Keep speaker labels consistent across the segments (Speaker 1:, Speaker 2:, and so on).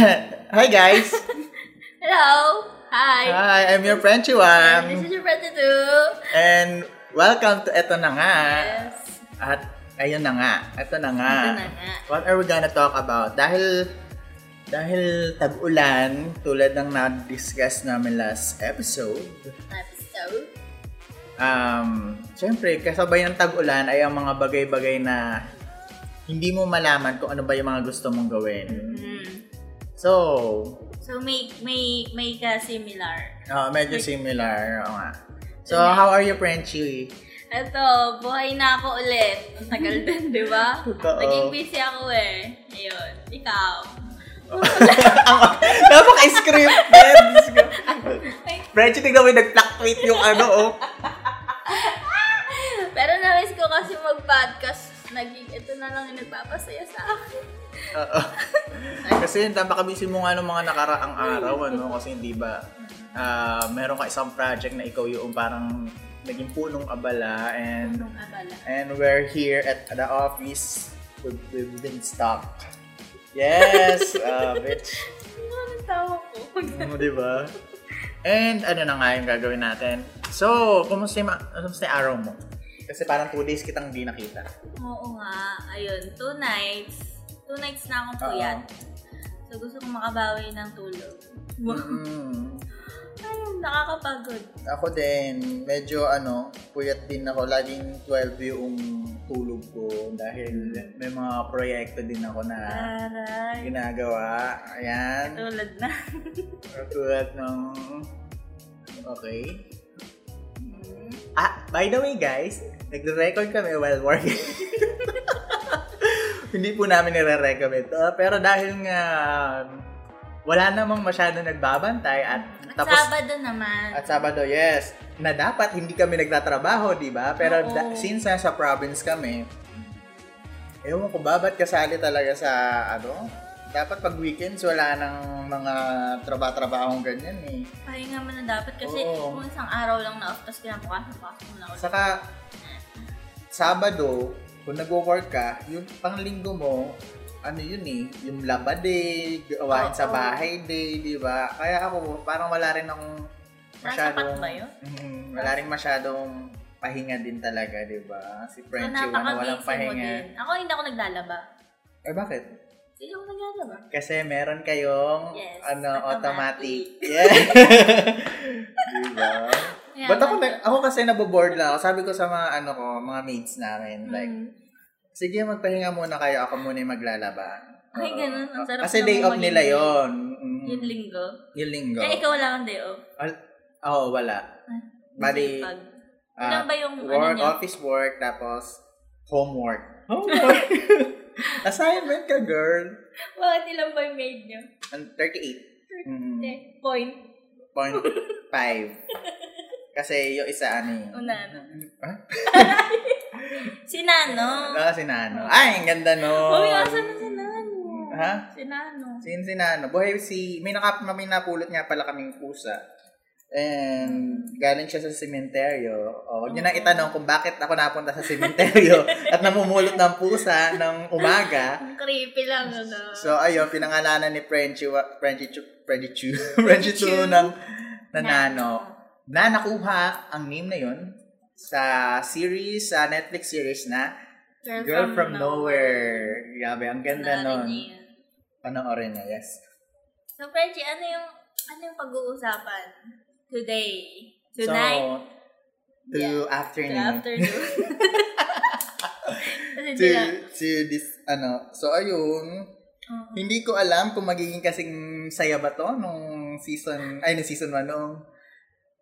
Speaker 1: Hi guys!
Speaker 2: Hello! Hi!
Speaker 1: Hi,
Speaker 2: Um,
Speaker 1: Um, I'm your friend Chiwang.
Speaker 2: This is your friend Tutu.
Speaker 1: And welcome to Eto Na Nga.
Speaker 2: Yes.
Speaker 1: At ayun na nga, Eto Na Nga.
Speaker 2: Ito na nga.
Speaker 1: What are we gonna talk about? Dahil dahil tag-ulan, tulad ng na-discuss namin last episode,
Speaker 2: Episode.
Speaker 1: um, syempre, kasabay ng tag-ulan ay ang mga bagay-bagay na hindi mo malaman kung ano ba yung mga gusto mong gawin.
Speaker 2: Mm.
Speaker 1: So,
Speaker 2: So, may, may, may ka-similar.
Speaker 1: ah, medyo similar. Oo nga. So, how are you, Frenchie?
Speaker 2: Eto, buhay na ako ulit. Ang tagal din, di ba?
Speaker 1: Totoo.
Speaker 2: Naging busy ako eh. Ayun. Ikaw.
Speaker 1: Napaka-scripted! Frenchie, tignan mo yung nag-fluctuate yung ano, oh.
Speaker 2: Pero na-miss ko kasi mag-podcast. Naging, ito na lang yung nagpapasaya sa akin.
Speaker 1: Oo. kasi yun, napakabisi mo nga ng mga nakaraang araw, ano? Kasi hindi ba, ah, meron ka isang project na ikaw yung parang naging punong abala and
Speaker 2: Anong abala?
Speaker 1: and we're here at the office. We've, we've been stuck. Yes, uh, bitch.
Speaker 2: Ano ang tawa ko?
Speaker 1: Ano, di ba? And ano na nga yung gagawin natin. So, kumusta yung, ma- kumusta yung araw mo? Kasi parang two days kitang di nakita.
Speaker 2: Oo nga. Ayun. Two nights. Two nights na akong puyat. So, gusto kong makabawi ng tulog.
Speaker 1: Mm.
Speaker 2: Ayun, nakakapagod.
Speaker 1: Ako din, medyo ano, puyat din ako. Laging 12 yung tulog ko dahil may mga proyekto din ako na
Speaker 2: Ah. Aray.
Speaker 1: ginagawa. Ayan.
Speaker 2: Tulad na.
Speaker 1: Tulad ng... Okay. Ah, by the way guys, nagre-record kami while working. Hindi po namin nire-recommend to. Ah, Pero dahil nga wala namang masyado nagbabantay at
Speaker 2: At
Speaker 1: tapos
Speaker 2: Sabado naman.
Speaker 1: at Sabado, yes. Na dapat hindi kami nagtatrabaho, di ba? Pero
Speaker 2: Oo.
Speaker 1: da- since nasa province kami, ewan ko ba, ba't kasali talaga sa ano? Dapat pag weekends, wala nang mga traba-trabahong ganyan eh.
Speaker 2: Pahinga mo na dapat kasi
Speaker 1: Oo.
Speaker 2: kung isang araw lang na off, tapos kinabukasan pa mo na ulit.
Speaker 1: Saka, Sabado, kung nag-work ka, yung panglinggo mo, ano yun eh, yung laba day, gawain sa
Speaker 2: Oo.
Speaker 1: bahay day, di ba? Kaya ako, parang wala rin akong masyadong...
Speaker 2: Nasapat ba yun?
Speaker 1: Mm, wala rin masyadong pahinga din talaga, di ba? Si
Speaker 2: So,
Speaker 1: Frenchie, wala ano, walang
Speaker 2: Ah, napaka-busy mo
Speaker 1: pahinga.
Speaker 2: din. Ako hindi ako naglalaba.
Speaker 1: Eh, bakit?
Speaker 2: Hindi ako naglalaba.
Speaker 1: Kasi meron kayong
Speaker 2: Yes,
Speaker 1: ano, automatic.
Speaker 2: automatic.
Speaker 1: Yeah. di ba?
Speaker 2: Kaya
Speaker 1: But ako, na,
Speaker 2: nag-
Speaker 1: ako kasi naboboard lang. ako. Sabi ko sa mga ano ko, mga mates namin, like,
Speaker 2: Mm.
Speaker 1: sige, magpahinga muna kayo. Ako muna yung maglalaba.
Speaker 2: Ay,
Speaker 1: Oo.
Speaker 2: ganun. Ang sarap
Speaker 1: Kasi
Speaker 2: naman
Speaker 1: day off
Speaker 2: maging
Speaker 1: nila
Speaker 2: ganun.
Speaker 1: yon. Mm.
Speaker 2: Yung linggo.
Speaker 1: Yung linggo.
Speaker 2: Eh, Ah, ikaw wala kang day off.
Speaker 1: Al- Oo, wala.
Speaker 2: Ay,
Speaker 1: Bali,
Speaker 2: Pag-
Speaker 1: ah,
Speaker 2: Ilan ba yung ano
Speaker 1: work,
Speaker 2: niya?
Speaker 1: office work, tapos homework. Homework? Assignment ka, girl.
Speaker 2: Bakit ilang ba yung made niyo?
Speaker 1: Ang 38. Mm,
Speaker 2: Okay, point.
Speaker 1: point five. Kasi yung isa, ano eh.
Speaker 2: Una, ano?
Speaker 1: Ah?
Speaker 2: Si Nano.
Speaker 1: Ah, si Nano. Ay, ang ganda no.
Speaker 2: Oh, yung asan na si Nano?
Speaker 1: Ha?
Speaker 2: Si Nano.
Speaker 1: Sin si Nano. ano, Buhay si... May, nakap, may napulot nga pala kaming pusa. And galing siya sa sementeryo. O, yun ang itanong kung bakit ako napunta sa sementeryo at namumulot ng pusa ng umaga.
Speaker 2: Ang creepy lang, ano?
Speaker 1: So, ayun, pinangalanan ni Frenchie, wa- Frenchie, Chu- Frenchie Chu, Frenchie Chu
Speaker 2: Chu.
Speaker 1: ng Nanano. Na nakuha ang name na yun sa series, sa Netflix series na
Speaker 2: Girl,
Speaker 1: Girl From, Nowhere. Grabe, ang ganda
Speaker 2: Panoorin
Speaker 1: nun.
Speaker 2: niyo Ano yun.
Speaker 1: Panoorin niya, yes.
Speaker 2: So, Frenchie, ano yung, ano yung pag-uusapan? Today? Tonight?
Speaker 1: So, to
Speaker 2: Yeah.
Speaker 1: afternoon.
Speaker 2: the afternoon? Kasi
Speaker 1: To,
Speaker 2: di lang.
Speaker 1: to this, ano. So, ayun.
Speaker 2: Oo.
Speaker 1: Hindi ko alam kung magiging kasing saya ba to nung season, ay, nung season 1, nung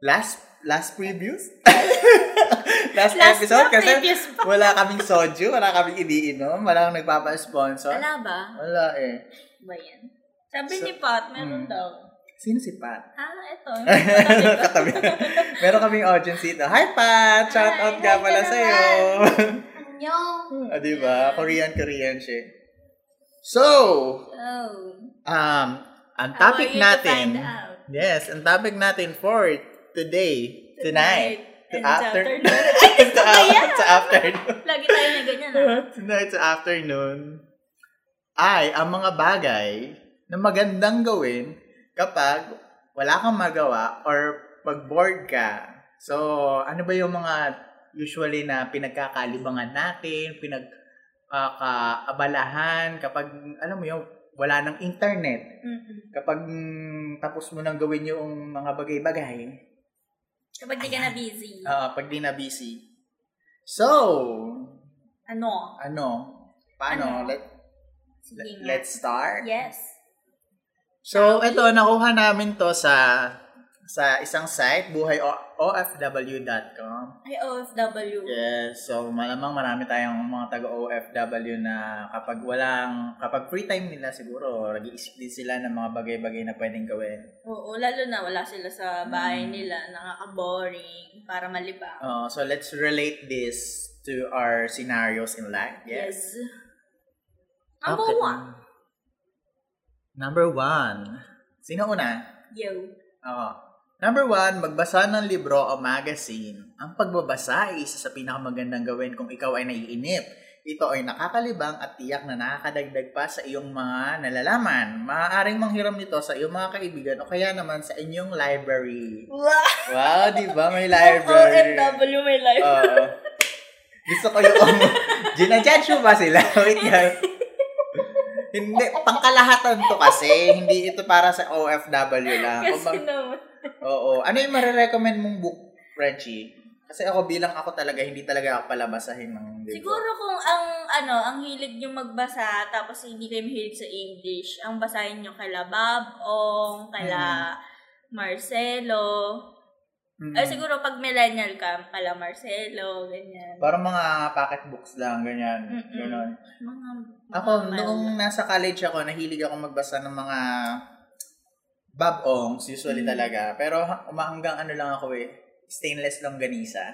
Speaker 1: last, last previews? last,
Speaker 2: Last
Speaker 1: episode?
Speaker 2: na,
Speaker 1: Kasi
Speaker 2: previous pa.
Speaker 1: wala kaming soju, wala kaming iniinom, wala kaming nagpapa-sponsor.
Speaker 2: Wala ba?
Speaker 1: Wala eh.
Speaker 2: Ba yan? Sabi
Speaker 1: So-
Speaker 2: ni Pat,
Speaker 1: Mm.
Speaker 2: meron daw.
Speaker 1: Sino si Pat?
Speaker 2: Ah, ito.
Speaker 1: Katabi. Meron kaming audience dito. Hi Pat! Shout
Speaker 2: Hi,
Speaker 1: out ka
Speaker 2: hi ka
Speaker 1: pala
Speaker 2: naman.
Speaker 1: sa'yo!
Speaker 2: Anyong!
Speaker 1: Ah, di ba? Korean, Korean siya. So,
Speaker 2: Oh.
Speaker 1: um, ang
Speaker 2: How
Speaker 1: topic
Speaker 2: are you to
Speaker 1: natin,
Speaker 2: find out?
Speaker 1: yes, ang topic natin for today, tonight, to
Speaker 2: And
Speaker 1: after,
Speaker 2: afternoon.
Speaker 1: to, af- to afternoon,
Speaker 2: Lagi tayo na ganyan, ah.
Speaker 1: tonight to afternoon, ay, ang mga bagay na magandang gawin kapag wala kang magawa or pag bored ka. So, ano ba yung mga usually na pinagkakalibangan natin, pinagkakaabalahan kapag, alam mo yun, wala ng internet.
Speaker 2: Mm-mm.
Speaker 1: Kapag mm, tapos mo nang gawin yung mga bagay-bagay,
Speaker 2: Kapag di ka na busy,
Speaker 1: ah, pag di na busy. So,
Speaker 2: ano?
Speaker 1: ano? Paano?
Speaker 2: Ano?
Speaker 1: Let,
Speaker 2: Sige nga.
Speaker 1: let's start.
Speaker 2: Yes.
Speaker 1: So, ito, nakuha namin to sa sa isang site, buhayofw.com.
Speaker 2: Ay, OFW.
Speaker 1: Yes, so malamang marami tayong mga taga-OFW na kapag walang, kapag free time nila siguro, nag-iisip din sila ng mga bagay-bagay na pwedeng gawin.
Speaker 2: Oo, lalo na wala sila sa bahay
Speaker 1: Hmm.
Speaker 2: nila. Nakaka-boring para malibang.
Speaker 1: Uh, so let's relate this to our scenarios in life. Yes.
Speaker 2: Number
Speaker 1: Okay.
Speaker 2: one.
Speaker 1: Number one. Sino una?
Speaker 2: Yo.
Speaker 1: Ako. Number one, magbasa ng libro o magazine. Ang pagbabasa ay isa sa pinakamagandang gawin kung ikaw ay naiinip. Ito ay nakakalibang at tiyak na nakakadagdag pa sa iyong mga nalalaman. Maaaring manghiram nito sa iyong mga kaibigan o kaya naman sa inyong library.
Speaker 2: Wow!
Speaker 1: Wow, di ba? May library.
Speaker 2: OFW, may life.
Speaker 1: Oo. Gusto ko yung... ano. Ginajudge mo ba sila? Wait lang. hindi, pangkalahatan to kasi. Hindi ito para sa OFW lang.
Speaker 2: Kasi
Speaker 1: Ah, Kumbaga-
Speaker 2: naman.
Speaker 1: Oo. Ano yung marirecommend mong book, Frenchie? Kasi ako bilang ako talaga, hindi talaga ako palabasahin ng libro.
Speaker 2: Siguro kung ang ano, ang hilig nyo magbasa tapos hindi kayo mahilig sa English, ang basahin nyo kala Bob Ong, kala
Speaker 1: Hmm.
Speaker 2: Marcelo.
Speaker 1: Mm.
Speaker 2: Ay siguro pag millennial ka, kala Marcelo, ganyan.
Speaker 1: Parang mga pocket books lang, ganyan.
Speaker 2: Mm-mm.
Speaker 1: Ganon.
Speaker 2: Mga,
Speaker 1: Ako,
Speaker 2: mga
Speaker 1: noong
Speaker 2: mild.
Speaker 1: nasa college ako, nahilig ako magbasa ng mga babongs, usually
Speaker 2: Mm.
Speaker 1: talaga. Pero ha- umahanggang ano lang ako eh, stainless ganisa.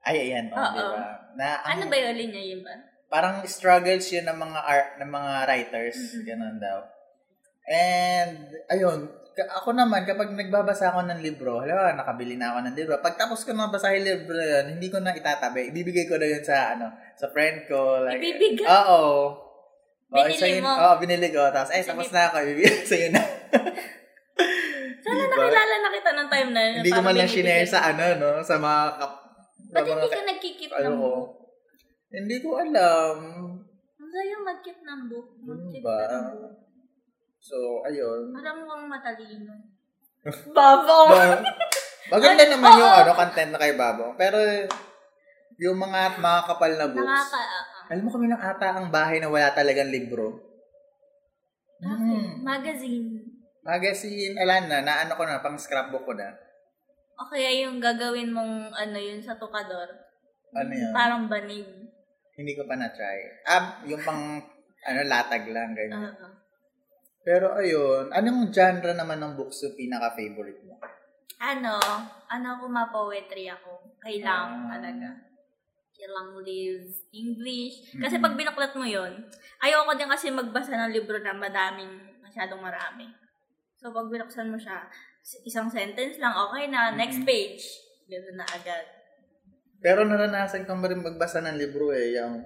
Speaker 1: Ay, ayan, oh,
Speaker 2: Oo.
Speaker 1: di ba? Na,
Speaker 2: Ano ba yun niya yun ba?
Speaker 1: Parang struggles yun ng mga art, ng mga writers,
Speaker 2: Mm-mm.
Speaker 1: ganun daw. And, ayun, ka- ako naman, kapag nagbabasa ako ng libro, halimbawa, nakabili na ako ng libro, pagtapos ko na basahin yung libro na yun, hindi ko na itatabi. Ibibigay ko na yun sa, ano, sa friend ko. Like,
Speaker 2: Ibibigay?
Speaker 1: Oo. Oo,
Speaker 2: Binili
Speaker 1: isa yun-
Speaker 2: mo?
Speaker 1: Oo, binili ko. Tapos, ay,
Speaker 2: Sige.
Speaker 1: tapos na ako. Ibibigay sa'yo na.
Speaker 2: Sana
Speaker 1: Diba?
Speaker 2: nakilala na kita ng time na yun.
Speaker 1: Hindi ko
Speaker 2: parang
Speaker 1: man lang
Speaker 2: binibigyan
Speaker 1: shinare
Speaker 2: ka.
Speaker 1: sa, ano, no? Sa mga kap... sa
Speaker 2: Ba't hindi
Speaker 1: mga
Speaker 2: ka
Speaker 1: ka-
Speaker 2: nagkikip
Speaker 1: ano
Speaker 2: ng
Speaker 1: ko.
Speaker 2: book?
Speaker 1: Hindi ko alam.
Speaker 2: Ang saya mag-keep ng book. Mag-keep
Speaker 1: Diba?
Speaker 2: ka ng book.
Speaker 1: So, ayun.
Speaker 2: Alam mo ang matalino. Baba!
Speaker 1: Ba- Maganda
Speaker 2: Ay,
Speaker 1: naman yung
Speaker 2: Oh. oo.
Speaker 1: ano, content na kay Babo. Pero yung mga mga kapal na books.
Speaker 2: Nakaka... ah,
Speaker 1: Alam mo kami ng ata ang bahay na wala talagang libro.
Speaker 2: Bakit?
Speaker 1: Mm.
Speaker 2: Magazine.
Speaker 1: Magazine, alam na, naano ko na, pang scrapbook ko na.
Speaker 2: O kaya yung gagawin mong ano yun sa tukador.
Speaker 1: Ano yun?
Speaker 2: Parang banig.
Speaker 1: Hindi ko pa na-try. Ah, yung pang, ano, latag lang, ganyan.
Speaker 2: Oo.
Speaker 1: Pero ayun, anong genre naman ng books yung pinaka-favorite mo?
Speaker 2: ano, ano ako ma-poetry ako. Kailangan
Speaker 1: Ah.
Speaker 2: talaga. Kailangan live English. Kasi
Speaker 1: Mm.
Speaker 2: pag binaklat mo yun, ayoko din kasi magbasa ng libro na madaming, masyadong marami. So, pag binaksan mo siya, s- isang sentence lang, okay na, next
Speaker 1: Mhm.
Speaker 2: page. Ganoon na agad.
Speaker 1: Pero naranasan ko ba rin magbasa ng libro eh, yung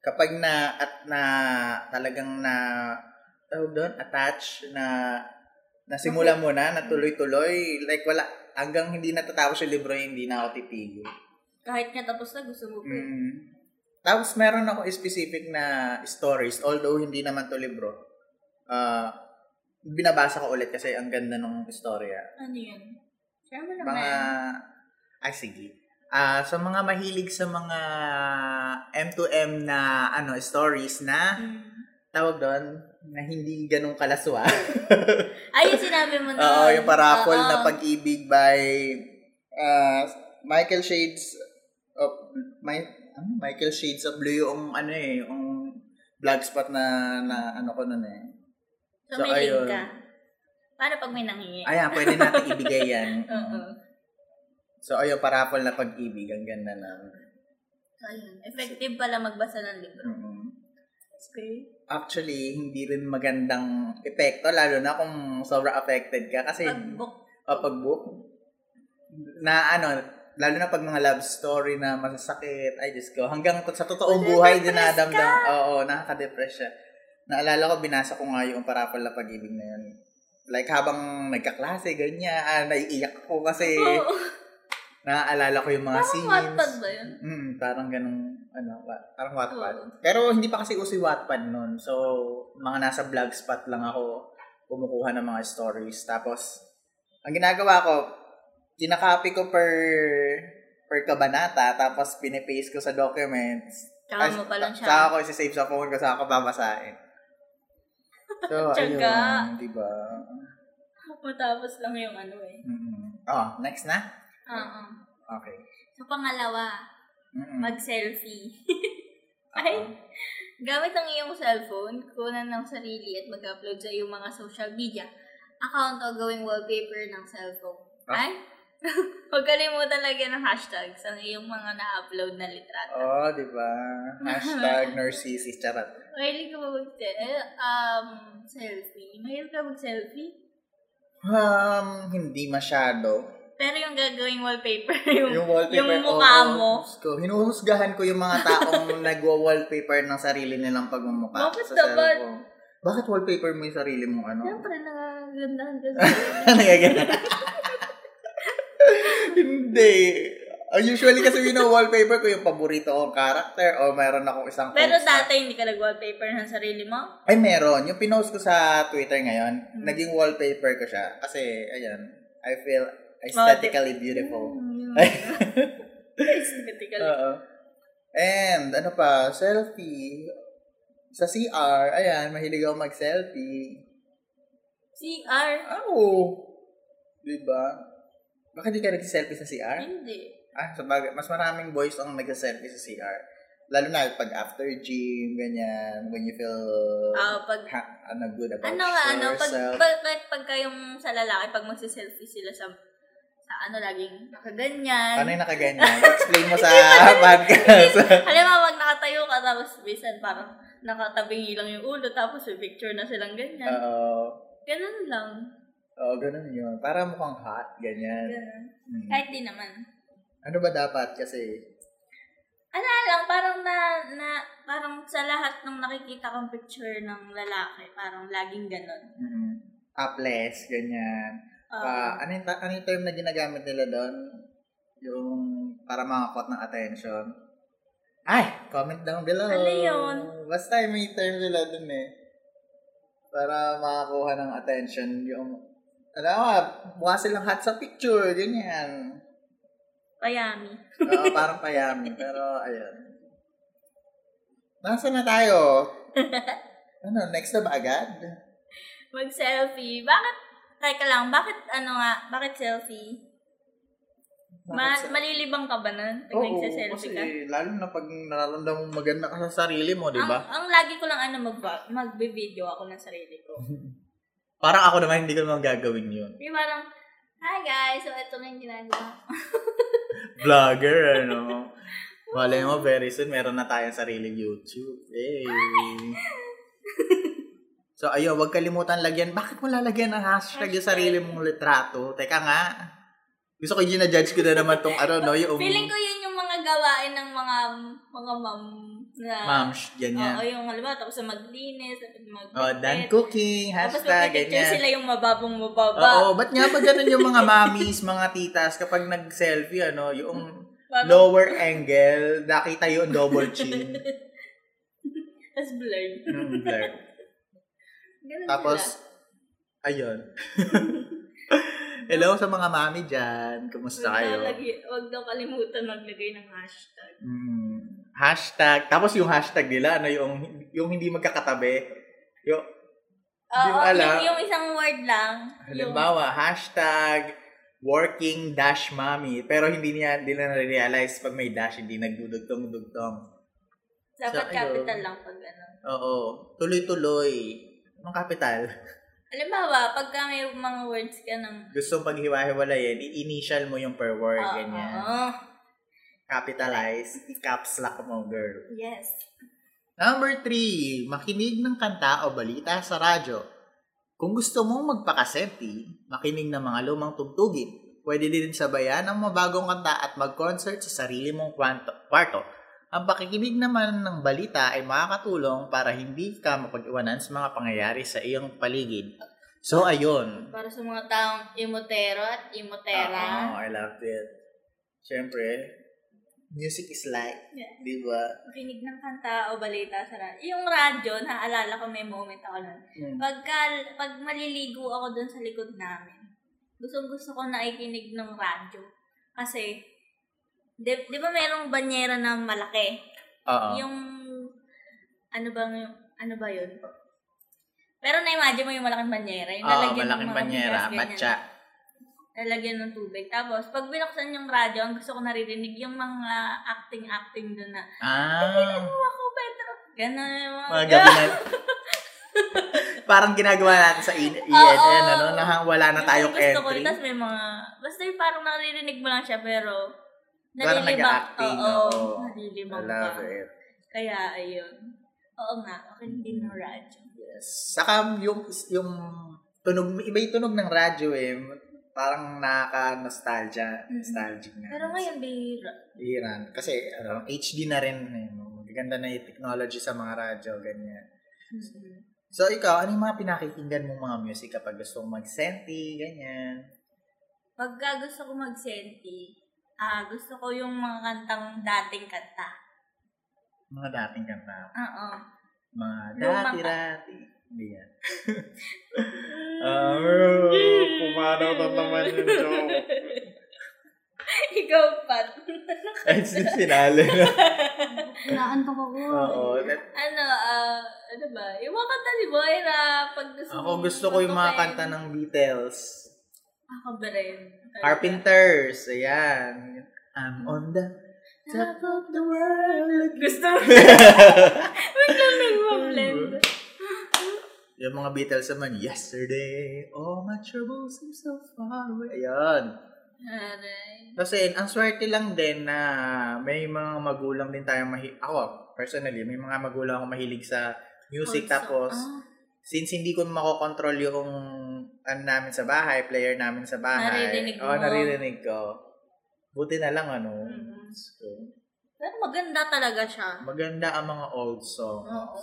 Speaker 1: kapag na at na talagang na tawag doon, attach na nasimula mo na, natuloy-tuloy, like wala, hanggang hindi natatapos yung libro, eh, hindi na ako titigil.
Speaker 2: Kahit nga tapos na, gusto mo pa. yun.
Speaker 1: Mm. Tapos meron ako specific na stories, although hindi naman to libro. Ah, binabasa ko ulit kasi ang ganda ng istorya
Speaker 2: Ano yun? Share mo naman. Mm.
Speaker 1: mga ay sige. Ah, so mga mahilig sa mga M2M na ano stories na
Speaker 2: Mm.
Speaker 1: tawag doon na hindi ganun kalaswa.
Speaker 2: Ay, yung sinabi mo na.
Speaker 1: Oo, yung parapol
Speaker 2: Mm, Oo.
Speaker 1: na pag-ibig by ah, Michael Shades of my ano, Michael Shades of Blue yung ano eh, yung blog spot na, na ano ko nun eh.
Speaker 2: So,
Speaker 1: So,
Speaker 2: may
Speaker 1: ayun.
Speaker 2: link ka. Paano pag may nangingi?
Speaker 1: Ayan, pwede natin ibigay yan.
Speaker 2: Oo.
Speaker 1: So ayun, parapol na pag-ibig. Ang ganda na.
Speaker 2: So, ayun. Effective pala magbasa ng libro.
Speaker 1: Mm-mm.
Speaker 2: Okay.
Speaker 1: actually, hindi rin magandang epekto, lalo na kung sobrang affected ka. Kasi,
Speaker 2: Pag-book.
Speaker 1: o pag-book, na ano, lalo na pag mga love story na masasakit, ay Diyos ko, hanggang to- sa totoong buhay,
Speaker 2: Nadidepress
Speaker 1: dinadamdam,
Speaker 2: ka!
Speaker 1: oo, nakaka-depress siya. Naalala ko, binasa ko nga yung parapal na pag-ibig na yun. Like, habang nagkaklase, ganyan, ah, naiiyak ako kasi
Speaker 2: Oo.
Speaker 1: naaalala ko yung mga
Speaker 2: Parang
Speaker 1: scenes.
Speaker 2: Wattpad ba yun?
Speaker 1: Mm, parang ganun, ano, wa- parang Wattpad.
Speaker 2: Oo.
Speaker 1: Pero hindi pa kasi uso yung Wattpad nun. So, mga nasa Blogspot lang ako kumukuha ng mga stories. Tapos, ang ginagawa ko, kinakopy ko per per kabanata, tapos pinipaste ko sa documents.
Speaker 2: Tsaka mo pa lang siya.
Speaker 1: Saka ko isisave sa phone ko, saka ko babasahin. So,
Speaker 2: Tsaga.
Speaker 1: ayun, di ba?
Speaker 2: Matapos lang yung ano eh.
Speaker 1: Mm-mm. Oh, next na?
Speaker 2: Oo.
Speaker 1: Okay.
Speaker 2: Sa pangalawa,
Speaker 1: Mm-mm.
Speaker 2: mag-selfie. Ay, gamit ang iyong cellphone, kunan ng sarili at mag-upload sa iyong mga social media account o gawing wallpaper ng cellphone.
Speaker 1: Ah.
Speaker 2: Ay, huwag kalimutan lagyan ng hashtags ang iyong mga na-upload na litrato.
Speaker 1: Oo, Oh, di ba? Hashtag Narcissus. Charot.
Speaker 2: Mahilig ka ba mag-se- eh, um, selfie? Mahilig ka mag-selfie?
Speaker 1: Um, hindi masyado.
Speaker 2: Pero yung gagawing wallpaper, yung,
Speaker 1: Yung wallpaper,
Speaker 2: yung mukha
Speaker 1: oo,
Speaker 2: mo.
Speaker 1: Diyos Ko, hinuhusgahan ko yung mga taong nagwa-wallpaper ng sarili nilang pagmamukha
Speaker 2: Bakit
Speaker 1: sa
Speaker 2: dapat?
Speaker 1: cellphone. Bakit wallpaper mo yung sarili mong ano?
Speaker 2: Siyempre, nakagandahan ka
Speaker 1: Nagagana. Hindi. Uh, Usually kasi wino-wallpaper ko yung paborito kong character o mayroon akong isang
Speaker 2: Pero
Speaker 1: post na-
Speaker 2: dati hindi ka nag-wallpaper ng sarili mo?
Speaker 1: Ay, meron. Yung pinost ko sa Twitter ngayon,
Speaker 2: Hmm.
Speaker 1: naging wallpaper ko siya. Kasi, ayan, I feel aesthetically beautiful.
Speaker 2: Mm.
Speaker 1: Ay.
Speaker 2: Aesthetically.
Speaker 1: Oo. And, ano pa, selfie. Sa CR, ayan, mahilig ako mag-selfie.
Speaker 2: CR?
Speaker 1: Oo. Diba? Bakit di ka nag-selfie sa CR?
Speaker 2: Hindi.
Speaker 1: Ah, sa bagay, mas maraming boys ang nag-selfie sa CR. Lalo na pag after gym, ganyan, when you feel
Speaker 2: Ah, pag
Speaker 1: ha, ano, good about
Speaker 2: ano nga, ano, pag,
Speaker 1: yourself.
Speaker 2: pag, pag, pag kayong sa lalaki, pag magsiselfie sila sa, sa ano, laging nakaganyan.
Speaker 1: Paano yung nakaganyan? Explain mo sa podcast.
Speaker 2: Alam mo, wag nakatayo ka, tapos bisan parang nakatabingi lang yung ulo, tapos may picture na silang ganyan.
Speaker 1: Oo.
Speaker 2: Ganun lang.
Speaker 1: Oo, ganun yun. Para mukhang hot, ganyan.
Speaker 2: Ganun.
Speaker 1: Hmm.
Speaker 2: Kahit di naman.
Speaker 1: Ano ba dapat kasi?
Speaker 2: Ano lang, parang na, na, parang sa lahat ng nakikita kong picture ng lalaki, parang laging ganun.
Speaker 1: Mm. Topless, ganyan. Ah,
Speaker 2: Ah,
Speaker 1: ano, yung, ta- ano yung term na ginagamit nila doon? Yung para makakot ng attention. Ay! Comment down below.
Speaker 2: Ano yun?
Speaker 1: Basta yung may term nila doon eh. Para makakuha ng attention yung... Alam mo, mukha silang hot sa picture, ganyan.
Speaker 2: payami.
Speaker 1: Oo, parang payami. Pero, ayun. Nasaan na tayo? Ano, next na ba agad?
Speaker 2: Mag-selfie. Bakit? Teka lang, bakit ano nga, bakit selfie? Ma-
Speaker 1: Bakit sa-
Speaker 2: malilibang ka ba nun? Pag nagsa-selfie ka? Ah.
Speaker 1: lalo na pag nararamdaman mo maganda ka sa sarili mo, di ba?
Speaker 2: Ang, ang lagi ko lang ano, mag magbe-video ako ng sarili ko.
Speaker 1: Parang ako naman, hindi ko naman gagawin yun.
Speaker 2: Di parang, hi guys, so ito na yung ginagawa ko.
Speaker 1: Vlogger, ano? Malay mo, very soon, meron na tayong sariling YouTube. Hey! So, ayun, huwag kalimutan lagyan. Bakit mo lalagyan ng hashtag yung sarili
Speaker 2: Hashtag.
Speaker 1: mong litrato? Teka nga. Gusto ko yung judge ko na naman tong ano, no? Yung
Speaker 2: Feeling ko yun yung mga gawain ng mga mga ma'am na...
Speaker 1: mams,
Speaker 2: Oo,
Speaker 1: ganyan.
Speaker 2: yung halimbawa, tapos na maglinis, tapos mag
Speaker 1: Oh, done cooking,
Speaker 2: Tapos
Speaker 1: hashtag,
Speaker 2: magpipicture
Speaker 1: ganyan.
Speaker 2: sila yung mababong mababa.
Speaker 1: Oo, ba't nga ba ganun yung mga mommies, mga titas, kapag nag-selfie, ano, yung
Speaker 2: Parang-
Speaker 1: lower angle, nakita yung double chin.
Speaker 2: Tapos blurred.
Speaker 1: Mm, blur.
Speaker 2: Ganun sila.
Speaker 1: Tapos, ayun. Hello sa mga mami dyan. Kumusta
Speaker 2: Huwag daw
Speaker 1: kayo?
Speaker 2: lagi- Huwag daw kalimutan maglagay ng hashtag.
Speaker 1: Mm, hashtag. Tapos yung hashtag nila, ano, yung, yung hindi magkakatabi. Yung, Hindi
Speaker 2: Oo,
Speaker 1: mo alam.
Speaker 2: yung, yung isang word lang. Yung-
Speaker 1: halimbawa, hashtag working dash mommy. Pero hindi niya, hindi na realize pag may dash, hindi nagdudugtong-dugtong.
Speaker 2: Dapat
Speaker 1: Sa-
Speaker 2: capital
Speaker 1: ayun.
Speaker 2: lang pag ano.
Speaker 1: Oo. Tuloy-tuloy. Anong kapital?
Speaker 2: Halimbawa, pagka may mga words ka ng...
Speaker 1: Gustong paghiwa-hiwalayin, i-initial mo yung per word,
Speaker 2: Oo,
Speaker 1: ganyan.
Speaker 2: oo.
Speaker 1: Capitalize, i-caps lock mo, girl.
Speaker 2: yes.
Speaker 1: Number three, makinig ng kanta o balita sa radyo. Kung gusto mong magpakaseti, makinig ng mga lumang tugtugin. Pwede din sabayan ang mabagong kanta at mag-concert sa sarili mong kwanto- kwarto. Ang pakikinig naman ng balita ay makakatulong para hindi ka mapag-iwanan sa mga pangyayari sa iyong paligid. So, ayun.
Speaker 2: Para sa mga taong imotero at imotera.
Speaker 1: Oo, I love it. Siyempre, music is life.
Speaker 2: Yeah.
Speaker 1: Di ba?
Speaker 2: Makinig ng kanta o balita sa radyo. Yung radyo, naaalala ko may moment ako nun.
Speaker 1: Mm.
Speaker 2: Pagka, pag maliligo ako dun sa likod namin, gustong gusto ko naikinig ng radyo. Kasi, di, di ba merong banyera na malaki?
Speaker 1: Oo.
Speaker 2: Yung, ano bang, ano ba yun? Pero na-imagine mo yung malaking banyera. Yung
Speaker 1: Oo,
Speaker 2: lalagyan
Speaker 1: Ah,
Speaker 2: ng
Speaker 1: malaking
Speaker 2: mga
Speaker 1: banyera,
Speaker 2: bigas, ganyan.
Speaker 1: matcha.
Speaker 2: Lalagyan ng tubig. Tapos, pag binuksan yung radyo, ang gusto ko naririnig yung mga acting-acting doon na,
Speaker 1: Ah,
Speaker 2: Ano ako, Pedro? Ganon yung mga,
Speaker 1: mga gabi na. Parang ginagawa natin sa E ENN, ano, na wala na
Speaker 2: Yun
Speaker 1: tayong
Speaker 2: yung gusto ko.
Speaker 1: entry.
Speaker 2: Tapos may mga, basta yung parang naririnig mo lang siya, pero
Speaker 1: Parang
Speaker 2: nalilibang.
Speaker 1: nag-a-acting,
Speaker 2: Oo,
Speaker 1: oo. I
Speaker 2: nalilibang
Speaker 1: love
Speaker 2: ka.
Speaker 1: it. Mm-hmm.
Speaker 2: Kaya, ayun. Oo nga, okay, hindi mo radyo.
Speaker 1: Yes. Saka yung yung tunog, may iba yung tunog ng radyo eh. Parang nakaka-nostalgia,
Speaker 2: Mm.
Speaker 1: nostalgic na.
Speaker 2: Pero ngayon, bihira.
Speaker 1: Iran. Kasi ano, HD na rin. eh, no? Maganda na yung technology sa mga radyo, ganyan. Mm-hmm. So ikaw, ano yung mga pinakikinggan mong mga music kapag gusto mong mag-senti, ganyan?
Speaker 2: Pagka gusto ko mag-senti, ah, gusto ko yung mga kantang dating kanta.
Speaker 1: Mga dating kanta.
Speaker 2: Oo.
Speaker 1: Mga
Speaker 2: Lumang-
Speaker 1: dati-rati. Hindi yan.
Speaker 2: Ikaw, Pat.
Speaker 1: Ay, sinali na.
Speaker 3: Inaantok ako.
Speaker 1: Oo. na-
Speaker 2: ano, ah, ano ba? Yung mga kanta ni Boy na pag gusto
Speaker 1: Ako gusto ko yung mga kanta ng Beatles.
Speaker 2: Ah, Ako ba rin?
Speaker 1: Carpenters, ayan. I'm on the...
Speaker 2: Top of the world. Gusto mo? Wait lang, nagpa-blend.
Speaker 1: Yung mga Beatles naman, yesterday, all my troubles seem so far away. Ayan.
Speaker 2: Aray.
Speaker 1: Kasi ang swerte lang din na may mga magulang din tayo mahi... Ako, personally, may mga magulang ako mahilig sa music.
Speaker 2: Also,
Speaker 1: Tapos,
Speaker 2: ah,
Speaker 1: since hindi ko makokontrol yung ano namin sa bahay, player namin sa bahay.
Speaker 2: Naririnig
Speaker 1: Oo,
Speaker 2: mo.
Speaker 1: naririnig ko. Buti na lang, ano.
Speaker 2: Mhm.
Speaker 1: So,
Speaker 2: pero maganda talaga siya.
Speaker 1: Maganda ang mga old songs.
Speaker 2: Oo.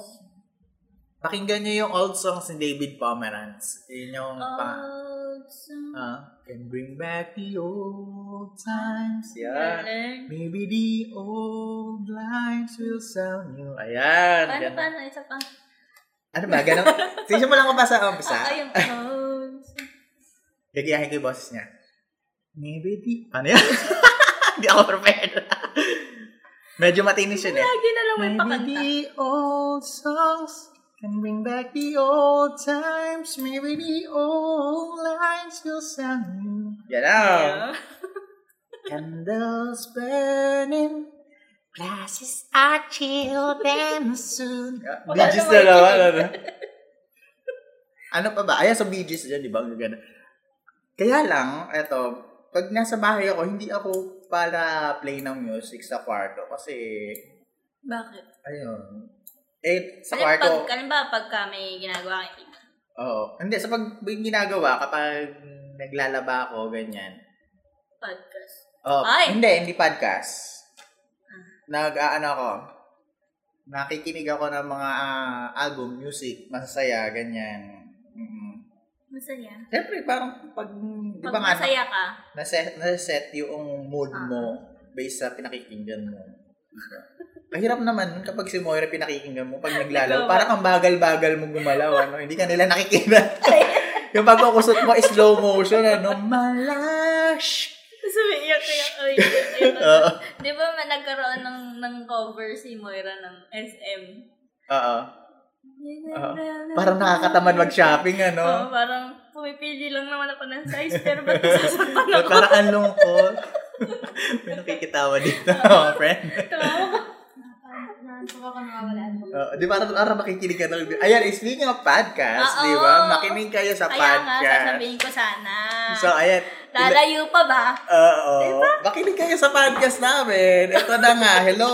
Speaker 1: Pakinggan niyo yung old songs ni David Pomerantz. Yun yung Ano
Speaker 2: Oh.
Speaker 1: pa...
Speaker 2: Old song.
Speaker 1: Ah, can bring back the old times. Yeah.
Speaker 2: Aray.
Speaker 1: Maybe the old lines will sound new. Ah, ya, Ayan.
Speaker 2: Paano,
Speaker 1: ganun.
Speaker 2: paano? Isa Ano pa.
Speaker 1: Ano ba? Ganun? Sige mo lang kung pa sa umpisa.
Speaker 2: Ah, yung old song.
Speaker 1: Gagiyahin ko yung boses niya. Maybe the... ya. Ano yan? Hindi ako prepared. Medyo matinis yun eh.
Speaker 2: Lagi na lang may
Speaker 1: Maybe
Speaker 2: pakanta.
Speaker 1: the old songs can bring back the old times. Maybe the old lines will sound new. Ya Yan
Speaker 2: Yeah.
Speaker 1: ang. Candles burning. Glasses are chilled and soon. Bee
Speaker 2: Wala
Speaker 1: Gees
Speaker 2: naman
Speaker 1: na naman.
Speaker 2: yun.
Speaker 1: Ano, ano pa ba? Ayan, sa Bee Gees dyan, di ba? Ang gaganda. Kaya lang, eto, pag nasa bahay ako, hindi ako para play ng music sa kwarto kasi
Speaker 2: Bakit?
Speaker 1: Ayun. Eh, sa
Speaker 2: Alam,
Speaker 1: kwarto,
Speaker 2: Pag, alam ba, pagka may ginagawa kang ibig?
Speaker 1: oo. Hindi, sa pag may ginagawa, kapag naglalaba ako, ganyan.
Speaker 2: Podcast.
Speaker 1: Oh,
Speaker 2: Ay!
Speaker 1: hindi, hindi podcast. Nag, ah, ano ako, nakikinig ako ng mga ah, album, music, masasaya, ganyan. Mm.
Speaker 2: Masaya.
Speaker 1: Siyempre, parang pag, di ba
Speaker 2: Pag
Speaker 1: nga,
Speaker 2: masaya Ah. ka,
Speaker 1: naset, naset yung mood mo based sa pinakikinggan mo. Diba? Mahirap naman kapag si Moira pinakikinggan mo pag naglalaw.
Speaker 2: Ikaw ba?
Speaker 1: Parang ang bagal-bagal mo gumalaw. Ano? Hindi ka nila nakikita. yung pagkukusot mo, slow motion. Ano? Malash!
Speaker 2: Sumiyak kaya, ay, ay, ay,
Speaker 1: Oo.
Speaker 2: Di ba ma- nagkaroon ng, ng cover si Moira ng SM?
Speaker 1: Oo. Parang nakakataman mag-shopping. Ano?
Speaker 2: Oo, parang pumipili lang naman ako ng size, pero ba't nasasaktan
Speaker 1: At
Speaker 2: ako?
Speaker 1: Eh, Parang ang lungkot. May nakikitawa dito, mga friend.
Speaker 2: Tumawa ko.
Speaker 3: Inaantok ako, nakawalaan ko.
Speaker 1: Oo, Oh, di ba? Parang makikinig ka ng... Ayan, eh, speaking of podcast, di
Speaker 2: Oo.
Speaker 1: ba? Makinig kayo sa
Speaker 2: Kaya nga,
Speaker 1: podcast.
Speaker 2: sasabihin ko sana.
Speaker 1: So, ayan.
Speaker 2: Lalayo pa ba?
Speaker 1: Oo. Makinig kayo sa podcast namin. Ito na nga, hello.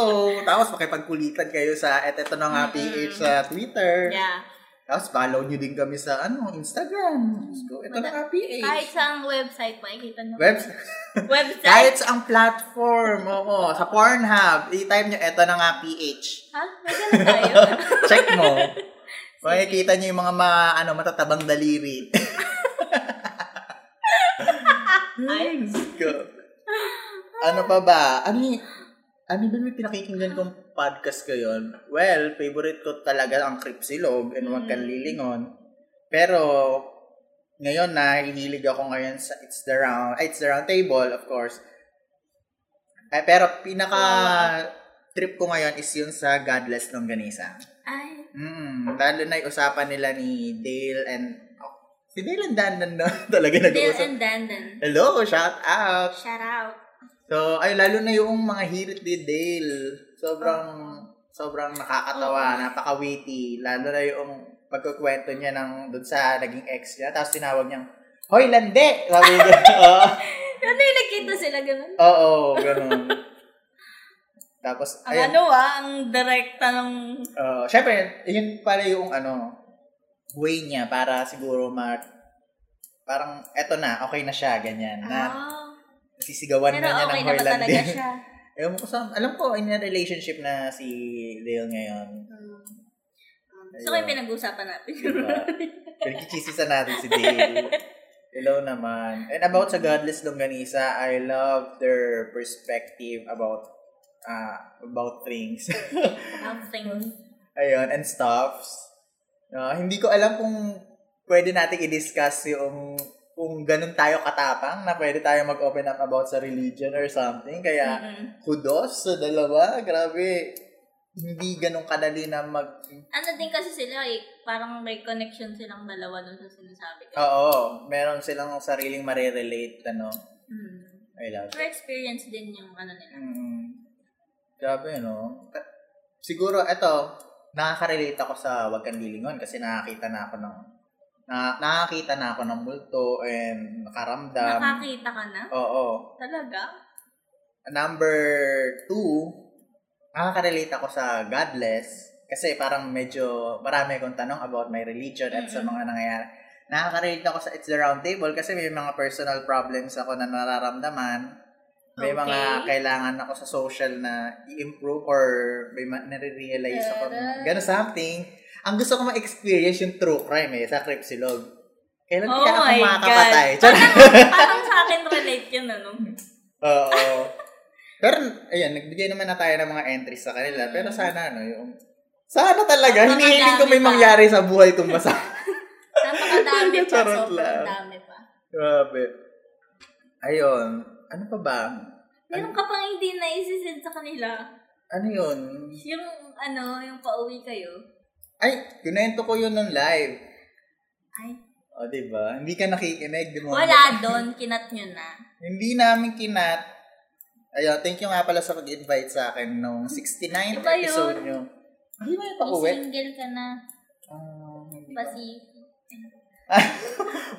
Speaker 1: Tapos makipagkulitan kayo sa, at ito na nga PH sa Twitter.
Speaker 2: Yeah.
Speaker 1: Tapos follow nyo din kami sa ano, Instagram. Let's go. Ito na ka, PH.
Speaker 2: Kahit sa website, makikita nyo.
Speaker 1: Website.
Speaker 2: Website?
Speaker 1: Kahit sa ang platform. Oo, sa Pornhub. I-type nyo, eto na nga, PH.
Speaker 2: Ha? May ganun tayo?
Speaker 1: Check mo. Makikita nyo yung mga ma, ano, matatabang daliri.
Speaker 2: Ayos.
Speaker 1: Go. Ano pa ba? Ano y- ano ba yung pinakikinggan kong podcast ngayon? Well, favorite ko talaga ang Cripsilog and Huwag Kang
Speaker 2: Mm.
Speaker 1: Lilingon. Pero, ngayon na, hinilig ako ngayon sa It's the Round, ay, It's the Round Table, of course. Ay, pero pinaka trip ko ngayon is yun sa Godless Longganisa.
Speaker 2: Ay,
Speaker 1: Mm, lalo na yung usapan nila ni Dale and... oh, si Dale and Dan na talaga
Speaker 2: Dale
Speaker 1: nag-uusap.
Speaker 2: and Dandan.
Speaker 1: Hello, shout out!
Speaker 2: Shout out.
Speaker 1: So, ay lalo na yung mga hirit ni Dale. Sobrang sobrang nakakatawa, napaka-witty. Lalo na yung pagkukwento niya ng doon sa naging ex niya. Tapos tinawag niyang, Hoy, lande! Sabi niya. Oo.
Speaker 2: Ano yung nagkita sila ganun?
Speaker 1: Oo, ganun. Tapos,
Speaker 2: Ang
Speaker 1: ayun.
Speaker 2: ano ah, ang direkta ng...
Speaker 1: Uh, Siyempre, yun pala yung ano, way niya para siguro ma... Parang, eto na, okay na siya, ganyan. Na,
Speaker 2: Ah,
Speaker 1: sisigawan
Speaker 2: pero
Speaker 1: na niya
Speaker 2: okay
Speaker 1: ng
Speaker 2: na ba
Speaker 1: Hoyland
Speaker 2: talaga siya?
Speaker 1: Ewan ko sa, alam ko, in a relationship na si Dale ngayon.
Speaker 2: Hmm. So, kayo pinag-uusapan natin.
Speaker 1: Diba? Pinagkichisisa natin si Dale. Hello naman. And about sa Godless Longganisa, I love their perspective about ah about things.
Speaker 2: Ang thing.
Speaker 1: Ayun, and stuffs. No, hindi ko alam kung pwede natin i-discuss yung kung ganun tayo katapang na pwede tayo mag-open up about sa religion or something. Kaya,
Speaker 2: Mm-mm.
Speaker 1: kudos sa dalawa. Grabe. Hindi ganun kadali na mag...
Speaker 2: Ano din kasi sila eh, parang may connection silang dalawa dun sa sinasabi ko.
Speaker 1: Oo, meron silang sariling marirelate, ano.
Speaker 2: Hmm.
Speaker 1: I love it.
Speaker 2: Pero experience din yung ano nila.
Speaker 1: Mm. Grabe, no? Ka- Siguro, eto, nakaka-relate ako sa Wag Kang Lilingon kasi nakakita na ako ng... Na, nakakita na ako ng multo and nakaramdam.
Speaker 2: Nakakita ka na?
Speaker 1: Oo.
Speaker 2: Talaga?
Speaker 1: Number two, nakaka-relate ako sa godless kasi parang medyo marami akong tanong about my religion at sa
Speaker 2: Mm-mm.
Speaker 1: mga nangyayari. Nakaka-relate ako sa It's the Round Table kasi may mga personal problems ako na nararamdaman. May mga
Speaker 2: Okay.
Speaker 1: kailangan ako sa social na i-improve or may ma- nare-realize ako.
Speaker 2: Taray.
Speaker 1: Gano'n something. Ang gusto ko ma-experience yung true crime eh, sa Cripsilog. Kailan kaya
Speaker 2: Oh
Speaker 1: ako
Speaker 2: my
Speaker 1: makakapatay?
Speaker 2: God.
Speaker 1: Charot.
Speaker 2: parang sa akin relate yun, ano?
Speaker 1: Oo. Pero, ayan, nagbigay naman na tayo ng mga entries sa kanila. Pero sana, ano, yung... Sana talaga,
Speaker 2: Ang
Speaker 1: hinihiling ko may
Speaker 2: makadami pa.
Speaker 1: mangyari sa buhay kong basa.
Speaker 2: Napakadami pa,
Speaker 1: Charot
Speaker 2: sobrang
Speaker 1: lang.
Speaker 2: dami pa.
Speaker 1: Grabe. Ayun. Ano pa ba?
Speaker 2: Meron ka pang hindi na isisend sa kanila.
Speaker 1: Ano yun?
Speaker 2: Yung ano, yung pauwi kayo.
Speaker 1: Ay, kunento ko yun ng live.
Speaker 2: Ay,
Speaker 1: O, di ba? Hindi ka nakikinig. Di mo
Speaker 2: wala doon. Kinat nyo na.
Speaker 1: Hindi namin kinat. Ayun, thank you nga pala sa pag-invite sa akin nung 69th
Speaker 2: Iba yun.
Speaker 1: episode nyo. Hindi ba yung pauwi?
Speaker 2: Single ka na.
Speaker 1: Ah, hindi ko-
Speaker 2: Pasi.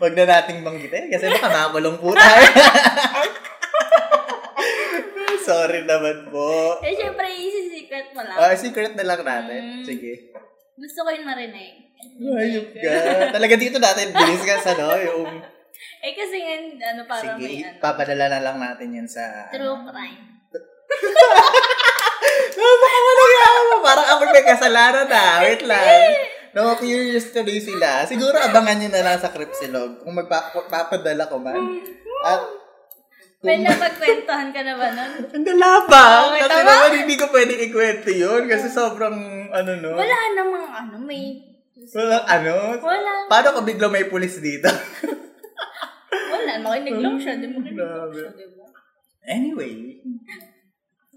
Speaker 1: Huwag na nating banggitin kasi baka makulong po tayo. Sorry naman po.
Speaker 2: Eh, syempre, isisikat mo lang.
Speaker 1: Ah, secret na lang natin.
Speaker 2: Mm.
Speaker 1: Sige.
Speaker 2: Gusto ko yung marinig.
Speaker 1: Ayok ka. Talaga dito natin discuss ano, yung...
Speaker 2: Eh, kasi nga, ano, parang may
Speaker 1: Sige,
Speaker 2: ano.
Speaker 1: papadala na lang natin yun sa...
Speaker 2: True crime.
Speaker 1: Ah, Napakawalang yawa. Parang ako may kasalanan ah. Wait lang. No, curious tuloy sila. Siguro abangan nyo na lang sa Cripsilog kung magpapadala ko man. At
Speaker 2: Well, napagkwentuhan ka na ba nun?
Speaker 1: Ang dalaba.
Speaker 2: Okay,
Speaker 1: kasi
Speaker 2: tama. Hmm.
Speaker 1: naman hindi ko pwedeng ikwento yun kasi sobrang ano no.
Speaker 2: Wala namang ano, may...
Speaker 1: Walang ano.
Speaker 2: Wala.
Speaker 1: Paano ko bigla may pulis dito?
Speaker 2: Wala. Makinig lang siya. Di mo kinig lang siya, di ba?
Speaker 1: anyway,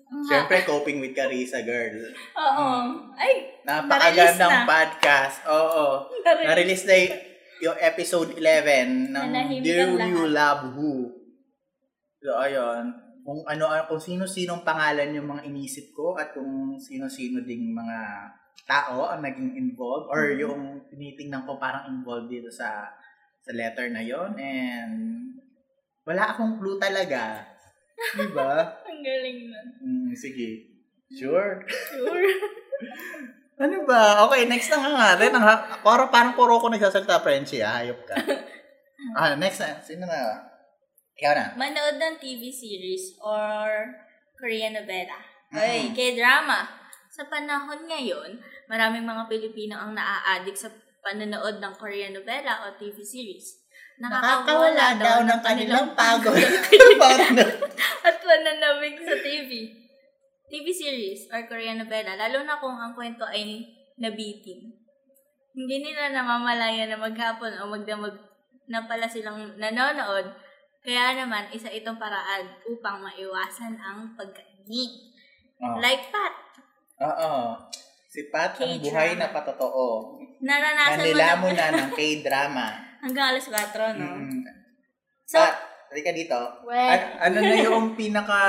Speaker 2: Ang ha-
Speaker 1: syempre coping with Carissa girl.
Speaker 2: Oo. Ay, Na-release
Speaker 1: Napakagandang
Speaker 2: na.
Speaker 1: podcast. Oo.
Speaker 2: narinig.
Speaker 1: Na-release na y- yung episode 11 ng
Speaker 2: Nanahimik
Speaker 1: Dear
Speaker 2: ang
Speaker 1: Will You
Speaker 2: lahat.
Speaker 1: Love Who. So, ayun. Kung ano, kung sino-sinong pangalan yung mga inisip ko at kung sino-sino ding mga tao ang naging involved or
Speaker 2: Mm-hmm.
Speaker 1: yung tinitingnan ko parang involved dito sa sa letter na yon and wala akong clue talaga. Diba?
Speaker 2: Ang galing nun.
Speaker 1: Mm, sige. Sure.
Speaker 2: Sure.
Speaker 1: Ano ba? Okay, next na nga nga. Then, ang, ha- parang, parang puro ko nagsasalita, Frenchie. Ah, hayop ka. ah, next na. Sino na? Ikaw na.
Speaker 2: Manood ng TV series or Korean novela.
Speaker 1: Mhm.
Speaker 2: Ay, K-drama. Sa panahon ngayon, maraming mga Pilipino ang naa-addict sa panonood ng Korean novela o TV series.
Speaker 1: Nakakawala daw ng kanilang pagod. Parang na.
Speaker 2: at pananamig sa TV. TV series or Korean novela, lalo na kung ang kwento ay nabitin. Hindi nila namamalaya na maghapon o magdamag na pala silang nanonood. Kaya naman, isa itong paraan upang maiwasan ang pagkageek.
Speaker 1: Oo.
Speaker 2: Like Pat,
Speaker 1: Oo. Si Pat, ang
Speaker 2: K-drama.
Speaker 1: buhay na patotoo.
Speaker 2: naranasan mo
Speaker 1: Nanilamo
Speaker 2: na
Speaker 1: na ng K-drama.
Speaker 2: hanggang alas 4, no?
Speaker 1: Mm.
Speaker 2: So,
Speaker 1: Pat, halika dito.
Speaker 3: Well,
Speaker 1: An- ano na yung pinaka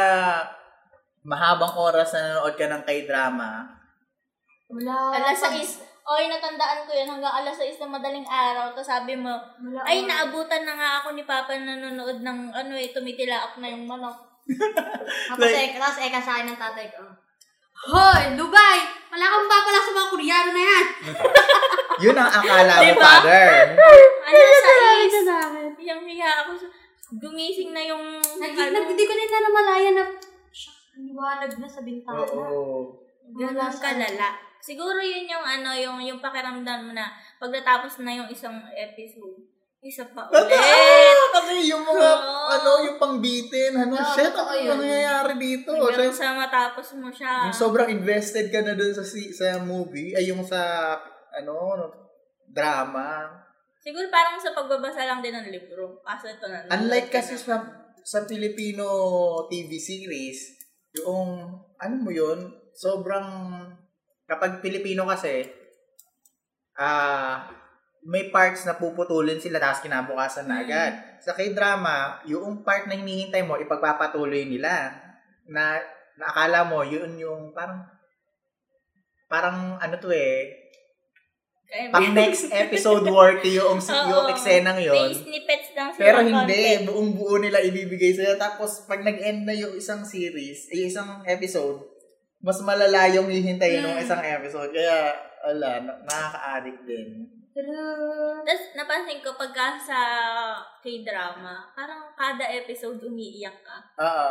Speaker 1: mahabang oras na nanood ka ng K-drama?
Speaker 3: wala.
Speaker 2: alas 6. Oy, natandaan ko yun. Hanggang alas 6 na madaling araw. Tapos sabi mo,
Speaker 3: Wala
Speaker 2: Ay,
Speaker 3: oras.
Speaker 2: naabutan na nga ako ni Papa na nanonood ng ano eh, tumitilaok na yung manok.
Speaker 3: Tapos
Speaker 1: Like-
Speaker 3: eh, tapos eh, sa akin ng tatay ko. Hoy, Dubai! Wala kang mapapala sa mga Koreano na yan!
Speaker 1: Yun ang akala mo,
Speaker 2: Diba?
Speaker 1: father.
Speaker 2: Alas 6.
Speaker 3: namin.
Speaker 2: Yung hiya ako. sa- Gumising na yung... ano,
Speaker 3: Hindi ko nila namalaya na, shucks, liwanag na sa bintana.
Speaker 1: Oo.
Speaker 2: Ganun kalala. Siguro yun yung ano, yung, yung pakiramdam mo na pag natapos na yung isang episode, isa pa ulit.
Speaker 1: Ah, kasi yung mga,
Speaker 2: Oo.
Speaker 1: ano, yung pangbitin, ano,
Speaker 3: Oo,
Speaker 1: shit,
Speaker 3: totoo
Speaker 1: ano
Speaker 3: yun.
Speaker 1: nangyayari dito? Syempre,
Speaker 2: Hanggang sa matapos mo siya.
Speaker 1: Yung sobrang invested ka na dun sa si- sa movie, ay yung sa ano, ano, drama.
Speaker 2: Siguro parang sa pagbabasa lang din ng libro. Kaso ito na.
Speaker 1: Unlike kasi sa sa Filipino TV series, yung ano mo yun, sobrang kapag Pilipino kasi ah may parts na puputulin sila tapos kinabukasan na
Speaker 2: Mm.
Speaker 1: agad. Sa K-drama, yung part na hinihintay mo, ipagpapatuloy nila. Na, na akala mo, yun yung parang parang ano to eh,
Speaker 2: Kaya-
Speaker 1: pang next episode worthy yung,
Speaker 2: Oo.
Speaker 1: yung eksenang yun.
Speaker 2: May snippets lang sila.
Speaker 1: Pero hindi,
Speaker 2: konti.
Speaker 1: buong buo nila ibibigay sa'yo. Tapos, pag nag-end na yung isang series, eh, yung isang episode, mas malala yung hihintayin ng
Speaker 2: Mm.
Speaker 1: isang episode. Kaya, ala, na- nakaka-addict din.
Speaker 3: True.
Speaker 2: Tapos napansin ko pagka sa K-drama, parang kada episode umiiyak ka.
Speaker 1: Oo,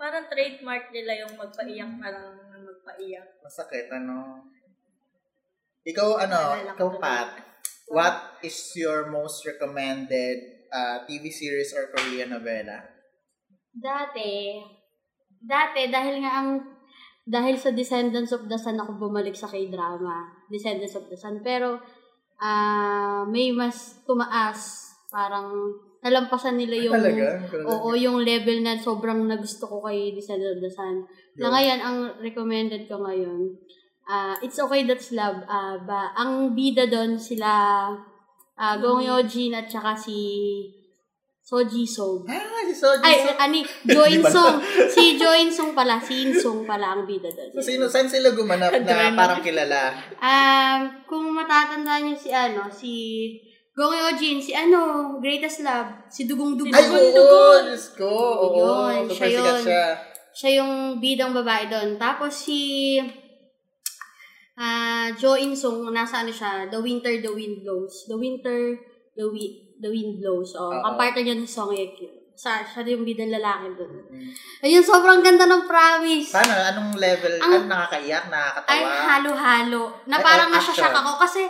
Speaker 2: Parang trademark nila yung magpaiyak ka lang ng magpaiyak.
Speaker 1: masakit, ano. Ikaw, ano,
Speaker 2: Naalala ko
Speaker 1: ikaw,
Speaker 2: tuloy.
Speaker 1: Pat, what is your most recommended uh, TV series or Korean novela?
Speaker 3: Dati, dati, dahil nga ang, dahil sa Descendants of the Sun ako bumalik sa K-drama, Descendants of the Sun, pero ah may mas tumaas, parang nalampasan nila yung,
Speaker 1: Ah, Talaga? Ang ganda.
Speaker 3: oo, yung level na sobrang nagusto ko kay Descendants of the Sun. Na
Speaker 1: Yun.
Speaker 3: ngayon, ang recommended ko ngayon, ah It's Okay That's Love. ah ba, ang bida doon sila ah Gong
Speaker 1: Mm.
Speaker 3: Yeojin at saka si So Jisoo.
Speaker 1: Ah, si Soji.
Speaker 3: Ay,
Speaker 1: Ay,
Speaker 3: ani, Jo
Speaker 1: Di
Speaker 3: In
Speaker 1: pala.
Speaker 3: Sung. si Jo In Sung pala. Si In Sung pala ang bida doon.
Speaker 1: so, sino, saan sila gumanap na
Speaker 2: Adrenaline.
Speaker 1: parang kilala?
Speaker 3: Um, kung matatandaan niyo si ano, si Gong Yeojin, si ano, Greatest Love, si Dugong Dugong.
Speaker 1: Ay, oo,
Speaker 2: Dugon.
Speaker 1: Diyos ko. Oo,
Speaker 3: Yun,
Speaker 1: super
Speaker 3: siya
Speaker 1: sikat
Speaker 3: yun.
Speaker 1: siya.
Speaker 3: Siya yung bidang babae doon. Tapos si ah Jo In Sung, nasa ano siya, The Winter, The Wind Blows. The Winter, The, wi- the Wind Blows. O,
Speaker 1: Oo.
Speaker 3: ang partner niya ni Song Ye Kyo. Sa, siya yung bidang lalaki doon.
Speaker 1: Mm.
Speaker 3: Ayun, sobrang ganda ng promise.
Speaker 1: Paano? Anong level? ano
Speaker 3: Ang-
Speaker 1: nakakaiyak? Nakakatawa?
Speaker 3: Ay, halo-halo. Na
Speaker 1: Ay, oh,
Speaker 3: parang
Speaker 1: ay,
Speaker 3: nasasyak
Speaker 1: action.
Speaker 3: ako. Kasi,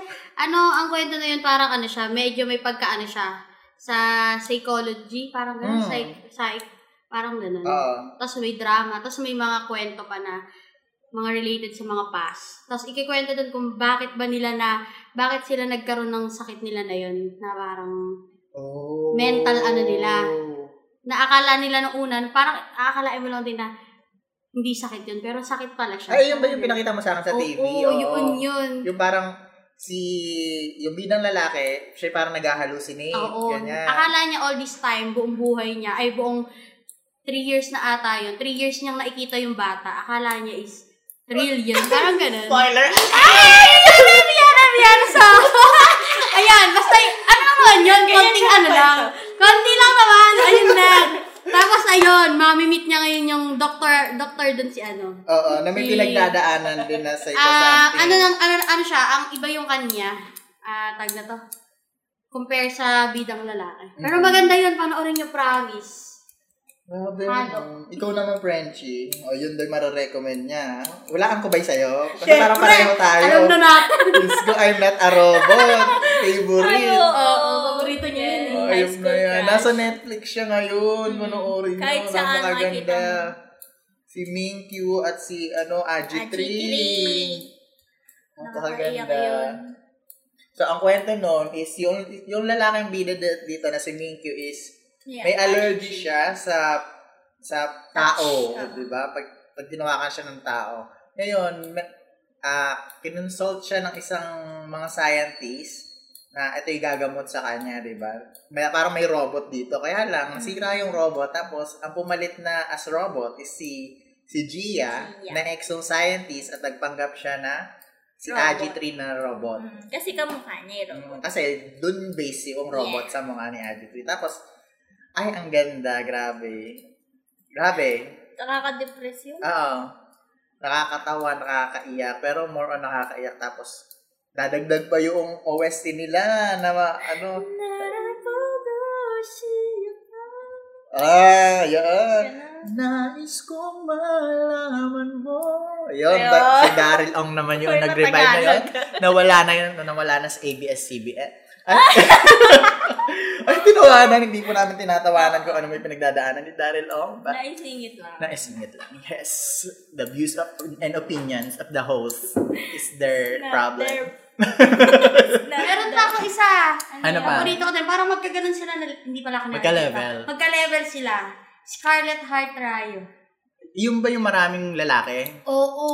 Speaker 3: ano, ang kwento na yun, parang ano siya, medyo may pagkaano siya. Sa psychology, parang ganun,
Speaker 1: Mm.
Speaker 3: psych, psych, parang ganun.
Speaker 1: Oo.
Speaker 3: Tapos may drama, tapos may mga kwento pa na mga related sa mga past. Tapos ikikwento doon kung bakit ba nila na, bakit sila nagkaroon ng sakit nila na yun, na parang,
Speaker 1: Oh.
Speaker 3: Mental ano nila. naakala nila nung una, parang akalain mo lang din na, hindi sakit yun, pero sakit pala siya.
Speaker 1: Ay, yun ba yung pinakita mo sa akin sa TV?
Speaker 3: Oo, yun yun.
Speaker 1: Yung parang si yung bidang lalaki, siya parang nag-hallucinate.
Speaker 3: Oo.
Speaker 1: Ganyan.
Speaker 3: Akala niya all this time, buong buhay niya, ay buong three years na ata yun. Three years niyang nakikita yung bata. Akala niya is real yun. Parang ganun.
Speaker 1: Spoiler!
Speaker 3: Ay! Ayan, ayan, so. Ayan, basta, y- ano naman yun? Konting ano lang. Konti lang naman. Ayun na. Tapos ayun, mamimit niya ngayon yung doctor, doctor dun si ano.
Speaker 1: Oo, na may
Speaker 3: Si-
Speaker 1: pinagdadaanan din na sa ito
Speaker 3: Ah,
Speaker 1: something.
Speaker 3: ano nang ano, ano siya, ang iba yung kanya. Ah, tag na to. Compare sa bidang lalaki. Pero
Speaker 1: Mm.
Speaker 3: maganda yun, panoorin niyo promise.
Speaker 1: Grabe. no?
Speaker 3: Halo.
Speaker 1: Ikaw naman, Frenchie. O, yun doon mararecommend niya. Wala kang kubay sa'yo. Kasi
Speaker 3: Syempre,
Speaker 1: parang pareho tayo.
Speaker 3: Alam na natin.
Speaker 1: Let's go, I'm not a robot.
Speaker 2: Ay,
Speaker 1: Favorite.
Speaker 2: oo.
Speaker 3: Oo, paborito niya yun eh.
Speaker 1: Oh,
Speaker 2: High
Speaker 1: ayun na
Speaker 2: school
Speaker 1: yan.
Speaker 2: crush.
Speaker 1: Nasa Netflix siya ngayon.
Speaker 2: Mm.
Speaker 1: Panoorin mo.
Speaker 2: Kahit saan
Speaker 1: Napakaganda.
Speaker 2: makikita mo.
Speaker 1: Si Minkyu at si ano, Aji
Speaker 2: Aji
Speaker 1: 3.
Speaker 2: Nakakaiyak
Speaker 1: Napakaganda.
Speaker 2: yun.
Speaker 1: So, ang kwento noon is yung, yung lalaking bida d- dito na si Minkyu is
Speaker 2: Yeah.
Speaker 1: may allergy siya sa sa tao,
Speaker 2: Touch,
Speaker 1: 'di ba? Pag pag tinawakan siya ng tao. Ngayon, ma- ah kinonsult siya ng isang mga scientist na ito gagamot sa kanya, 'di ba? May parang may robot dito. Kaya lang
Speaker 2: Mm-hmm.
Speaker 1: nasira yung robot tapos ang pumalit na as robot is si si Gia,
Speaker 2: Gia.
Speaker 1: na exoscientist at nagpanggap siya na si
Speaker 2: Robot.
Speaker 1: Aji 3 na robot.
Speaker 2: Mm, Kasi kamukha niya, eh, Ro.
Speaker 1: Mm, Kasi dun base yung robot sa mga ni Aditri. Tapos, ay, ang ganda. Grabe. Grabe.
Speaker 2: Nakaka-depress yun.
Speaker 1: Oo. Nakakatawa, nakakaiyak. Pero more on nakakaiyak. Tapos, dadagdag pa yung OST nila na ma- ano. Ah, yun. Nais kong malaman mo. Yun,
Speaker 2: Ayun.
Speaker 1: ba, si Daryl Ong naman yung
Speaker 2: Uy,
Speaker 1: nag-revive na yun.
Speaker 2: natagalog.
Speaker 1: Nawala na yun, nawala na sa ABS-CBN. Ay, ay, tinawanan, hindi po namin tinatawanan kung ano may pinagdadaanan ni Daryl Ong. But,
Speaker 2: Naisingit lang.
Speaker 1: naisingit lang. Yes, the views of, and opinions of the host is their problem.
Speaker 3: Meron pa ako isa.
Speaker 1: Ano pa?
Speaker 3: Paborito ko din. Parang magkaganon sila na hindi pala ako nakikita.
Speaker 1: Magka-level.
Speaker 3: Magka-level sila. Scarlet Heart Rayo.
Speaker 1: Yung ba yung maraming lalaki?
Speaker 3: Oo.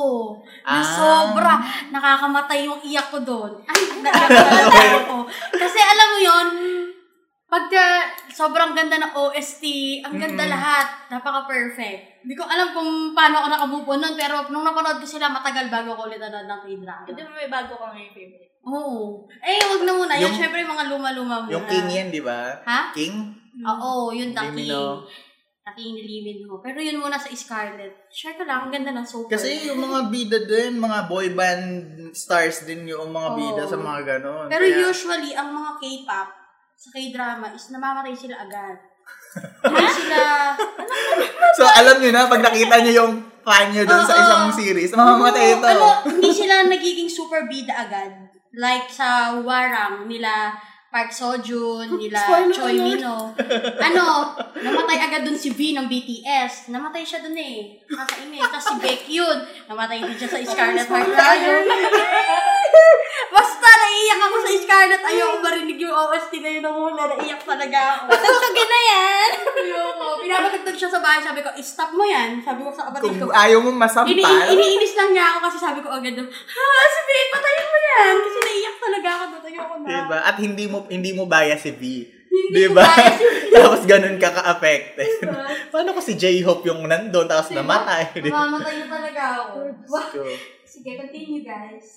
Speaker 1: Ah.
Speaker 3: Na sobra. Nakakamatay yung iyak ko doon. Ay, nakakamatay ako. Kasi alam mo yon pagka sobrang ganda ng OST, ang ganda
Speaker 1: Mm-mm.
Speaker 3: lahat, napaka-perfect. Hindi ko alam kung paano ako nakamove on nun, pero nung napanood ko sila, matagal bago ko ulit nanood ng K-drama.
Speaker 2: Ito may bago ka ngayon, favorite.
Speaker 3: Oo. Eh, wag na muna. Yung,
Speaker 1: Yung-
Speaker 3: syempre, mga luma-luma muna.
Speaker 1: Yung king yan, di ba?
Speaker 3: Ha?
Speaker 1: King?
Speaker 3: Oo, yun taki.
Speaker 1: Limino.
Speaker 3: Taki yung nilimin mo. Pero yun muna sa Scarlet. Share ko lang, ang ganda ng super.
Speaker 1: Kasi yung mga bida din, mga boy band stars din yung mga bida
Speaker 3: Oo.
Speaker 1: sa mga ganon.
Speaker 3: Pero
Speaker 1: Kaya-
Speaker 3: usually, ang mga K-pop sa K-drama is namamatay sila agad. Hindi sila...
Speaker 1: So, alam niyo na, pag nakita niyo yung fan niyo dun sa
Speaker 3: Oo.
Speaker 1: isang series, mamamatay ito.
Speaker 3: Ano, hindi sila nagiging super bida agad. Like sa Warang nila Park Sojun, nila
Speaker 1: Spoiler
Speaker 3: Choi
Speaker 1: alert.
Speaker 3: Mino. Ano, namatay agad dun si V ng BTS. Namatay siya dun eh. Nakaingay. Tapos si Baekhyun, namatay din siya sa Scarlet Heart Rayo. Basta naiiyak ako sa Scarlet. Ayoko marinig yung OST na yun. Ako na naiiyak talaga ako.
Speaker 2: Tulog ka na yan!
Speaker 3: Ayoko. Pinapatagtag siya sa bahay. Sabi ko, stop mo yan. Sabi ko sa kapatid
Speaker 1: Kung
Speaker 3: ko.
Speaker 1: ayaw mong
Speaker 3: Ini
Speaker 1: masampal,
Speaker 3: iniinis lang niya ako kasi sabi ko agad, ha, sabi, patayin mo yan. Kasi naiiyak talaga ako, patayin ako na.
Speaker 1: diba? At hindi mo hindi mo bias si B.
Speaker 3: Hindi
Speaker 1: Diba?
Speaker 3: ko bias si
Speaker 1: tapos ganun ka ka-affected.
Speaker 3: Diba?
Speaker 1: Paano ko si J-Hope yung nandun tapos namatay? Diba?
Speaker 3: Mamamatay na talaga ako. Wah.
Speaker 1: So,
Speaker 3: Sige, continue guys.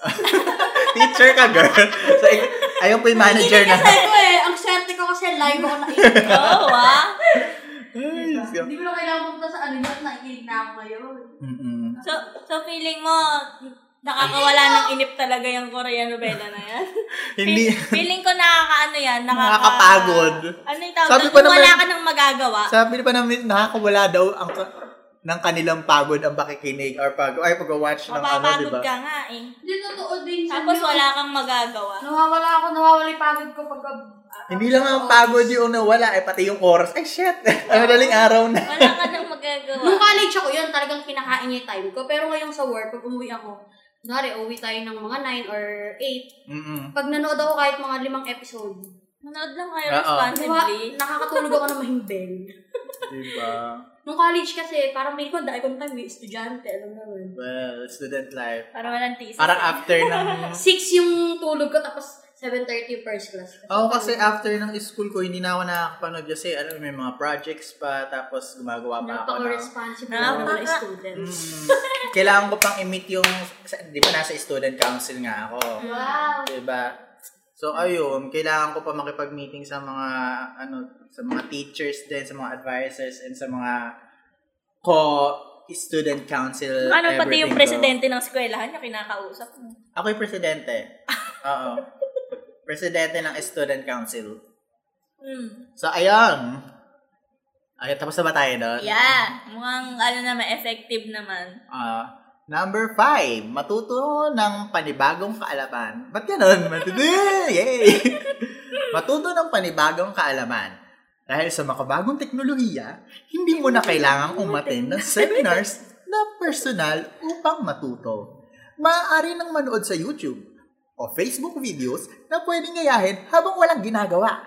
Speaker 1: teacher ka, girl. So, ik- ayaw po yung manager na.
Speaker 3: Kasi ko eh, ang swerte ko kasi live ako naiiyak.
Speaker 2: Oo, ah.
Speaker 1: Ay, Hmm, so-
Speaker 3: Hindi ko na kailangan pumunta sa ano yun, naiiyak na ako ngayon.
Speaker 1: Mm-mm.
Speaker 2: So, so feeling mo, nakakawala ng inip talaga yung Korean novela na yan?
Speaker 1: Hindi.
Speaker 2: Fe- feeling ko nakakaano yan, nakaka...
Speaker 1: Nakakapagod.
Speaker 2: Ano yung tawag?
Speaker 1: Sabi
Speaker 2: doon?
Speaker 1: ko
Speaker 2: Yung wala
Speaker 1: naman-
Speaker 2: ka nang magagawa.
Speaker 1: Sabi pa namin, nakakawala daw ang ka- ng kanilang pagod ang pakikinig or pag ay pag-watch ng ano,
Speaker 2: Mapapagod
Speaker 1: diba?
Speaker 2: ka nga eh.
Speaker 3: Hindi totoo din.
Speaker 2: Tapos
Speaker 3: sabi ko,
Speaker 2: wala kang magagawa.
Speaker 3: Nawawala ako, nawawala yung pagod ko ah, pag...
Speaker 1: Hindi lang ang pagod yung nawala, eh, pati yung oras. Ay, shit! Ang madaling araw na.
Speaker 2: Wala ka nang magagawa.
Speaker 3: Nung college ako yun, talagang kinakain niya yung time ko. Pero ngayon sa work, pag umuwi ako, Nari, uwi tayo ng mga 9 or 8.
Speaker 1: Mm-mm.
Speaker 3: Pag nanood ako kahit mga limang episode,
Speaker 2: Manood lang kayo
Speaker 1: Oo.
Speaker 3: nawa,
Speaker 2: responsibly.
Speaker 3: nakakatulog ako ng mahimbing.
Speaker 1: Diba?
Speaker 3: Nung college kasi, parang may ko, dahil kong time, may estudyante, alam mo yun.
Speaker 1: Well, student life.
Speaker 2: Para walang thesis.
Speaker 1: Parang after ng...
Speaker 3: 6 yung tulog ko, tapos 7.30 yung first class. ko.
Speaker 1: Oo, oh, kasi after ng school ko, hindi na ako nakakapanood kasi alam mo, may mga projects pa, tapos gumagawa pa ako ng...
Speaker 3: Napaka-responsible
Speaker 2: Napaka-
Speaker 3: ng mga students.
Speaker 1: Mm. Kailangan ko pang i-meet yung... sa- Di ba nasa student council nga ako?
Speaker 3: Wow!
Speaker 1: Diba? So ayun, kailangan ko pa makipag-meeting sa mga ano, sa mga teachers din, sa mga advisors and sa mga co student council.
Speaker 2: Ano pati
Speaker 1: everything
Speaker 2: yung
Speaker 1: ko.
Speaker 2: presidente ng eskwelahan niya kinakausap mo.
Speaker 1: Ako yung presidente. Oo. presidente ng student council.
Speaker 2: Hmm.
Speaker 1: So ayun. Ay, tapos na ba tayo doon?
Speaker 2: Yeah. Mukhang ano naman, effective naman.
Speaker 1: Ah, number five, matuto ng panibagong kaalaman. Ba't ganun? Matuto! Yay! matuto ng panibagong kaalaman. Dahil sa makabagong teknolohiya, hindi mo na kailangang umaten ng seminars na personal upang matuto. Maaari nang manood sa YouTube o Facebook videos na pwedeng gayahin habang walang ginagawa.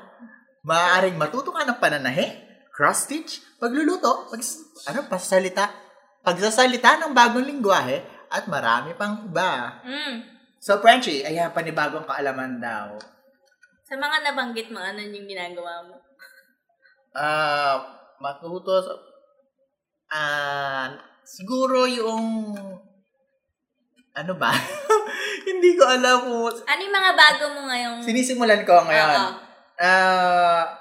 Speaker 1: Maaaring matuto ka ng pananahe, cross-stitch, pagluluto, pag, ano, pasalita, pagsasalita ng bagong lingwahe, at marami pang iba.
Speaker 2: Hmm.
Speaker 1: So, Frenchie, ayan, panibagong kaalaman daw.
Speaker 2: Sa mga nabanggit mo, ano yung ginagawa mo?
Speaker 1: Ah, matuto sa... Ah, siguro yung... Ano ba? Hindi ko alam kung...
Speaker 2: Ano yung mga bago mo ngayong...
Speaker 1: Sinisimulan ko
Speaker 2: Oo.
Speaker 1: ngayon. Ah,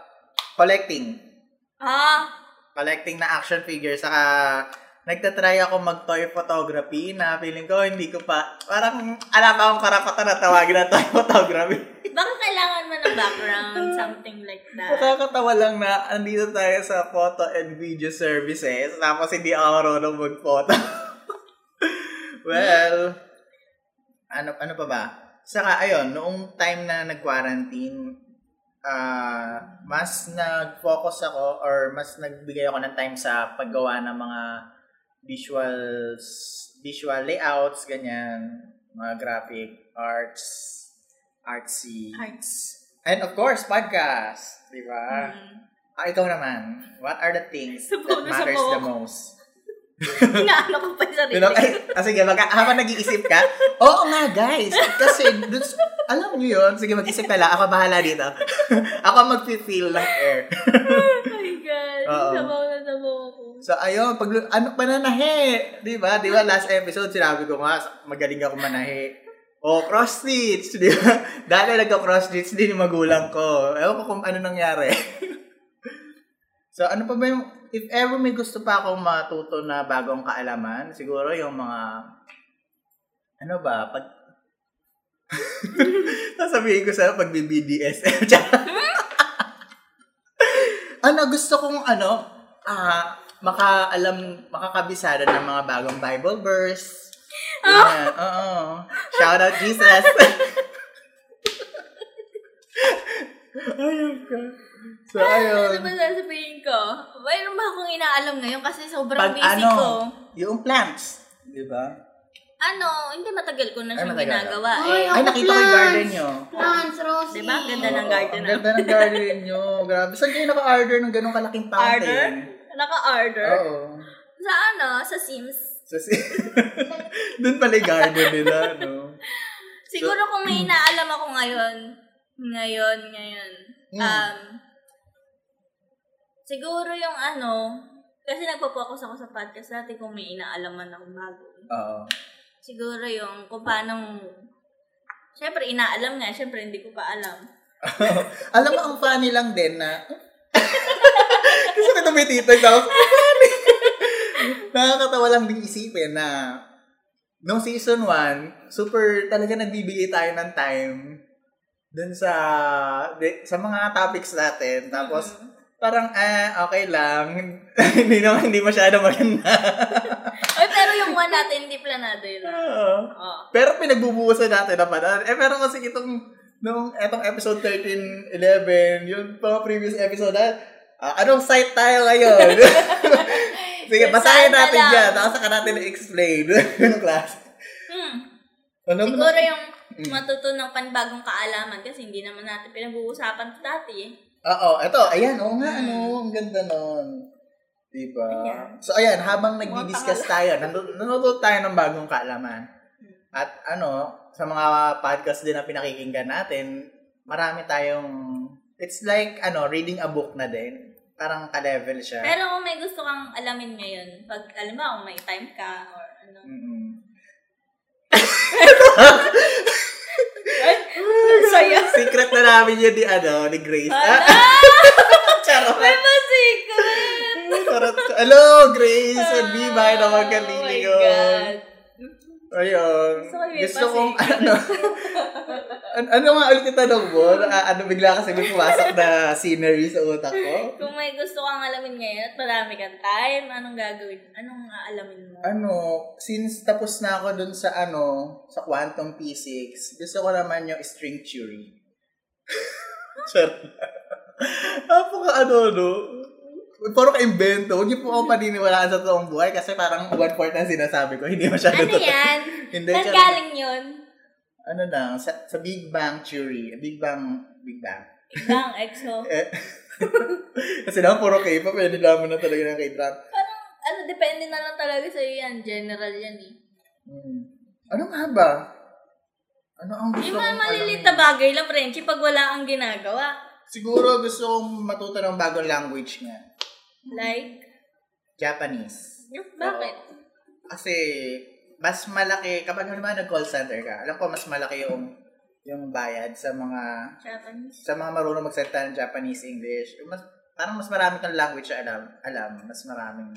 Speaker 1: collecting.
Speaker 2: Ah,
Speaker 1: collecting na action figure saka nagtatry ako mag toy photography na feeling ko hindi ko pa parang alam akong karapatan na tawagin na toy photography.
Speaker 2: baka kailangan mo ng background, something like that.
Speaker 1: Nakakatawa lang na andito tayo sa photo and video services tapos hindi ako marunong mag-photo. well, ano ano pa ba? Saka ayun, noong time na nag-quarantine, ah, mas nag-focus ako or mas nagbigay ako ng time sa paggawa ng mga visuals, visual layouts, ganyan, mga graphic arts, artsy.
Speaker 2: Hearts.
Speaker 1: And of course, podcast. Di ba?
Speaker 2: Mm.
Speaker 1: Ah, ikaw naman, what are the things that
Speaker 2: Sabaw na
Speaker 1: matters
Speaker 2: sabaw
Speaker 1: the
Speaker 2: ako.
Speaker 1: most?
Speaker 2: Inaano ko pa yung sarili.
Speaker 1: Dinom, ay, ah, sige, mag, habang nag-iisip ka, oo nga guys, kasi dun, s- alam niyo yun, sige mag-isip ka lang, ako bahala dito. ako mag-feel ng air.
Speaker 2: Oh my God.
Speaker 1: Oo.
Speaker 2: Sabaw na sabaw ako.
Speaker 1: So, ayun, pag, ano, pananahe, di ba? Di ba, last episode, sinabi ko nga, magaling ako manahe. O, cross-stitch, di ba? Dati nagka-cross-stitch din yung magulang ko. Ewan ko kung ano nangyari. so, ano pa ba yung, if ever may gusto pa akong matuto na bagong kaalaman, siguro yung mga, ano ba, pag, sasabihin ko sa'yo, pag BDSM. ano, gusto kong, ano, ah, makaalam, makakabisada ng mga bagong Bible verse.
Speaker 2: Ah.
Speaker 1: Ganyan. Oo. Shout out Jesus. ayun ka. So,
Speaker 2: Ano
Speaker 1: ayun.
Speaker 2: ba sasabihin ko? Mayroon ba akong inaalam ngayon kasi sobrang
Speaker 1: Pag
Speaker 2: busy
Speaker 1: ano,
Speaker 2: ko.
Speaker 1: yung plants. Di ba?
Speaker 2: Ano, hindi matagal ko
Speaker 1: Ay,
Speaker 2: na siyang
Speaker 1: matagal na.
Speaker 2: ginagawa
Speaker 3: Ay,
Speaker 2: eh.
Speaker 1: Ay,
Speaker 3: Ako,
Speaker 1: nakita ko yung
Speaker 3: plants.
Speaker 1: garden nyo.
Speaker 3: Plants, Rosie.
Speaker 2: Diba? Ganda ng
Speaker 1: Oo,
Speaker 2: garden. ah.
Speaker 1: Ang ganda ng garden nyo. Grabe. Saan kayo naka-order ng ganong kalaking fountain?
Speaker 2: Order? Naka-order?
Speaker 1: Oo.
Speaker 2: Sa ano? Sa Sims?
Speaker 1: So, si- Doon pala yung garden nila, no?
Speaker 2: Siguro kung may inaalam ako ngayon, ngayon, ngayon,
Speaker 1: Hmm.
Speaker 2: um, siguro yung ano, kasi nagpo-focus ako sa podcast natin kung may inaalaman akong bago.
Speaker 1: Oo.
Speaker 2: Siguro yung kung paano, syempre inaalam nga, syempre hindi ko pa alam.
Speaker 1: Alam mo, ang funny lang din na... Kasi ko tumititag tapos, ang funny. Nakakatawa lang din isipin na nung season 1, super talaga nagbibigay tayo ng time dun sa di- sa mga topics natin. Tapos,
Speaker 2: Mhm.
Speaker 1: parang, eh, okay lang. hindi naman, hindi masyado maganda.
Speaker 2: Ay, pero yung one natin, hindi planado yun.
Speaker 1: Oo.
Speaker 2: Oo.
Speaker 1: Pero pinagbubuhusan natin na pala. Eh, pero kasi itong, nung etong episode 13, 11, yung mga previous episode na, ah, anong site tayo ngayon? Sige,
Speaker 2: Yung
Speaker 1: basahin
Speaker 2: saan na
Speaker 1: natin
Speaker 2: lang.
Speaker 1: yan. Tapos saka natin i-explain. Anong class?
Speaker 2: Hmm.
Speaker 1: Ano ba
Speaker 2: Siguro
Speaker 1: na-
Speaker 2: yung matuto ng panbagong kaalaman kasi hindi naman natin pinag-uusapan ito dati eh.
Speaker 1: Oo, eto. Ayan, oo nga, ano. Ang ganda nun. Diba?
Speaker 2: Hmm. Ayan.
Speaker 1: So, ayan, habang nagdi-discuss tayo, nanu- nanonood tayo ng bagong kaalaman.
Speaker 2: Hmm.
Speaker 1: At ano, sa mga podcast din na pinakikinggan natin, marami tayong, it's like, ano, reading a book na din. Parang ka-level siya.
Speaker 2: Pero kung may gusto kang alamin ngayon, pag alam mo, kung may time ka or ano.
Speaker 1: Mm-mm.
Speaker 2: Ay, saya.
Speaker 1: Secret namin yun ni, ano, ni Grace.
Speaker 2: Hala!
Speaker 1: Ah, charot.
Speaker 2: May masig ka ba?
Speaker 1: Charot. Hello, Grace. And me, bye na huwag kang
Speaker 2: Oh my
Speaker 1: liligaw.
Speaker 2: God.
Speaker 1: Ayun.
Speaker 2: Gusto ko yung
Speaker 1: um, Gusto kong,
Speaker 2: pasig.
Speaker 1: ano, an- ano nga ulit yung tanong mo? Na- ano, bigla kasi may pumasok na scenery sa utak ko.
Speaker 2: Kung may gusto kang alamin ngayon at marami kang time, anong gagawin? Anong aalamin mo?
Speaker 1: Ano, since tapos na ako dun sa, ano, sa quantum physics, gusto ko naman yung string theory. Charot. Napaka ano, no? Puro ka-invento. Huwag niyo po ako paniniwalaan sa toong buhay kasi parang one-fourth na sinasabi ko. Hindi masyado
Speaker 2: Ano
Speaker 1: totoo.
Speaker 2: yan?
Speaker 1: Hindi,
Speaker 2: Saan
Speaker 1: charot.
Speaker 2: galing yun?
Speaker 1: ano lang, sa, sa Big Bang Theory, Big Bang, Big Bang.
Speaker 2: Bang, EXO.
Speaker 1: Eh, kasi naman puro K-pop, eh, nilaman na talaga ng K-drama.
Speaker 2: Parang, ano, depende na lang talaga sa'yo yan. General yan eh.
Speaker 1: Hmm. Ano nga ba? Ano ang gusto
Speaker 2: Yung
Speaker 1: kong
Speaker 2: mga
Speaker 1: alamin?
Speaker 2: maliliit na bagay lang, Frenchie, pag wala kang ginagawa.
Speaker 1: Siguro gusto kong matuto ng bagong language nga. Hmm.
Speaker 2: Like,
Speaker 1: Japanese.
Speaker 2: bakit?
Speaker 1: Kasi, mas malaki, kapag naman nag-call center ka, alam ko mas malaki yung yung bayad sa mga
Speaker 2: Japanese.
Speaker 1: sa mga marunong magsalita ng Japanese, English, yung mas, parang mas marami kang language na alam, alam, mas maraming,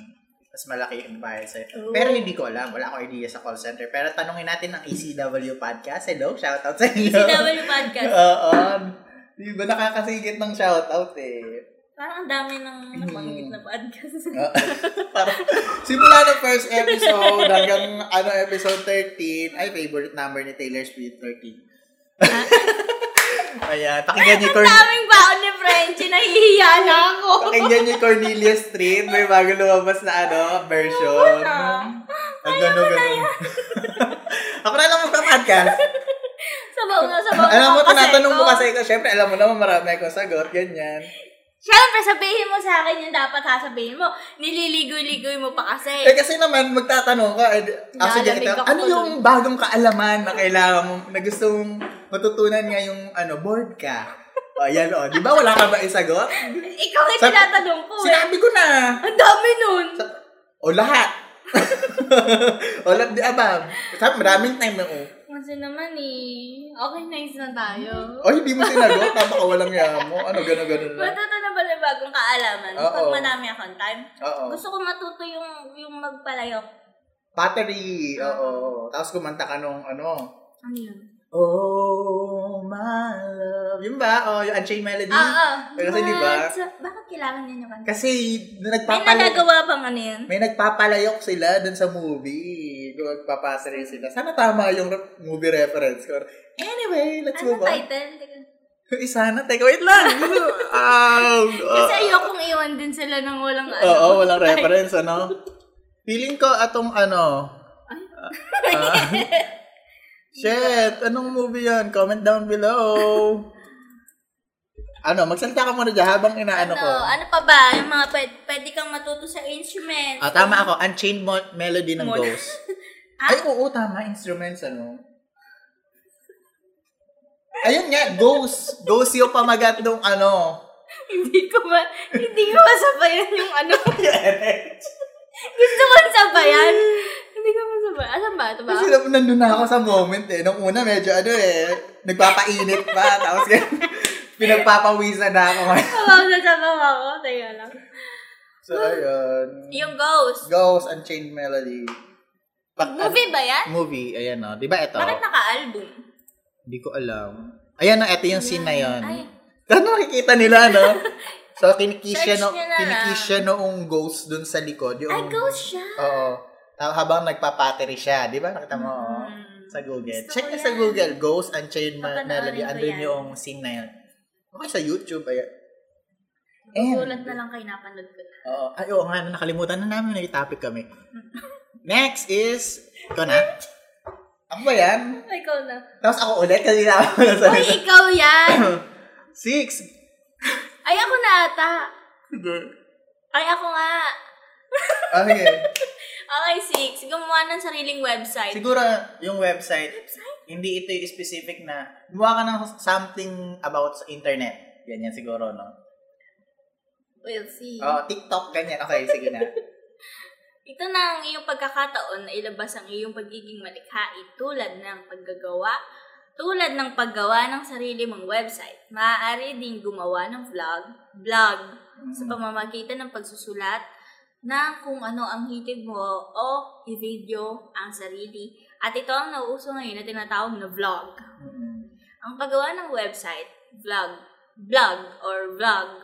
Speaker 1: mas malaki yung bayad sa'yo.
Speaker 2: Oo.
Speaker 1: Pero hindi ko alam, wala akong idea sa call center. Pero tanungin natin ang ECW Podcast. Hello, shoutout sa inyo.
Speaker 2: ECW E podcast.
Speaker 1: Oo. Di ba nakakasigit ng shoutout eh.
Speaker 2: Parang ang dami ng napanggit na podcast.
Speaker 1: Oo. parang, simula ng first episode hanggang ano episode 13, ay favorite number ni Taylor Swift 13. Ayan, pakinggan niyo
Speaker 2: Ah. Ang
Speaker 1: Corn-
Speaker 2: daming baon ni Frenchie, nahihiya na ako.
Speaker 1: Pakinggan niyo yung Cornelia Street. May bago lumabas na ano, version. Ang gano'n, gano'n. Ako na lang magpa-podcast.
Speaker 2: Sabaw na, sabaw na.
Speaker 1: alam mo,
Speaker 2: ako oh. sa
Speaker 1: tinatanong mo
Speaker 2: ito.
Speaker 1: kasi ito. Siyempre, alam mo naman marami akong sagot. Ganyan.
Speaker 2: Siyempre, sabihin mo sa akin yung dapat sasabihin mo. Nililigoy-ligoy mo pa
Speaker 1: Eh
Speaker 2: kasi.
Speaker 1: kasi naman, magtatanong ka. eh, Actually,
Speaker 2: Nalalamig
Speaker 1: ito,
Speaker 2: ako
Speaker 1: ano
Speaker 2: tuloy.
Speaker 1: yung bagong kaalaman na kailangan mo, na gusto mong matutunan nga yung ano, board ka? O, yan o. Di ba wala ka ba isagot?
Speaker 2: Ikaw yung
Speaker 1: Sa-
Speaker 2: tinatanong ko eh.
Speaker 1: Sinabi ko na.
Speaker 2: Ang dami nun.
Speaker 1: O, lahat. o, lahat. Di, aba, sabi, maraming time na oh.
Speaker 2: Kasi naman eh, okay nice na tayo.
Speaker 1: Oh, hindi mo sinagot. Tama ka, walang yamo. mo. Ano, gano'n, gano'n lang.
Speaker 2: Matuto na pala yung bagong kaalaman
Speaker 1: Oo.
Speaker 2: pag manami akong time.
Speaker 1: Oo.
Speaker 2: Gusto ko matuto yung yung magpalayok.
Speaker 1: Battery. Oo. Tapos kumanta ka nung ano.
Speaker 2: Ano yun?
Speaker 1: Oh, my love. Yun ba? Oh, yung Unchained Melody?
Speaker 2: Ah, ah.
Speaker 1: Pero kasi di ba?
Speaker 2: Sa, bakit kailangan yun yung ano? kanta?
Speaker 1: Kasi na
Speaker 2: May
Speaker 1: nagpapalayok.
Speaker 2: nagagawa bang ano yun?
Speaker 1: May nagpapalayok sila dun sa movie. Kung Nagpapasari sila. Sana tama yung re- movie reference ko. Anyway, let's
Speaker 2: Ano
Speaker 1: move on.
Speaker 2: title? Teka.
Speaker 1: Isa na. Teka, wait lang. Ow!
Speaker 2: Kasi ayokong iwan din sila ng walang ano.
Speaker 1: Uh, Oo, walang reference, ano? Feeling ko atong ano. Ah. shit, anong movie yan? Comment down below. ano, magsalita ka muna dyan habang inaano
Speaker 2: Ano,
Speaker 1: ko.
Speaker 2: ano pa ba? Yung mga pwede, pwede kang matuto sa instrument.
Speaker 1: Ah, tama ako, Unchained Mo- Melody ng
Speaker 2: Mod-
Speaker 1: Ghost. Ay, oo, tama. Instruments, ano? Ayun nga, Ghost. Ghost yung pamagat nung ano.
Speaker 2: hindi ko ma, hindi ko masabayan yung ano.
Speaker 1: Kasi
Speaker 2: Gusto ko sabayan. hindi ko masabayan. Asan ba? Ito ba?
Speaker 1: na- nandun na ako sa moment eh. Nung una, medyo ano eh, nagpapainit pa. Tapos pinagpapawisan na ako.
Speaker 2: Sabaw na sabaw ako. Tayo lang.
Speaker 1: So, ayun.
Speaker 2: Yung ghost.
Speaker 1: Ghost, Unchained Melody. Pak-
Speaker 2: Movie ba yan?
Speaker 1: Movie, ayan o. Di ba ito?
Speaker 2: Bakit naka-album?
Speaker 1: Hindi ko alam. Ayan na, ito yung scene na yun.
Speaker 2: Ay.
Speaker 1: Ano nakikita nila, no? So, kinikiss siya,
Speaker 2: Search
Speaker 1: no,
Speaker 2: nyo na
Speaker 1: kinikiss
Speaker 2: lang.
Speaker 1: siya noong ghost dun sa likod. Yung,
Speaker 2: Ay, ghost siya.
Speaker 1: Oo. Ta- Habang nagpa-pottery siya, di ba? Nakita mo, oh,
Speaker 2: Mm.
Speaker 1: sa Google.
Speaker 2: Gusto
Speaker 1: Check
Speaker 2: ko
Speaker 1: na sa
Speaker 2: yan.
Speaker 1: Google, Ghost Unchained Ma-
Speaker 2: Papanoorin
Speaker 1: Melody.
Speaker 2: ko
Speaker 1: Andun
Speaker 2: yan.
Speaker 1: yung scene na yun. Okay, sa YouTube, ayan. Eh.
Speaker 2: Hmm. Gulat na lang kayo napanood ko na.
Speaker 1: Oo. Oh, Ay, oo nga, nakalimutan na namin, nag-topic kami. Next is, ikaw na. Ako ba yan?
Speaker 2: Ay, ikaw na.
Speaker 1: Tapos ako ulit, kasi na ako na
Speaker 2: Ay, ikaw yan!
Speaker 1: Six.
Speaker 2: Ay, ako na ata. Ay, ako nga.
Speaker 1: Okay.
Speaker 2: Okay, six. Gumawa ng sariling website.
Speaker 1: Siguro yung website, hindi ito yung specific na gumawa ka ng something about sa internet. Ganyan siguro, no?
Speaker 2: We'll see.
Speaker 1: Oh, TikTok, ganyan. Okay, sige na.
Speaker 2: Ito na ang iyong pagkakataon na ilabas ang iyong pagiging malikhain tulad ng paggagawa Tulad ng paggawa ng sarili mong website, maaari ding gumawa ng vlog, blog, sa pamamagitan ng pagsusulat na kung ano ang hilig mo o i-video ang sarili. At ito ang nauuso ngayon na tinatawag na vlog.
Speaker 1: Mm.
Speaker 2: Ang paggawa ng website, vlog, blog or vlog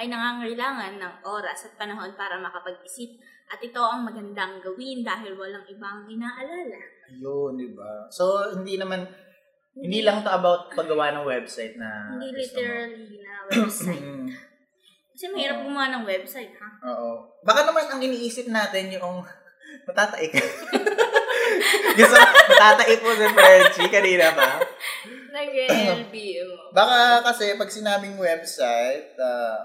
Speaker 2: ay nangangailangan ng oras at panahon para makapag-isip at ito ang magandang gawin dahil walang ibang inaalala.
Speaker 1: Ayun, di ba? So, hindi naman, hindi lang to about paggawa ng website na
Speaker 2: Hindi
Speaker 1: gusto mo.
Speaker 2: literally na website.
Speaker 1: Mm.
Speaker 2: Kasi mahirap gumawa ng website, ha?
Speaker 1: Oo. Baka naman ang iniisip natin yung matataik. Gusto matataik mo si Frenchie kanina pa.
Speaker 2: Nag-LBM mo.
Speaker 1: Baka kasi pag sinabing website, ah,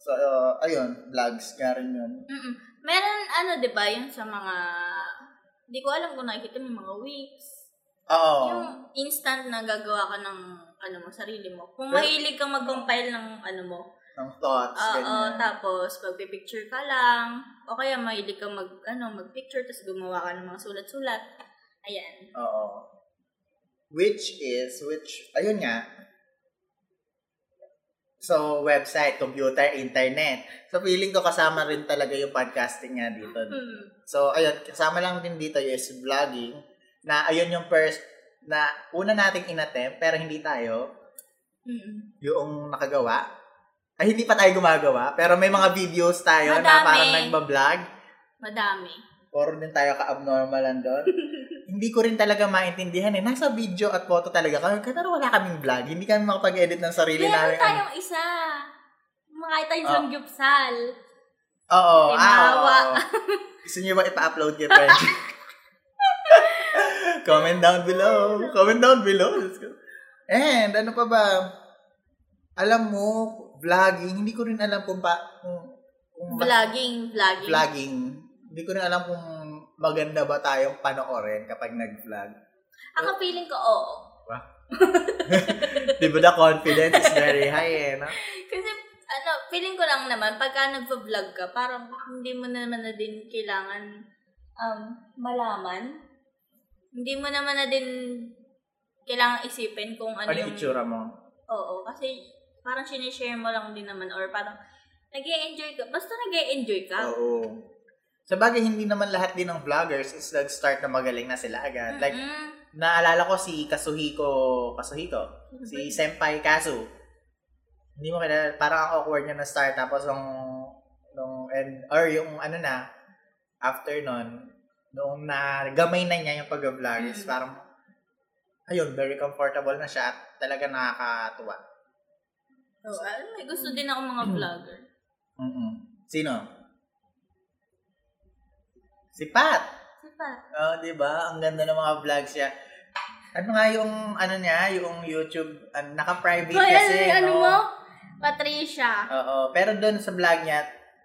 Speaker 1: so, ah, ayun, vlogs nga rin yun.
Speaker 2: Mm-mm. Meron ano, di ba, yung sa mga, hindi ko alam kung nakikita may mga weeks.
Speaker 1: Oo.
Speaker 2: Yung instant na gagawa ka ng ano mo, sarili mo. Kung
Speaker 1: Pero-
Speaker 2: mahilig kang mag-compile ng ano mo,
Speaker 1: Ng thoughts,
Speaker 2: oo,
Speaker 1: ganyan.
Speaker 2: tapos magpipicture ka lang, o kaya mahilig kang mag, ano, magpicture, tapos gumawa ka ng mga sulat-sulat. Ayan.
Speaker 1: Oo. Which is, which, ayun nga. So, website, computer, internet. So, feeling ko kasama rin talaga yung podcasting nga dito.
Speaker 2: Hmm.
Speaker 1: So, ayun, kasama lang din dito is vlogging na ayun yung first na una nating inattempt pero hindi tayo
Speaker 2: Mm-mm.
Speaker 1: yung nakagawa. Ay, hindi pa tayo gumagawa pero may mga videos tayo na
Speaker 2: Madami.
Speaker 1: parang nagbablog.
Speaker 2: Madami.
Speaker 1: Puro din tayo ka-abnormalan doon. hindi ko rin talaga maintindihan eh. Nasa video at photo talaga kami. Kaya pero wala kaming vlog. Hindi kami makapag-edit ng sarili
Speaker 2: Meron
Speaker 1: namin. ano?
Speaker 2: tayong isa. Makita tayo
Speaker 1: Ah.
Speaker 2: sa Gyupsal.
Speaker 1: Oo. Ah,
Speaker 2: Timawa.
Speaker 1: oo. Gusto niyo ba ipa-upload kay French? Comment down below. Comment down below. Let's go. And ano pa ba? Alam mo, vlogging, hindi ko rin alam kung pa kung, kung ba-
Speaker 2: Vlogging, vlogging.
Speaker 1: vlogging. Hindi ko rin alam kung maganda ba tayong panoorin kapag nag-vlog.
Speaker 2: Ako feeling ko, oo.
Speaker 1: Di ba the confidence is very high eh, no?
Speaker 2: Kasi, ano, feeling ko lang naman, pagka nagpa-vlog ka, parang hindi mo naman na din kailangan um, malaman. Hindi mo naman na din kailangan isipin kung ano,
Speaker 1: Ano yung
Speaker 2: yung...
Speaker 1: itsura mo?
Speaker 2: Oo, kasi parang sinishare mo lang din naman or parang nag enjoy ka. Basta nag enjoy ka.
Speaker 1: Oo. Sa bagay, hindi naman lahat din ng vloggers is nag-start na magaling na sila agad. Like,
Speaker 2: Mm-mm.
Speaker 1: naalala ko si Kazuhiko, Kazuhiko, si Senpai Kazu. Hindi mo kilala, parang ang awkward niya na start tapos nung, nung end, or yung ano na, after nun, nung nagamay na niya yung pag-vlog, is
Speaker 2: Mm.
Speaker 1: parang, ayun, very comfortable na siya at talaga nakakatuwa.
Speaker 2: Oo, alam mo, gusto din ako mga vlogger.
Speaker 1: mm Sino? Si Pat.
Speaker 2: Kasi Ano pa,
Speaker 1: Oh, 'di ba? Ang ganda ng mga vlogs niya. Ano nga yung ano niya, yung YouTube ah, naka-private
Speaker 2: Hoy,
Speaker 1: kasi.
Speaker 2: ano, ano
Speaker 1: no?
Speaker 2: mo? Patricia.
Speaker 1: Oo, pero doon sa vlog niya,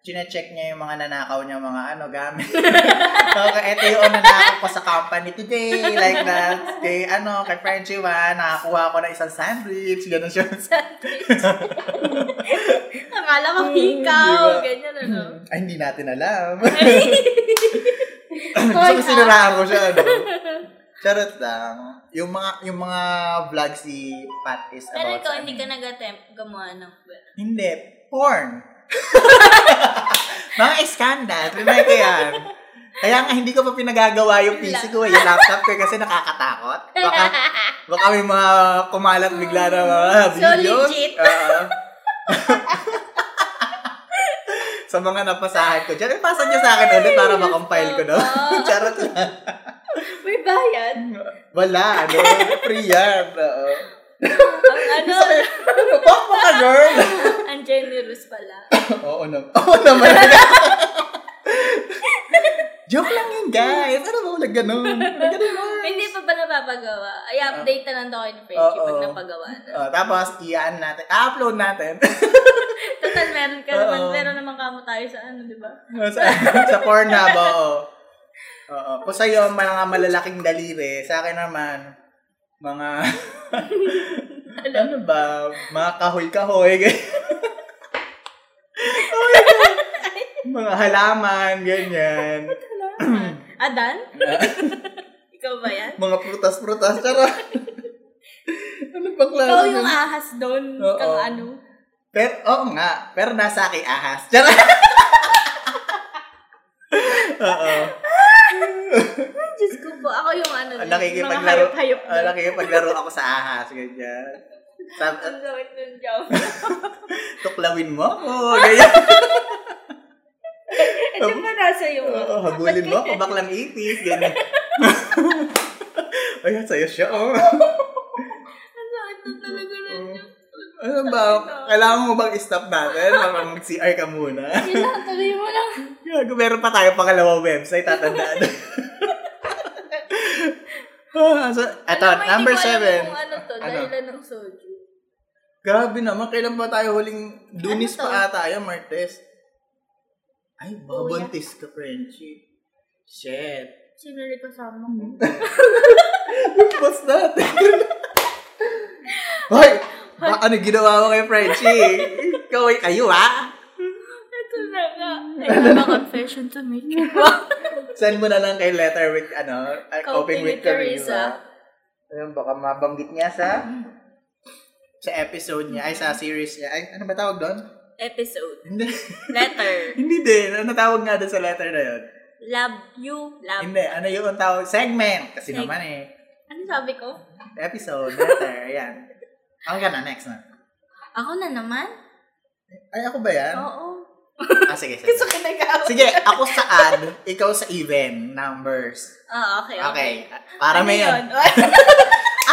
Speaker 1: chine-check niya yung mga nanakaw niya, mga ano, gamit. okay, ito yung nanakaw ko sa company today, like that. Kay, ano, kay Frenchie Wan, nakakuha ko na isang sandwich, ganun siya.
Speaker 2: Akala ko
Speaker 1: Mm,
Speaker 2: ikaw.
Speaker 1: diba?
Speaker 2: Ganyan ano.
Speaker 1: Ay, hindi natin alam.
Speaker 3: Sorry,
Speaker 1: Gusto ko
Speaker 3: ha?
Speaker 1: siniraan ko siya, ano? Charot lang. Yung mga, yung mga vlogs si Pat is
Speaker 2: Pero
Speaker 1: about
Speaker 2: ikaw,
Speaker 1: sa- ano?
Speaker 2: hindi ka nag-attempt gumawa ng web.
Speaker 1: Hindi. Porn. mga scandal. May mga yan. Kaya nga, hindi ko pa pinagagawa yung PC ko, eh, yung laptop ko, kasi nakakatakot. Baka, baka may mga kumalat bigla na mga
Speaker 2: So
Speaker 1: videos.
Speaker 2: legit.
Speaker 1: Oo. sa mga napasahan ko dyan, ipasa niyo sa akin ulit para makompile ko, no?
Speaker 2: Oo.
Speaker 1: Charot lang.
Speaker 2: May bayad.
Speaker 1: Wala, ano? Free yan. Oo.
Speaker 2: Ang ano,
Speaker 1: Gusto ko yun. Ano ba? Mga girl.
Speaker 2: ang generous pala.
Speaker 1: Oo naman. Oo naman. Joke lang yun, guys. Ano ba ulag ganun? Ulag ganun lang.
Speaker 2: hindi pa ba napapagawa? Ay, update na lang daw kayo ni Frenchie pag
Speaker 1: Oo.
Speaker 2: napagawa na.
Speaker 1: Oh, tapos, iyan natin. upload natin.
Speaker 2: Total, meron ka naman.
Speaker 1: Oo.
Speaker 2: Meron naman kamo tayo sa ano, di ba?
Speaker 1: sa, sa Pornhub, oo. Oo. Kung sa'yo, mga malalaking daliri. Sa akin naman, mga... ano ba? Mga kahoy-kahoy. ganyan. Oh my God. mga halaman, ganyan.
Speaker 2: Adan? Ikaw ba yan?
Speaker 1: Mga prutas-prutas. Charot.
Speaker 2: Ikaw yung ahas doon.
Speaker 1: Oo.
Speaker 2: Kang ano.
Speaker 1: Pero, oo nga. Pero nasa aking ahas. Charot! Oo.
Speaker 2: Ay, Diyos ko po. Ako yung ano.
Speaker 1: Ang
Speaker 2: yung
Speaker 1: Ah,
Speaker 2: Mga
Speaker 1: Nakikipaglaro. Ah,
Speaker 2: hayop-hayop.
Speaker 1: Ang nakikipaglaro ako sa ahas. Ganyan. Sab-
Speaker 2: Ang gawin nun, Jom.
Speaker 1: tuklawin mo ako. Ganyan.
Speaker 2: Ito pa Eh, nasa yung...
Speaker 1: Oo, habulin mo ako. Baklang ipis. Ganyan. Ay, sayo siya. Oh.
Speaker 2: Ang gawin nun talaga nun, Jom.
Speaker 1: Ano ba? Kailangan mo bang i-stop natin? Baka mag-CR ka muna.
Speaker 3: Kailangan tuloy mo lang.
Speaker 1: Gago, meron pa tayo pangalawang website. Tatandaan. Ah, so, eto,
Speaker 2: Alam
Speaker 1: number
Speaker 2: mo, hindi ko alam
Speaker 1: seven.
Speaker 2: Kung ano to,
Speaker 1: Ano?
Speaker 2: dahilan ng soju.
Speaker 1: Grabe naman, kailan ba tayo huling dunis
Speaker 2: Ano to?
Speaker 1: pa ata tayo, Martes? Ay, baka
Speaker 2: Kuya.
Speaker 1: buntis ka, Frenchie. Shit.
Speaker 2: Sino ulit kasama mo?
Speaker 1: What's that? Hoy! Ba, ano ginawa mo kay Frenchie? Ikaw ay kayo, ha?
Speaker 2: Ito na nga. I
Speaker 1: Ano?
Speaker 2: have a confession to make.
Speaker 1: Send mo na lang kay Letter with, ano, uh, Coping with Carissa.
Speaker 2: Teresa.
Speaker 1: Ayun, baka mabanggit niya sa sa episode niya, ay sa series niya. Ay, ano ba tawag doon?
Speaker 2: Episode.
Speaker 1: Hindi.
Speaker 2: Letter.
Speaker 1: Hindi din. Ano tawag nga doon sa letter na yun?
Speaker 2: Love you. Love.
Speaker 1: Hindi, ano yung ang tawag? Segment! Kasi
Speaker 2: Um, Seg-
Speaker 1: naman eh.
Speaker 2: Ano sabi ko?
Speaker 1: Episode, letter, ayan. Ako ka na, next na.
Speaker 2: Ako na naman?
Speaker 1: Ay, ako ba yan?
Speaker 2: Oo.
Speaker 1: Ah, sige, sige.
Speaker 2: ko na ka.
Speaker 1: Sige, ako sa ad, ikaw sa even, numbers.
Speaker 2: Ah, okay, okay.
Speaker 1: Okay, para may
Speaker 2: Ano
Speaker 1: yan.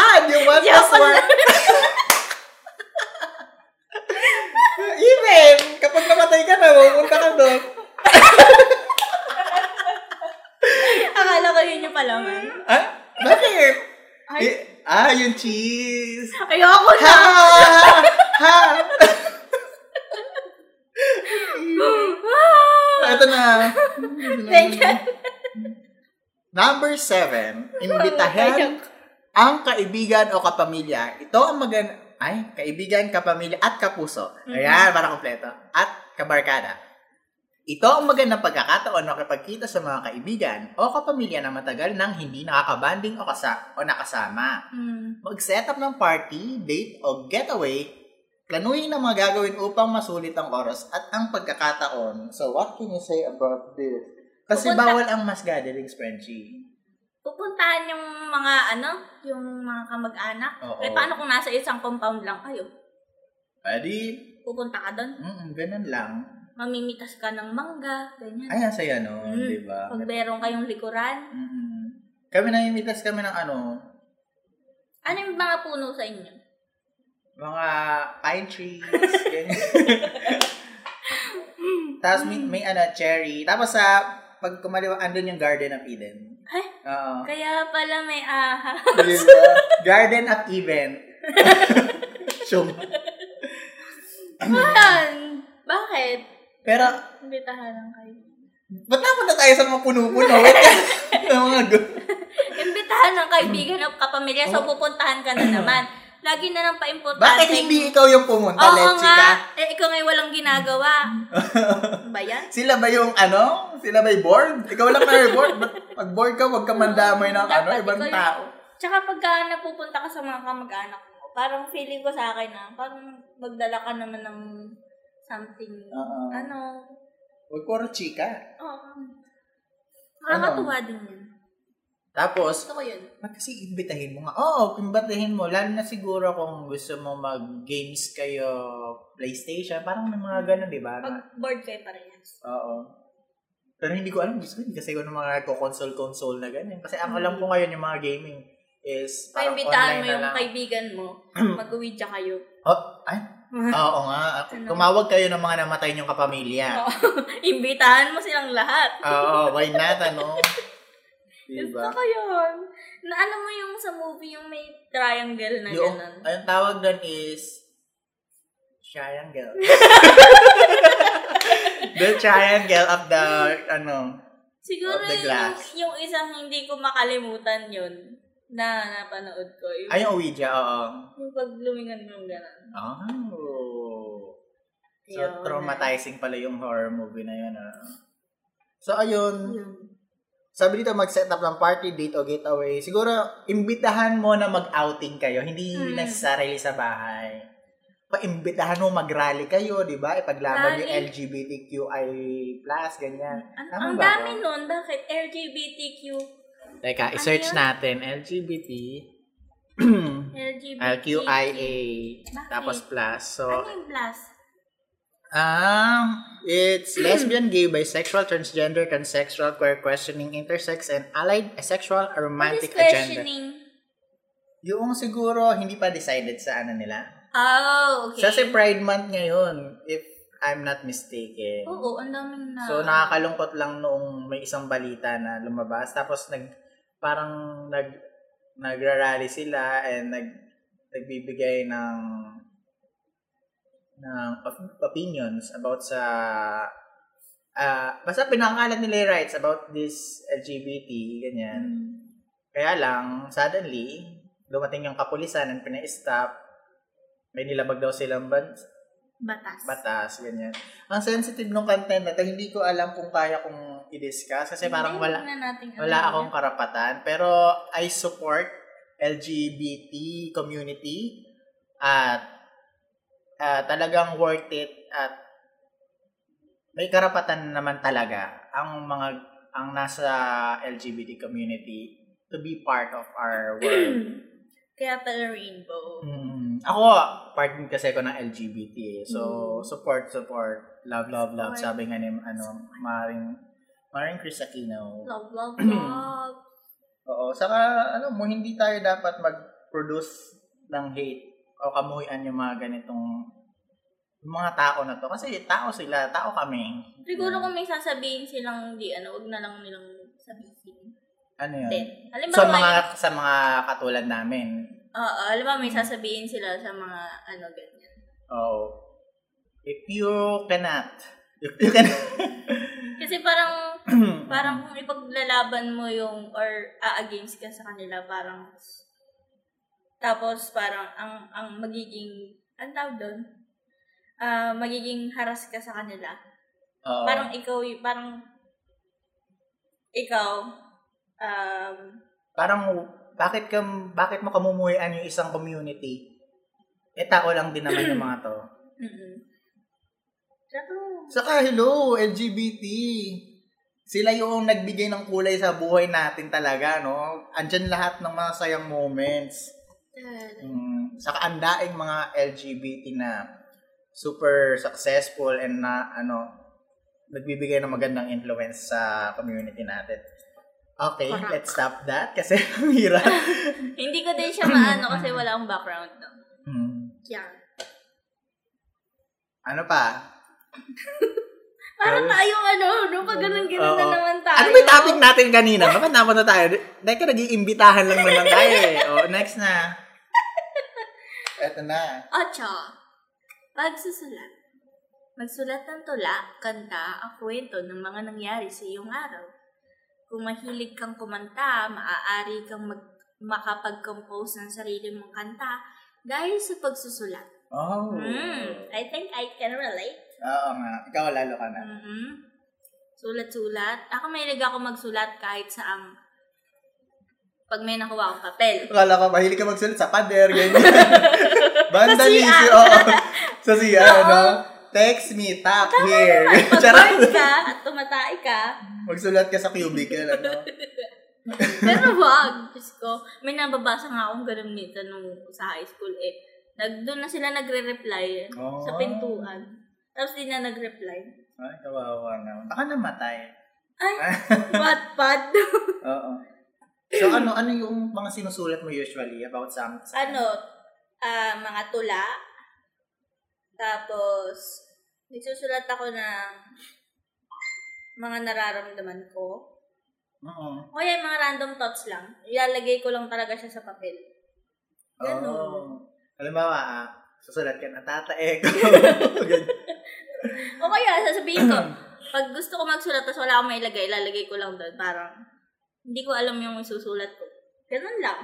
Speaker 1: Ad, yung one
Speaker 2: Yeah,
Speaker 1: plus one. even, kapag namatay ka na, pupunta ka doon.
Speaker 2: Akala ko yun yung palaman.
Speaker 1: Ah, bakit?
Speaker 2: Ay.
Speaker 1: Eh, ah, yung cheese.
Speaker 2: Ayoko na.
Speaker 1: Ha! Ha! Ito na.
Speaker 2: Thank you.
Speaker 1: Number seven, imbitahan ang kaibigan o kapamilya. Ito ang maganda. Ay, kaibigan, kapamilya at kapuso. Ayan, para kompleto. At kabarkada. Ito ang magandang pagkakataon makipagkita sa mga kaibigan o kapamilya na matagal nang hindi nakakabanding o, kasa- o nakasama.
Speaker 2: Hmm.
Speaker 1: Mag-set up ng party, date, o getaway, planuhin ang mga gagawin upang masulit ang oras at ang pagkakataon. So, what can you say about this? Kasi
Speaker 2: Pupunta-
Speaker 1: bawal ang mass gatherings, Frenchie.
Speaker 2: Pupuntahan yung mga ano, yung mga kamag-anak.
Speaker 1: Oo.
Speaker 2: Eh, paano kung nasa isang compound lang kayo?
Speaker 1: Pwede,
Speaker 2: Pupunta ka doon,
Speaker 1: mm, ganun lang.
Speaker 2: mamimitas ka ng mangga, ganyan.
Speaker 1: Ay, ang saya nun,
Speaker 2: Mm.
Speaker 1: di ba?
Speaker 2: Pag meron kayong likuran.
Speaker 1: Mm. Kami namimitas kami ng ano,
Speaker 2: Ano yung mga puno sa inyo?
Speaker 1: mga pine trees, ganyan. Tapos may, may ano, cherry. Tapos sa, pag kumaliwa, andun yung Garden of Eden.
Speaker 2: Ay,
Speaker 1: Oo.
Speaker 2: Eh, kaya pala may aha.
Speaker 1: Diba? Garden at event. Sure.
Speaker 2: Ayan! Bakit?
Speaker 1: Pero,
Speaker 2: Imbitahan lang kayo.
Speaker 1: ba't napunta tayo sa mga puno-puno? Wait ka. Sa mga gu-
Speaker 2: Imbitahan ng kaibigan o kapamilya, so pupuntahan ka na naman. Lagi na lang pa-importante.
Speaker 1: Oh. Bakit hindi ikaw yung pumunta,
Speaker 2: Oo
Speaker 1: Let's
Speaker 2: nga.
Speaker 1: ka?
Speaker 2: Eh, ikaw ngayon walang ginagawa. ba yan?
Speaker 1: Sila ba yung ano? Sila ba yung board? Ikaw lang na yung board. Ba't Pag board ka, huwag ka mandamay ng ano,
Speaker 2: Dapat
Speaker 1: ibang
Speaker 2: ikaw yun.
Speaker 1: tao.
Speaker 2: Tsaka pagka napupunta ka sa mga kamag-anak mo, parang feeling ko sa akin na, parang magdala ka naman ng something,
Speaker 1: Oo.
Speaker 2: ano,
Speaker 1: Huwag puro chika.
Speaker 2: oo. Nakakatuwa din yun.
Speaker 1: Tapos,
Speaker 2: Gusto ko yun.
Speaker 1: ba't kasi imbitahin mo nga? Oo, imbitahin mo. Lalo na siguro kung gusto mo mag-games kayo, PlayStation, parang may mga ganun, di ba?
Speaker 2: Pag bored kayo parehas.
Speaker 1: Oo. Pero hindi ko alam, gusto ko hindi kasi ako ng mga nagko-console-console na ganyan. Kasi ang alam ko ngayon yung mga gaming is parang
Speaker 2: Paimbitahan
Speaker 1: online
Speaker 2: Mm. mo
Speaker 1: na
Speaker 2: yung
Speaker 1: lang.
Speaker 2: kaibigan mo, mag-uwidya kayo.
Speaker 1: Oh, ay, oo nga.
Speaker 2: Ano?
Speaker 1: Tumawag kayo ng mga namatay niyong kapamilya.
Speaker 2: Oo. Imbitahan mo silang lahat.
Speaker 1: Oo, why not, ano?
Speaker 2: Gusto
Speaker 1: Diba?
Speaker 2: ko yun. Na alam mo yung sa movie, yung may triangle na
Speaker 1: Yung,
Speaker 2: ganun.
Speaker 1: ang tawag doon is triangle. the triangle of the, ano,
Speaker 2: Siguro
Speaker 1: of the
Speaker 2: yung,
Speaker 1: glass.
Speaker 2: yung isang hindi ko makalimutan yun na napanood ko. Yung,
Speaker 1: ay, yung Ouija, oo.
Speaker 2: yung paglumingan yung ganun.
Speaker 1: Oh. So,
Speaker 2: Yun.
Speaker 1: traumatizing pala yung horror movie na yun, ah. So, ayun.
Speaker 2: Yun.
Speaker 1: sabi dito mag-set up ng party date o getaway, siguro imbitahan mo na mag-outing kayo, hindi
Speaker 2: Mm.
Speaker 1: necessarily sa bahay. Paimbitahan mo mag-rally kayo, 'di ba? Ipaglaban yung
Speaker 2: Rally.
Speaker 1: LGBTQI+, ganyan.
Speaker 2: Ang,
Speaker 1: Tama
Speaker 2: ang
Speaker 1: ba
Speaker 2: dami
Speaker 1: ako?
Speaker 2: nun. Bakit? LGBTQ.
Speaker 1: Teka,
Speaker 2: Ano
Speaker 1: i-search
Speaker 2: yun?
Speaker 1: natin LGBT
Speaker 2: LGBTQ.
Speaker 1: LQIA
Speaker 2: Bakit?
Speaker 1: tapos plus. So,
Speaker 2: Ano yung plus?
Speaker 1: Ah, it's lesbian, gay, bisexual, transgender, transsexual, queer questioning, intersex, and allied asexual or
Speaker 2: What is
Speaker 1: romantic agenda.
Speaker 2: questioning?
Speaker 1: Yung siguro hindi pa decided sa ano nila.
Speaker 2: Oh, okay.
Speaker 1: Sa si Pride Month ngayon, if I'm not mistaken.
Speaker 2: Oo, ang daming na.
Speaker 1: So nakakalungkot lang noong may isang balita na lumabas tapos nag parang nag nagrarally sila and nag nagbibigay ng ng op- opinions about sa ah basta pinangkalat nila yung rights about this LGBT ganyan.
Speaker 2: Mm.
Speaker 1: Kaya lang suddenly dumating yung kapulisan and pina-stop may nilabag daw silang ban-
Speaker 2: Batas.
Speaker 1: batas, ganyan. Ang sensitive nung content na to, hindi ko alam kung kaya kong i-discuss kasi parang
Speaker 2: Hindi,
Speaker 1: wala
Speaker 2: huwag na natin ano.
Speaker 1: wala
Speaker 2: alamin
Speaker 1: akong
Speaker 2: yan.
Speaker 1: karapatan. Pero I support LGBT community at ah, talagang worth it at may karapatan naman talaga ang mga ang nasa LGBT community to be part of our world.
Speaker 2: Kaya pala rainbow.
Speaker 1: Mm. Ako, part din kasi ako ng LGBT. eh. So,
Speaker 3: Mm.
Speaker 1: support, support. Love, love, love.
Speaker 2: Support.
Speaker 1: Sabi nga ni, ano, Maring, Maring Chris Aquino.
Speaker 2: Love, love, love.
Speaker 1: Oo. Saka, ano mo, hindi tayo dapat mag-produce ng hate o kamuhian yung mga ganitong yung mga tao na to. Kasi tao sila, tao kami.
Speaker 2: Siguro kung may sasabihin silang di ano, wag na lang nilang sabihin.
Speaker 1: Ano yun?
Speaker 2: Then, alam
Speaker 1: Sa mga, sa mga katulad namin.
Speaker 2: Oo, alam mo, may sasabihin sila sa mga ano, ganyan.
Speaker 1: Oo. If you cannot, if you cannot,
Speaker 2: Kasi parang, parang kung ipaglalaban mo yung, or a-against ka sa kanila, parang, tapos parang, ang, ang magiging, ang tawag doon, Ah, magiging haras ka sa kanila.
Speaker 1: Oo.
Speaker 2: Parang ikaw, y- parang, ikaw, um,
Speaker 1: parang bakit ka bakit mo kamumuhian yung isang community? Eh tao lang din naman yung mga to.
Speaker 2: mm True.
Speaker 1: Saka hello LGBT. Sila yung nagbigay ng kulay sa buhay natin talaga, no? Andyan lahat ng mga sayang moments. Mm, saka ang daing mga LGBT na super successful and na ano nagbibigay ng magandang influence sa community natin. Okay,
Speaker 3: Correct.
Speaker 1: let's stop that kasi ang hirap.
Speaker 2: Hindi ko din siya maano kasi wala akong background, no?
Speaker 1: Mm.
Speaker 2: Yan.
Speaker 1: Ano pa?
Speaker 2: Parang
Speaker 1: Grabe.
Speaker 2: tayong ano, no? Pag ganun, ganun na
Speaker 1: Oo.
Speaker 2: naman tayo.
Speaker 1: Ano ba yung topic natin kanina? Bakit napunta tayo? Dahil nag-iimbitahan lang naman tayo eh. O, next na. Eto na.
Speaker 2: Ocho. Pagsusulat. Magsulat ng tula, kanta, ang kwento ng mga nangyari sa iyong araw. Kung mahilig kang kumanta, maaari kang mag- makapag-compose ng sarili mong kanta dahil sa pagsusulat.
Speaker 1: Oh.
Speaker 2: Hmm, I think I can relate.
Speaker 1: Oo nga. Ikaw, lalo ka na.
Speaker 2: Mhm. Sulat-sulat. Ako mahilig ako magsulat kahit sa ang pag may nakuha akong papel.
Speaker 1: Akala ko, mahilig ka magsulat sa pader, ganyan. Banda
Speaker 2: Sa
Speaker 1: ni
Speaker 2: CR.
Speaker 1: si, oo. Sa siya,
Speaker 2: Oo.
Speaker 1: no? Text me, tap here.
Speaker 2: Pag
Speaker 1: Charot.
Speaker 2: bored ka at tumatay ka,
Speaker 1: Magsulat ka sa cubicle, ano?
Speaker 2: pero wag. Diyos ko, may nababasa nga akong ganun nito nung sa high school eh. Nag, doon na sila nagre-reply eh,
Speaker 1: Oo.
Speaker 2: sa pintuan. Tapos di na nag-reply.
Speaker 1: Oh. Ay, kawawa naman. Baka namatay.
Speaker 2: Ay, Wattpad.
Speaker 1: Oo. So, ano ano yung mga sinusulat mo usually about something?
Speaker 2: ano, ah, mga tula. Tapos, nagsusulat ako ng mga nararamdaman ko.
Speaker 1: Oo.
Speaker 2: O kaya yung mga random thoughts lang. Ilalagay ko lang talaga siya sa papel. Ganun.
Speaker 1: Oh. Halimbawa, ah, susulat ka na, Tata eh. Eko. Ganyan.
Speaker 2: O kaya, sasabihin ko, pag gusto ko magsulat tapos wala akong mailagay, ilalagay ko lang doon. Parang, hindi ko alam yung isusulat ko. Ganun lang.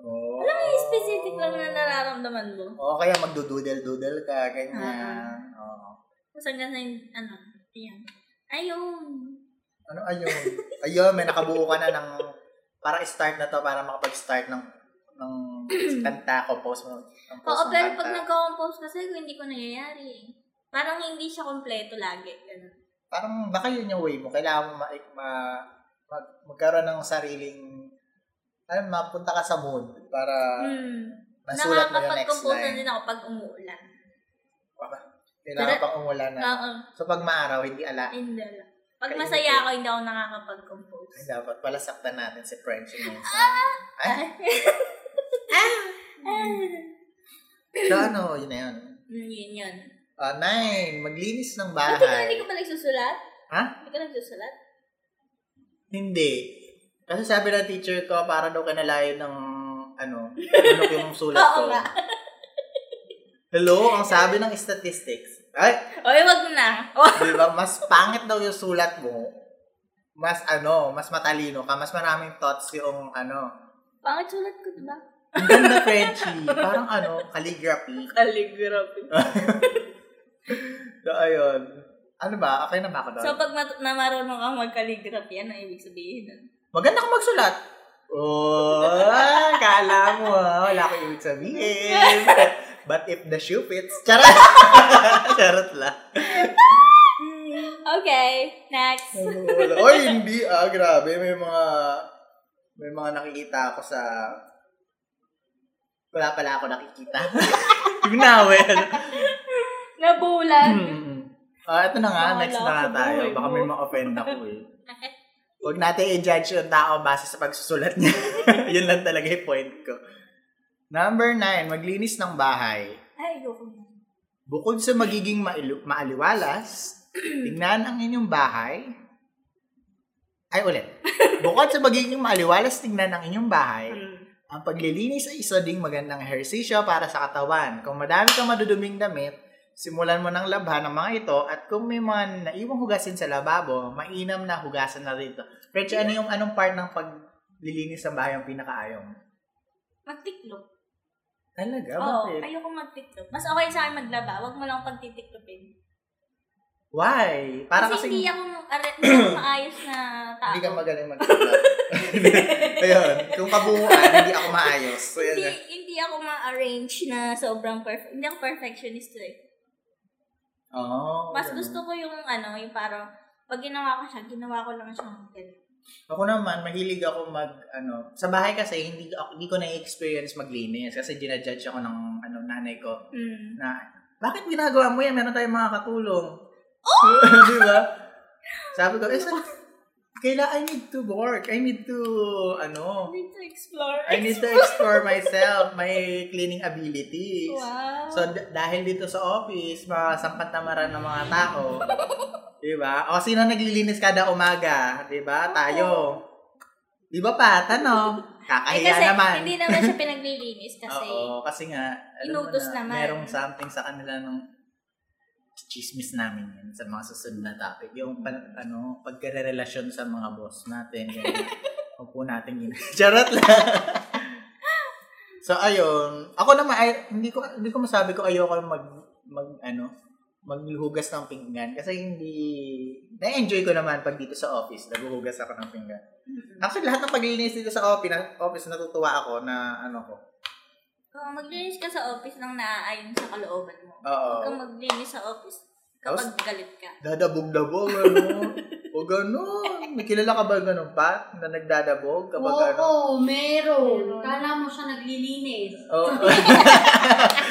Speaker 1: Oh.
Speaker 2: Alam mo, yung specific lang na nararamdaman mo.
Speaker 1: Oo, kaya magdududel-dudel ka,
Speaker 2: Ah,
Speaker 1: ganyan. Oo.
Speaker 2: Tapos hanggang sa, yung- ano, ayan. Ayun.
Speaker 1: Ano ayun? Ayun, may nakabuo ka na ng para start na to para makapag-start ng ng kanta ko post mo. ng post
Speaker 2: Oo,
Speaker 1: ng
Speaker 2: pero pag
Speaker 1: kanta.
Speaker 2: nagko-compose kasi ko, hindi ko nangyayari. eh. Parang hindi siya kompleto lagi. Ganun.
Speaker 1: parang baka yun yung way mo. Kailangan mo ma, ma, mag- magkaroon ng sariling alam, mapunta ka sa mood para
Speaker 2: Hmm.
Speaker 1: masulat Ah, mo yung next
Speaker 2: Nakakapag-compose na
Speaker 1: line.
Speaker 2: din ako pag umuulan.
Speaker 1: Kailangan
Speaker 2: Pero-
Speaker 1: pang umulan na.
Speaker 2: Oo,
Speaker 1: So pag maaraw, hindi ala.
Speaker 2: hindi lang. Pag
Speaker 1: Kainit
Speaker 2: masaya
Speaker 1: eh.
Speaker 2: ako, hindi ako nakakapag-compose. Ah!
Speaker 1: Ay, dapat pala saktan natin si French yung minsan. Ay, so ano, yun na yun.
Speaker 2: Hmm, Ah! yun yun.
Speaker 1: Ah, nine, maglinis ng
Speaker 2: Ba't ikaw hindi
Speaker 1: bahay.
Speaker 2: ka Ano ba nagsusulat?
Speaker 1: Ha?
Speaker 2: Hindi ka nagsusulat?
Speaker 1: Hindi. Kasi sabi ng teacher ko, para daw kanalayo ng ano, ano yung sulat
Speaker 2: Oo
Speaker 1: ko.
Speaker 2: nga.
Speaker 1: Hello, ang sabi ng statistics. Ay,
Speaker 2: Oy, wag na.
Speaker 1: Di ba? Mas pangit daw yung sulat mo. Mas ano, mas matalino ka. Mas maraming thoughts yung ano.
Speaker 2: Pangit sulat ko, diba?
Speaker 1: Ang ganda, Frenchie. Parang ano, calligraphy.
Speaker 2: Calligraphy.
Speaker 1: So, ayun. Ano ba? Okay na ba ako doon?
Speaker 2: So, pag mat- na marunong kang mag-calligraphy, ano ibig sabihin? nun?
Speaker 1: Maganda ka magsulat. Oh, kala mo ha. Wala akong ibig sabihin. But if the shoe fits, charot. charot lang.
Speaker 2: Okay, next.
Speaker 1: Wala. Oy, hindi ah, grabe. May mga, may mga nakikita ako sa, wala pala ako nakikita. Yung nawel.
Speaker 2: Nabulag.
Speaker 1: Ah, ito na nga,
Speaker 2: Bahala
Speaker 1: next na nga
Speaker 2: sa
Speaker 1: tayo.
Speaker 2: buhay
Speaker 1: Baka
Speaker 2: mo.
Speaker 1: may ma-offend ako eh. Huwag natin i-judge yung tao base sa pagsusulat niya. Yun lang talaga yung point ko. Number nine, maglinis ng bahay.
Speaker 2: Ay, ayoko na.
Speaker 1: Bukod sa magiging mailu- maaliwalas, tingnan ang inyong bahay. Ay, ulit. Bukod sa magiging maaliwalas, tingnan ang inyong bahay.
Speaker 2: ano.
Speaker 1: Ang paglilinis ay isa ding magandang ehersisyo para sa katawan. Kung madami kang maduduming damit, simulan mo ng labhan ang mga ito at kung may mga naiwang hugasin sa lababo, mainam na hugasan na rito. Pero ano yung anong part ng paglilinis ng bahay ang pinakaayong?
Speaker 2: Magtiklop.
Speaker 1: Talaga?
Speaker 2: Oo,
Speaker 1: Ah, Bakit?
Speaker 2: ayoko magtiklop. Mas okay sa akin maglaba. Huwag mo lang pagtitiklopin.
Speaker 1: Why? Para
Speaker 2: kasi,
Speaker 1: kasing-
Speaker 2: hindi ako, are- hindi ako maayos na tao.
Speaker 1: Hindi ka magaling mag-vlog. Ayun. Kung kabuuan, hindi ako maayos. So, yun
Speaker 2: hindi,
Speaker 1: na.
Speaker 2: hindi ako ma-arrange na sobrang perfect. Hindi ako perfectionist eh.
Speaker 1: Oo.
Speaker 2: Mas
Speaker 1: Oh, ganun.
Speaker 2: gusto ko yung ano, yung parang pag ginawa ko siya, ginawa ko lang siya. ganun.
Speaker 1: Ako naman, mahilig ako mag, ano, sa bahay kasi, hindi, ako, hindi ko na-experience maglinis kasi ginajudge ako ng, ano, nanay ko
Speaker 2: Hmm.
Speaker 1: na, bakit ginagawa mo yan? Meron tayong mga katulong. Oh! Di ba? Sabi ko, eh, sa- kaila, I need to work. I need to, ano,
Speaker 2: need to explore.
Speaker 1: I need to explore myself, my cleaning abilities.
Speaker 2: Wow.
Speaker 1: So, d- dahil dito sa office, makasangkat tamaran ng mga tao. di ba? O, sino naglilinis kada umaga? Di ba? Tayo. Di ba pa? Tanong.
Speaker 2: eh,
Speaker 1: Kakahiya
Speaker 2: kasi
Speaker 1: naman.
Speaker 2: hindi naman siya pinaglilinis kasi
Speaker 1: Oo, kasi nga, alam mo
Speaker 2: Inutos
Speaker 1: na,
Speaker 2: naman.
Speaker 1: merong something sa kanila nung chismis namin yan sa mga susunod na topic. Yung pan, ano, pagkare-relasyon sa mga boss natin. ganyan. Huwag po natin yun. Charot lang. so, ayun. Ako naman, ay, hindi ko, hindi ko masabi ko ayoko mag, mag, ano, maghugas ng pinggan kasi hindi na-enjoy ko naman pag dito sa office naghuhugas ako ng pinggan.
Speaker 2: Mm-mm.
Speaker 1: Actually lahat ng paglilinis dito sa office, office natutuwa ako na ano ko,
Speaker 2: Kung maglinis ka sa office nang naaayon sa kalooban mo. Huwag kang
Speaker 1: Oo.
Speaker 2: maglinis sa office kapag galit ka.
Speaker 1: Dadabog-dabog, ano? o gano'n. May kilala ka ba gano'n pa? Na nagdadabog kapag ano?
Speaker 3: Oo,
Speaker 2: Meron.
Speaker 3: meron. Kala mo siya naglilinis.
Speaker 1: Oo.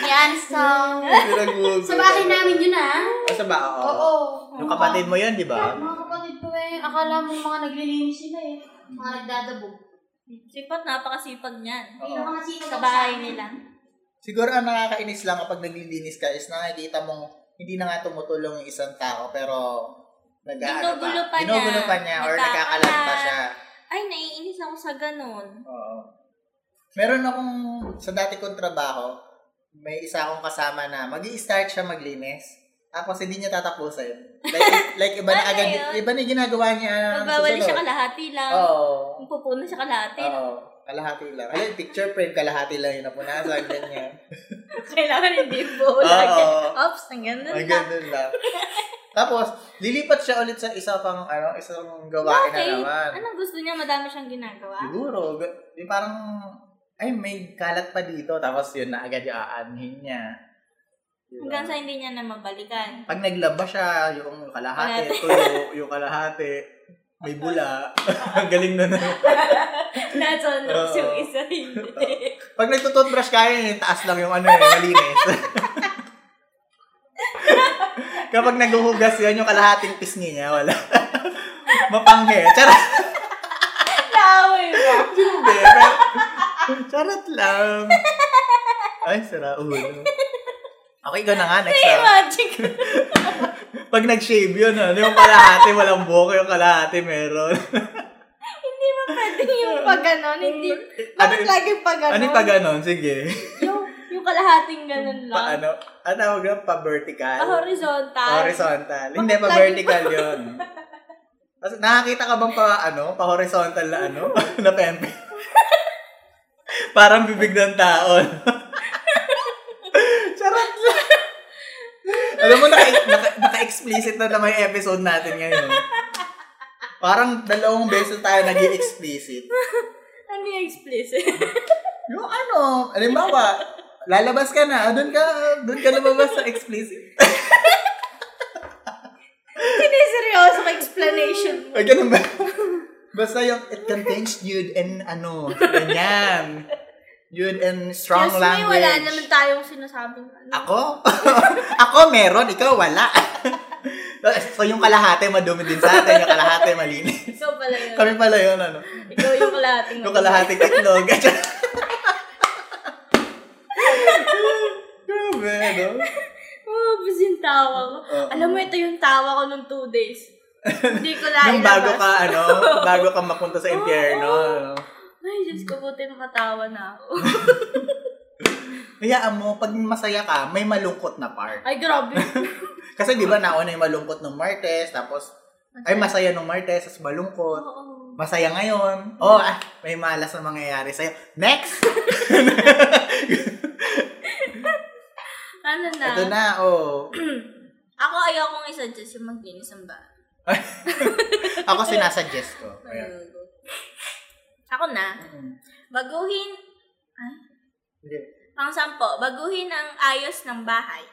Speaker 3: Yan, so...
Speaker 1: Pinag-uugo.
Speaker 3: Sa bahay namin yun, ah.
Speaker 1: Ah, sa ba? Oo.
Speaker 3: Oo.
Speaker 1: Yung kapatid mo yun, di ba?
Speaker 3: Mga kapatid ko eh. Akala mo mga naglilinis sila eh. Mga nagdadabog.
Speaker 2: Sipat, napakasipag niyan.
Speaker 3: Hindi
Speaker 1: Oo.
Speaker 3: mga sino
Speaker 2: Sa bahay nila.
Speaker 1: Siguro ang nakakainis lang kapag naglilinis ka is nakikita mong hindi na nga tumutulong yung isang tao pero nag-aano
Speaker 2: Ginugulo pa niya.
Speaker 1: Ginugulo pa niya or
Speaker 2: Nagkakalat.
Speaker 1: nagkakalat pa siya.
Speaker 2: Ay, naiinis ako sa ganun.
Speaker 1: Oo. Meron akong, sa dati kong trabaho, may isa akong kasama na mag start siya maglinis. Tapos hindi niya tatapusin. Like, like iba na
Speaker 2: Ano
Speaker 1: agad,
Speaker 2: yun?
Speaker 1: iba na yung ginagawa niya. ang
Speaker 2: Magbawali siya
Speaker 1: susunod.
Speaker 2: kalahati lang.
Speaker 1: Ah, Oo.
Speaker 2: Pupuna siya kalahati. lang.
Speaker 1: Oo. Kalahati lang. Ayun, picture frame, kalahati lang yung napunasan, ganyan.
Speaker 2: Kailangan hindi po.
Speaker 1: Oo.
Speaker 2: Ops, ang ganun
Speaker 1: Ang
Speaker 2: lang.
Speaker 1: ganun lang. Tapos, lilipat siya ulit sa isa pang, ano, isang gawain na
Speaker 2: Bakit?
Speaker 1: naman.
Speaker 2: Anong gusto niya? Madami siyang ginagawa?
Speaker 1: Siguro, ga- di parang, ay, may kalat pa dito. Tapos yun na agad yung aanhin niya. Diba?
Speaker 2: Hanggang sa hindi niya na mabalikan.
Speaker 1: Pag naglaba siya, yung kalahati,
Speaker 2: Kalahati.
Speaker 1: tuyo, yung kalahati, may bula. Ang galing na na.
Speaker 2: That's on
Speaker 1: Oo.
Speaker 2: yung isa hindi.
Speaker 1: Pag nagtututbrush kayo, yung taas lang yung ano eh, malinis. Kapag naghuhugas yun, yung kalahating pisngi niya, wala. Mapanghe. Charot
Speaker 2: Naaway ba?
Speaker 1: hindi. pero- Charot lang. Ay, sira ulo. Okay, ikaw na nga next ah.
Speaker 2: Imagine ko.
Speaker 1: Pag nag-shave yun, ano, yung kalahati, walang buhok, yung kalahati meron.
Speaker 2: Hindi mo pwede yung pag ganon. Hindi.
Speaker 1: Ano
Speaker 2: Bakit
Speaker 1: yung-
Speaker 2: lagi pag ganon?
Speaker 1: Ano yung pa ganon? Sige.
Speaker 2: Yung, yung kalahating ganon lang. Ah,
Speaker 1: Pa, ano? Ano tawag yun? Pa-vertical?
Speaker 2: Pa horizontal.
Speaker 1: Horizontal. Hindi,
Speaker 2: Bakit lagi
Speaker 1: pa-vertical yun. Kasi nakakita ka bang pa, ano, pa-horizontal na ano? na pempe. Parang bibig ng tao. no? Charot lang. Alam mo, naka, naka, naka-explicit na naman yung episode natin ngayon. Parang dalawang beses tayo nag explicit
Speaker 2: Ano yung explicit?
Speaker 1: Yung ano, halimbawa, lalabas ka na, doon ka, doon ka lumabas sa explicit.
Speaker 2: Siniseryoso ka explanation mo.
Speaker 1: Ay, ganun ba? Basta yung it contains nude and ano, ganyan. Nude and strong
Speaker 2: Excuse me,
Speaker 1: language.
Speaker 2: wala naman tayong sinasabing ano.
Speaker 1: Ako? Ako meron, ikaw wala. so yung kalahati madumi din sa atin, yung kalahati malinis.
Speaker 2: Ikaw pala yun.
Speaker 1: Kami pala yun, ano.
Speaker 2: Ikaw yung kalahating.
Speaker 1: Yung kalahating itlog. Grabe, ano?
Speaker 2: Oh, bus yung tawa ko.
Speaker 1: Oo.
Speaker 2: Alam mo, ito yung tawa ko nung two days. Hindi ko na
Speaker 1: Yung bago ka,
Speaker 2: ilabas.
Speaker 1: ano, bago ka mapunta sa impyerno. ano.
Speaker 2: Ay, Diyos ko, buti nakatawa na ako.
Speaker 1: Hayaan mo, pag masaya ka, may malungkot na part.
Speaker 2: Ay, grabe.
Speaker 1: Kasi di ba nauna yung malungkot nung Martes, tapos, ay masaya nung Martes, tapos malungkot.
Speaker 2: Oo.
Speaker 1: Masaya ngayon. Oh, ah, may malas na mangyayari sa'yo. Next!
Speaker 2: Ano na?
Speaker 1: Ito na, oh.
Speaker 2: Ako ayokong isuggest yung maglinis ng bahay.
Speaker 1: Ako sinasuggest ko. Ayan.
Speaker 2: Ayoko. Ako na.
Speaker 1: Mm.
Speaker 2: Baguhin,
Speaker 1: Hindi.
Speaker 2: pang sampo, baguhin ang ayos ng bahay.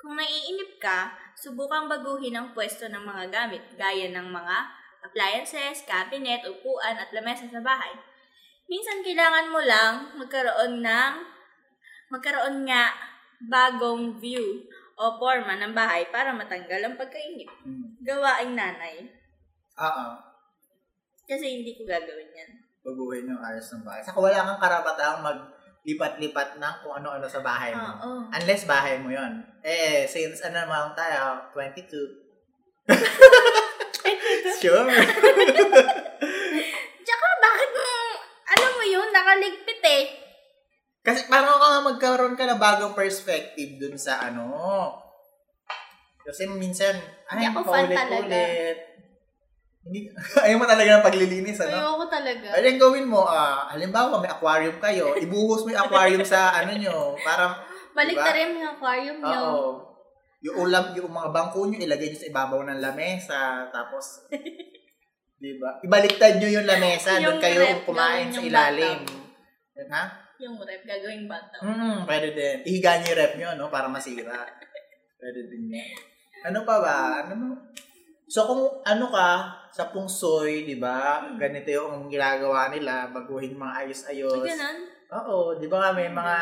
Speaker 2: Kung naiinip ka, subukang baguhin ang pwesto ng mga gamit, gaya ng mga appliances, cabinet, upuan, at lamesa sa bahay. Minsan kailangan mo lang magkaroon ng magkaroon nga bagong view o forma ng bahay para matanggal ang pagkainip.
Speaker 1: Mm.
Speaker 2: Gawaing nanay.
Speaker 1: Oo.
Speaker 2: Kasi hindi ko gagawin yan.
Speaker 1: Babuhin yung ayos ng bahay. Saka wala kang karapatang maglipat-lipat ng kung ano-ano sa bahay mo.
Speaker 2: Oo.
Speaker 1: Unless bahay mo yon. Eh, since ano naman tayo, 22. sure.
Speaker 2: Tsaka bakit mo, alam mo yun, nakaligpit eh.
Speaker 1: Kasi parang ka nga magkaroon ka na bagong perspective dun sa ano. Kasi minsan, ay,
Speaker 2: Hindi ako fan talaga.
Speaker 1: paulit-ulit. Hindi, ayaw mo talaga ng paglilinis, ano?
Speaker 3: Ayoko talaga.
Speaker 1: Ay, yung gawin mo, ah, halimbawa, may aquarium kayo, ibuhos mo yung aquarium sa ano nyo, parang
Speaker 2: Balik
Speaker 1: Diba?
Speaker 2: na rin yung aquarium nyo.
Speaker 1: Oo. Yung ulam, yung mga bangko nyo, ilagay nyo sa ibabaw ng lamesa. Tapos, di ba? Ibaliktad nyo yung lamesa. doon
Speaker 2: Yung
Speaker 1: kayo
Speaker 2: rep,
Speaker 1: kumain
Speaker 2: gawin
Speaker 1: sa
Speaker 2: yung
Speaker 1: ilalim. Ha?
Speaker 2: Yung rep, gagawing bata.
Speaker 1: Mm, pwede din. Ihiga nyo yung rep nyo, no? Para masira. pwede din yan. Ano pa ba? Ano mo? So, kung ano ka, sa pungsoy, di ba?
Speaker 2: Hmm.
Speaker 1: Ganito yung ginagawa nila, baguhin mga
Speaker 2: So,
Speaker 1: ayos-ayos.
Speaker 2: ganun.
Speaker 1: Oo, di ba nga
Speaker 2: Hmm.
Speaker 1: may mga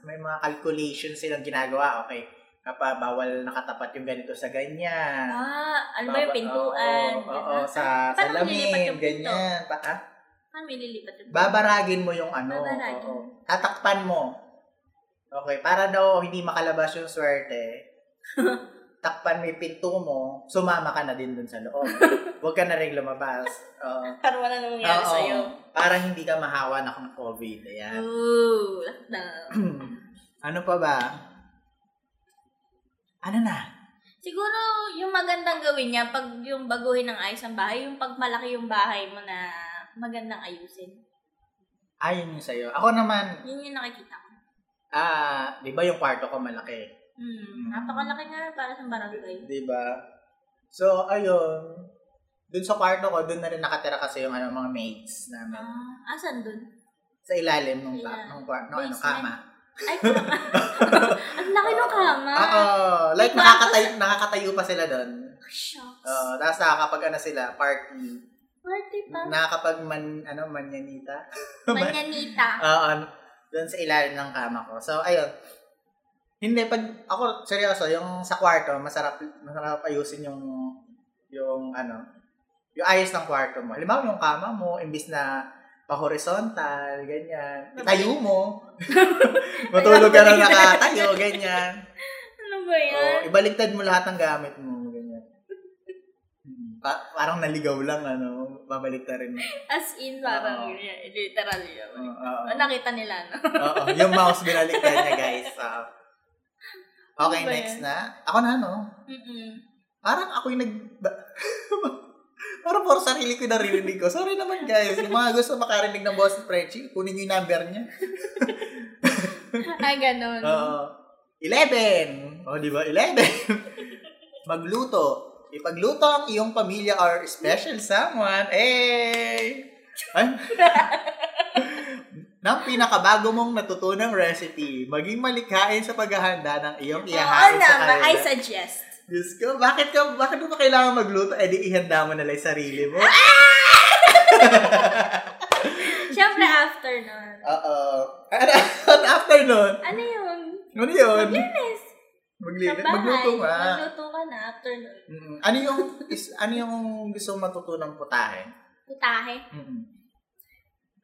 Speaker 1: may mga calculations silang ginagawa. Okay, kapa bawal nakatapat yung ganito sa ganyan.
Speaker 2: Ah, ano ba yung
Speaker 1: Baba-
Speaker 2: pintuan?
Speaker 1: Oo, oo, sa sa
Speaker 2: Paano nilipat
Speaker 1: lamin,
Speaker 2: yung pinto?
Speaker 1: ganyan. Pa, ah,
Speaker 2: Paano may lilipat yung pinto?
Speaker 1: babaragin mo yung ano.
Speaker 2: Babaragin.
Speaker 1: oo. Tatakpan mo. Okay, para daw hindi makalabas yung swerte, takpan mo yung pinto mo, sumama ka na din dun sa loob. Huwag ka na rin lumabas. Oo.
Speaker 2: Para wala nang nangyari
Speaker 1: Oo,
Speaker 2: sa'yo.
Speaker 1: Para hindi ka mahawa na ng COVID. Ayan.
Speaker 2: Ooh, lockdown.
Speaker 1: ano pa ba? Ano na?
Speaker 2: Siguro, yung magandang gawin niya, pag yung baguhin ng ayos ang bahay, yung pagmalaki yung bahay mo na magandang ayusin.
Speaker 1: Ayun yung sa'yo. Ako naman,
Speaker 2: Yun yung nakikita ko.
Speaker 1: ah, di ba yung kwarto ko malaki?
Speaker 2: Hmm, napakalaki nga para sa barangay.
Speaker 1: Di ba? So, ayun. Dun sa kwarto ko, dun na rin nakatira kasi yung ano, mga maids namin.
Speaker 2: Ah, asan dun?
Speaker 1: Sa ilalim nung, ka,
Speaker 2: Yeah.
Speaker 1: nung, kwar- nung ano,
Speaker 2: Basement.
Speaker 1: kama.
Speaker 2: Ay, kama. Ang laki ng kama.
Speaker 1: Oo. Like,
Speaker 2: Diba?
Speaker 1: nakakatayo, nakakatayo pa sila dun.
Speaker 2: Shucks.
Speaker 1: Oo. Tapos nakakapag ano sila, party.
Speaker 2: Party pa.
Speaker 1: Nakakapag man, ano, manyanita.
Speaker 2: Manyanita.
Speaker 1: Oo. Doon Ah, sa ilalim ng kama ko. So, ayun. Hindi, pag ako, seryoso, yung sa kwarto, masarap, masarap ayusin yung, yung ano, yung ayos ng kwarto mo. Halimbawa, yung kama mo, imbis na pa-horizontal, ganyan. Itayo mo. Matulog ka na nakatayo, ganyan.
Speaker 2: Ano ba yan?
Speaker 1: O, ibaligtad mo lahat ng gamit mo, ganyan. Hmm, Pa- parang naligaw lang, ano, babaliktarin mo.
Speaker 2: As in, parang
Speaker 1: Oo.
Speaker 2: ganyan. Literal yun.
Speaker 1: Oo, oo.
Speaker 2: Oh, nakita nila, no?
Speaker 1: Oo, yung mouse binaliktad niya, guys. Ah. okay,
Speaker 2: Ano ba
Speaker 1: next
Speaker 2: yan?
Speaker 1: na. Ako na, no?
Speaker 2: Mm-mm.
Speaker 1: Parang ako yung nag... Parang for sarili ko yung naririnig ko. Sorry naman, guys. Yung mga gusto makarinig ng boss ni Frenchie, kunin niyo yung number niya.
Speaker 2: Ay, Ah, ganun.
Speaker 1: Oo. 11! O, Uh, Oh, di ba? 11! Magluto. Ipagluto ang iyong pamilya or special someone. Hey! Ay! ng pinakabago mong natutunang recipe, maging malikhain sa paghahanda ng iyong
Speaker 2: Oo
Speaker 1: iyahain sa
Speaker 2: naman, I
Speaker 1: kanila.
Speaker 2: suggest.
Speaker 1: Diyos ko, bakit ka, bakit mo ba kailangan magluto? Eh, di ihanda mo nalang yung sarili mo.
Speaker 2: Ah! Siyempre, after nun.
Speaker 1: Oo. At after nun,
Speaker 2: Ano yun?
Speaker 1: ano yun?
Speaker 2: Maglinis. Sa
Speaker 1: Maglilit,
Speaker 2: bahay.
Speaker 1: magluto ka.
Speaker 2: Magluto ka na after nun.
Speaker 1: Mm, Ano yung is, ano yung gusto mong matutunang putahe?
Speaker 2: Putahe.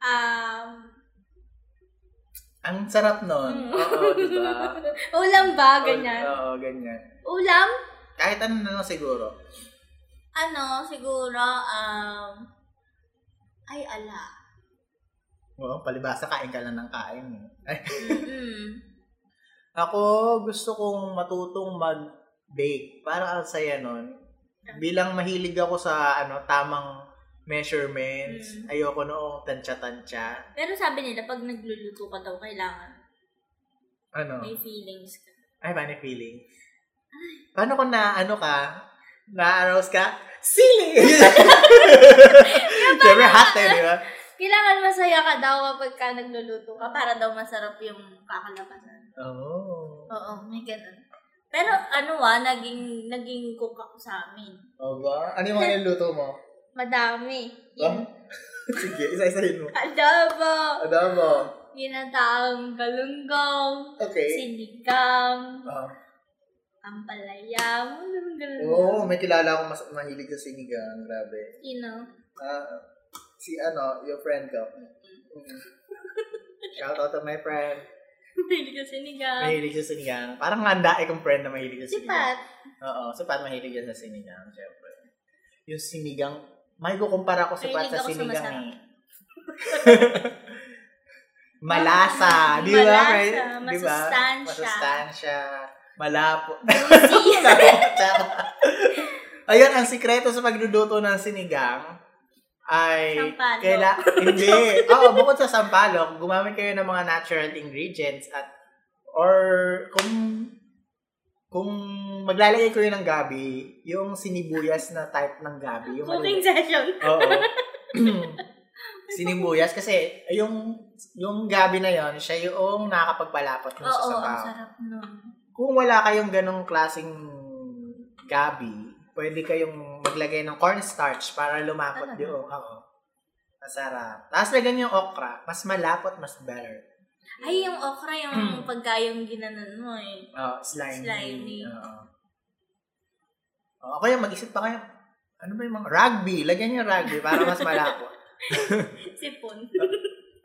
Speaker 2: Um,
Speaker 1: Ang sarap nun.
Speaker 2: Mm.
Speaker 1: Oo, di ba?
Speaker 2: ulam ba? Ganyan.
Speaker 1: Oo, ganyan.
Speaker 2: Ulam?
Speaker 1: Kahit ano na lang siguro.
Speaker 2: Ano, siguro, um, ay ala.
Speaker 1: Oo, palibasa kain ka lang ng kain. eh. Ay,
Speaker 2: Mm-mm.
Speaker 1: ako gusto kong matutong mag-bake. Para ang saya nun. Bilang mahilig ako sa ano tamang measurements.
Speaker 2: Mm.
Speaker 1: Ayoko noong tantsa-tantsa.
Speaker 2: Pero sabi nila, pag nagluluto ka daw, kailangan
Speaker 1: Ano?
Speaker 2: may feelings ka.
Speaker 1: Ay, funny feeling. Paano kung na, ano ka, na-arouse ka, silly! Siyempre, hot tayo, di ba?
Speaker 2: Kailangan masaya ka daw kapag ka nagluluto ka para daw masarap yung kakalabasan.
Speaker 1: Oo.
Speaker 2: Oo, may ganun. Pero ano ah, naging, naging cook ako sa amin.
Speaker 1: Oh. ba? Ano yung mga niluto mo?
Speaker 2: Madami.
Speaker 1: Huh? Sige, isa-isahin mo. Ano
Speaker 2: Adobo,
Speaker 1: Adobo.
Speaker 2: ginataang galunggong,
Speaker 1: Okay.
Speaker 2: sinigang, ano
Speaker 1: Ah.
Speaker 2: ampalaya, ganun ganun.
Speaker 1: Oo, may kilala akong mas mahilig sa sinigang. Grabe.
Speaker 2: You know?
Speaker 1: Ah, si ano, your friend ko. Mm. Shout out to my friend.
Speaker 2: Mahilig ka sinigang.
Speaker 1: Mahilig sa sinigang. Parang ang dae kong friend na mahilig sa
Speaker 2: Si
Speaker 1: sinigang.
Speaker 2: Pat.
Speaker 1: Oo, si Pat mahilig yan sa sinigang, syempre. Yung sinigang, may kukumpara ko si Pat
Speaker 2: Mahilig
Speaker 1: sa
Speaker 2: ako sa
Speaker 1: sinigang
Speaker 2: masarap.
Speaker 1: eh. Malasa, di ba?
Speaker 2: Malasa,
Speaker 1: Right? Di ba?
Speaker 2: masustansya.
Speaker 1: Masustansya. Malapo.
Speaker 2: Lucy.
Speaker 1: Ayun, ang sikreto sa pagduduto ng sinigang ay
Speaker 2: Sampalok.
Speaker 1: kaila- hindi. Oo, bukod sa sampalok, gumamit kayo ng mga natural ingredients at or kung kung maglalagay kayo ng gabi, yung sinibuyas na type ng gabi, yung
Speaker 2: Cooking
Speaker 1: maliliit.
Speaker 2: session.
Speaker 1: Oo. sinibuyas kasi yung yung gabi na yon, siya yung nakakapagpalapot ng sa
Speaker 2: Oo, ang
Speaker 1: sabaw
Speaker 2: sarap nun.
Speaker 1: kung wala kayong ganong klaseng gabi, pwede kayong maglagay ng cornstarch para lumapot
Speaker 2: Talaga?
Speaker 1: yung oo. Masarap. Tapos lagyan yung okra. Mas malapot, mas better.
Speaker 2: Ay, yung okra, yung pagka yung ginanan mo eh.
Speaker 1: Oo, slimy.
Speaker 2: Slimy.
Speaker 1: Oo. Oo, ako yung mag-isip pa kayo. Ano ba yung mga... Rugby. Lagyan niyo rugby para mas malapot.
Speaker 2: Sipon.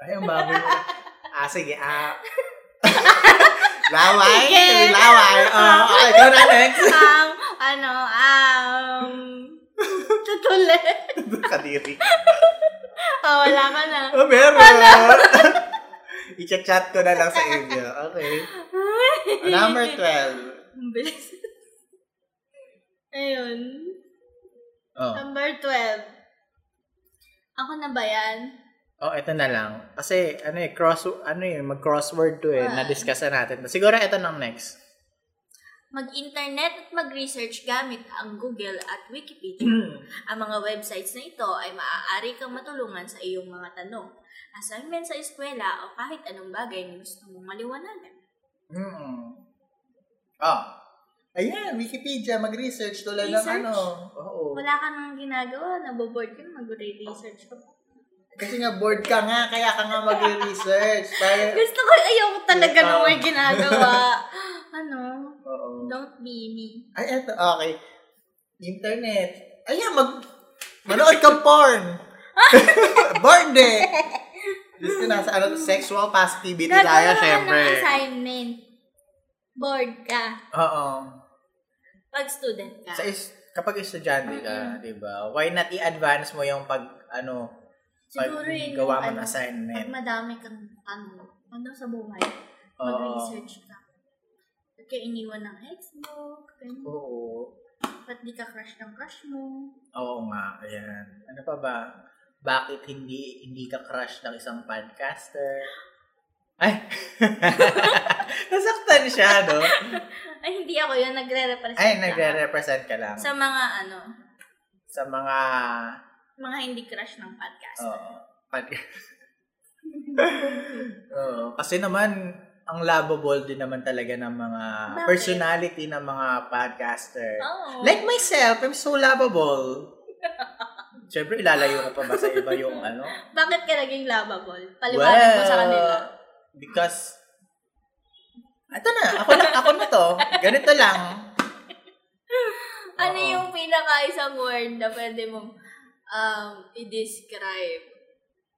Speaker 1: Ay, ang baboy mo. Ah, sige. Ah. laway?
Speaker 2: Sige.
Speaker 1: Laway. Oo, okay. Go na next.
Speaker 2: um, ano, um, tutuli.
Speaker 1: Kadiri.
Speaker 2: Oh, wala ka na.
Speaker 1: Oh, meron. I-chat ko na lang sa inyo. Okay. Number 12.
Speaker 2: Ang bilis. Ayun.
Speaker 1: Oh.
Speaker 2: Number 12. Ako na ba yan?
Speaker 1: Oh, ito na lang. Kasi, ano
Speaker 2: Ah.
Speaker 1: eh, cross, ano eh, mag-crossword to eh. Na-discuss na natin. Siguro, ito nang next.
Speaker 2: mag-internet at mag-research gamit ang Google at Wikipedia.
Speaker 1: Hmm.
Speaker 2: Ang mga websites na ito ay maaari kang matulungan sa iyong mga tanong, assignment sa eskwela o kahit anong bagay na gusto mong maliwanagan.
Speaker 1: Hmm. Ah. Ayan, Wikipedia, mag-research tulad ng
Speaker 2: Research?
Speaker 1: ano. Oo.
Speaker 2: Wala ka nang ginagawa, naboboard ka, magre-research ka.
Speaker 1: Kasi nga bored ka nga, kaya ka nga mag-research. Para...
Speaker 2: Gusto ko, ayaw ko talaga
Speaker 1: Ikaw.
Speaker 2: nung may ginagawa. ano?
Speaker 1: Oo.
Speaker 2: Don't be me.
Speaker 1: Ay, eto, okay. Internet. Ayan, mag... Manood ka porn! Bored eh! Gusto na sa ano, sexual positivity tayo,
Speaker 2: Gagawa ka
Speaker 1: syempre.
Speaker 2: ng assignment. Bored ka.
Speaker 1: Oo.
Speaker 2: Pag student ka.
Speaker 1: Sa is, kapag estudyante ka,
Speaker 2: Mm-mm.
Speaker 1: di ba? Why not i-advance mo yung pag, ano, pag
Speaker 2: Siguro yun
Speaker 1: gawa
Speaker 2: yung
Speaker 1: mo
Speaker 2: ano,
Speaker 1: ng assignment.
Speaker 2: Pag madami kang ano, ano sa buhay,
Speaker 1: Oo.
Speaker 2: mag-research ka. Ba't ka iniwan ng ex mo? Ganun.
Speaker 1: Oo.
Speaker 2: Ba't di ka crush ng crush mo?
Speaker 1: Oo nga, ayan. Ano pa ba? Bakit hindi hindi ka crush ng isang podcaster? Ay! Nasaktan siya, no?
Speaker 2: Ay, hindi ako yun. Nagre-represent
Speaker 1: Ay,
Speaker 2: ka.
Speaker 1: nagre-represent ka lang. Sa,
Speaker 2: Sa mga ano,
Speaker 1: mga...
Speaker 2: mga hindi crush ng podcast.
Speaker 1: Oo. pod- Oo, kasi naman, ang lovable din naman talaga ng mga
Speaker 2: Bakit?
Speaker 1: personality ng mga podcaster.
Speaker 2: Oo.
Speaker 1: Like myself, I'm so lovable. Siyempre, ilalayo ko pa ba sa iba yung ano?
Speaker 2: Bakit ka naging lovable? Paliwanag mo sa kanila.
Speaker 1: Because, ito na, ako na, ako na to. Ganito lang.
Speaker 2: Ano
Speaker 1: Oo.
Speaker 2: yung pinaka-isang word na pwede mong um, i-describe?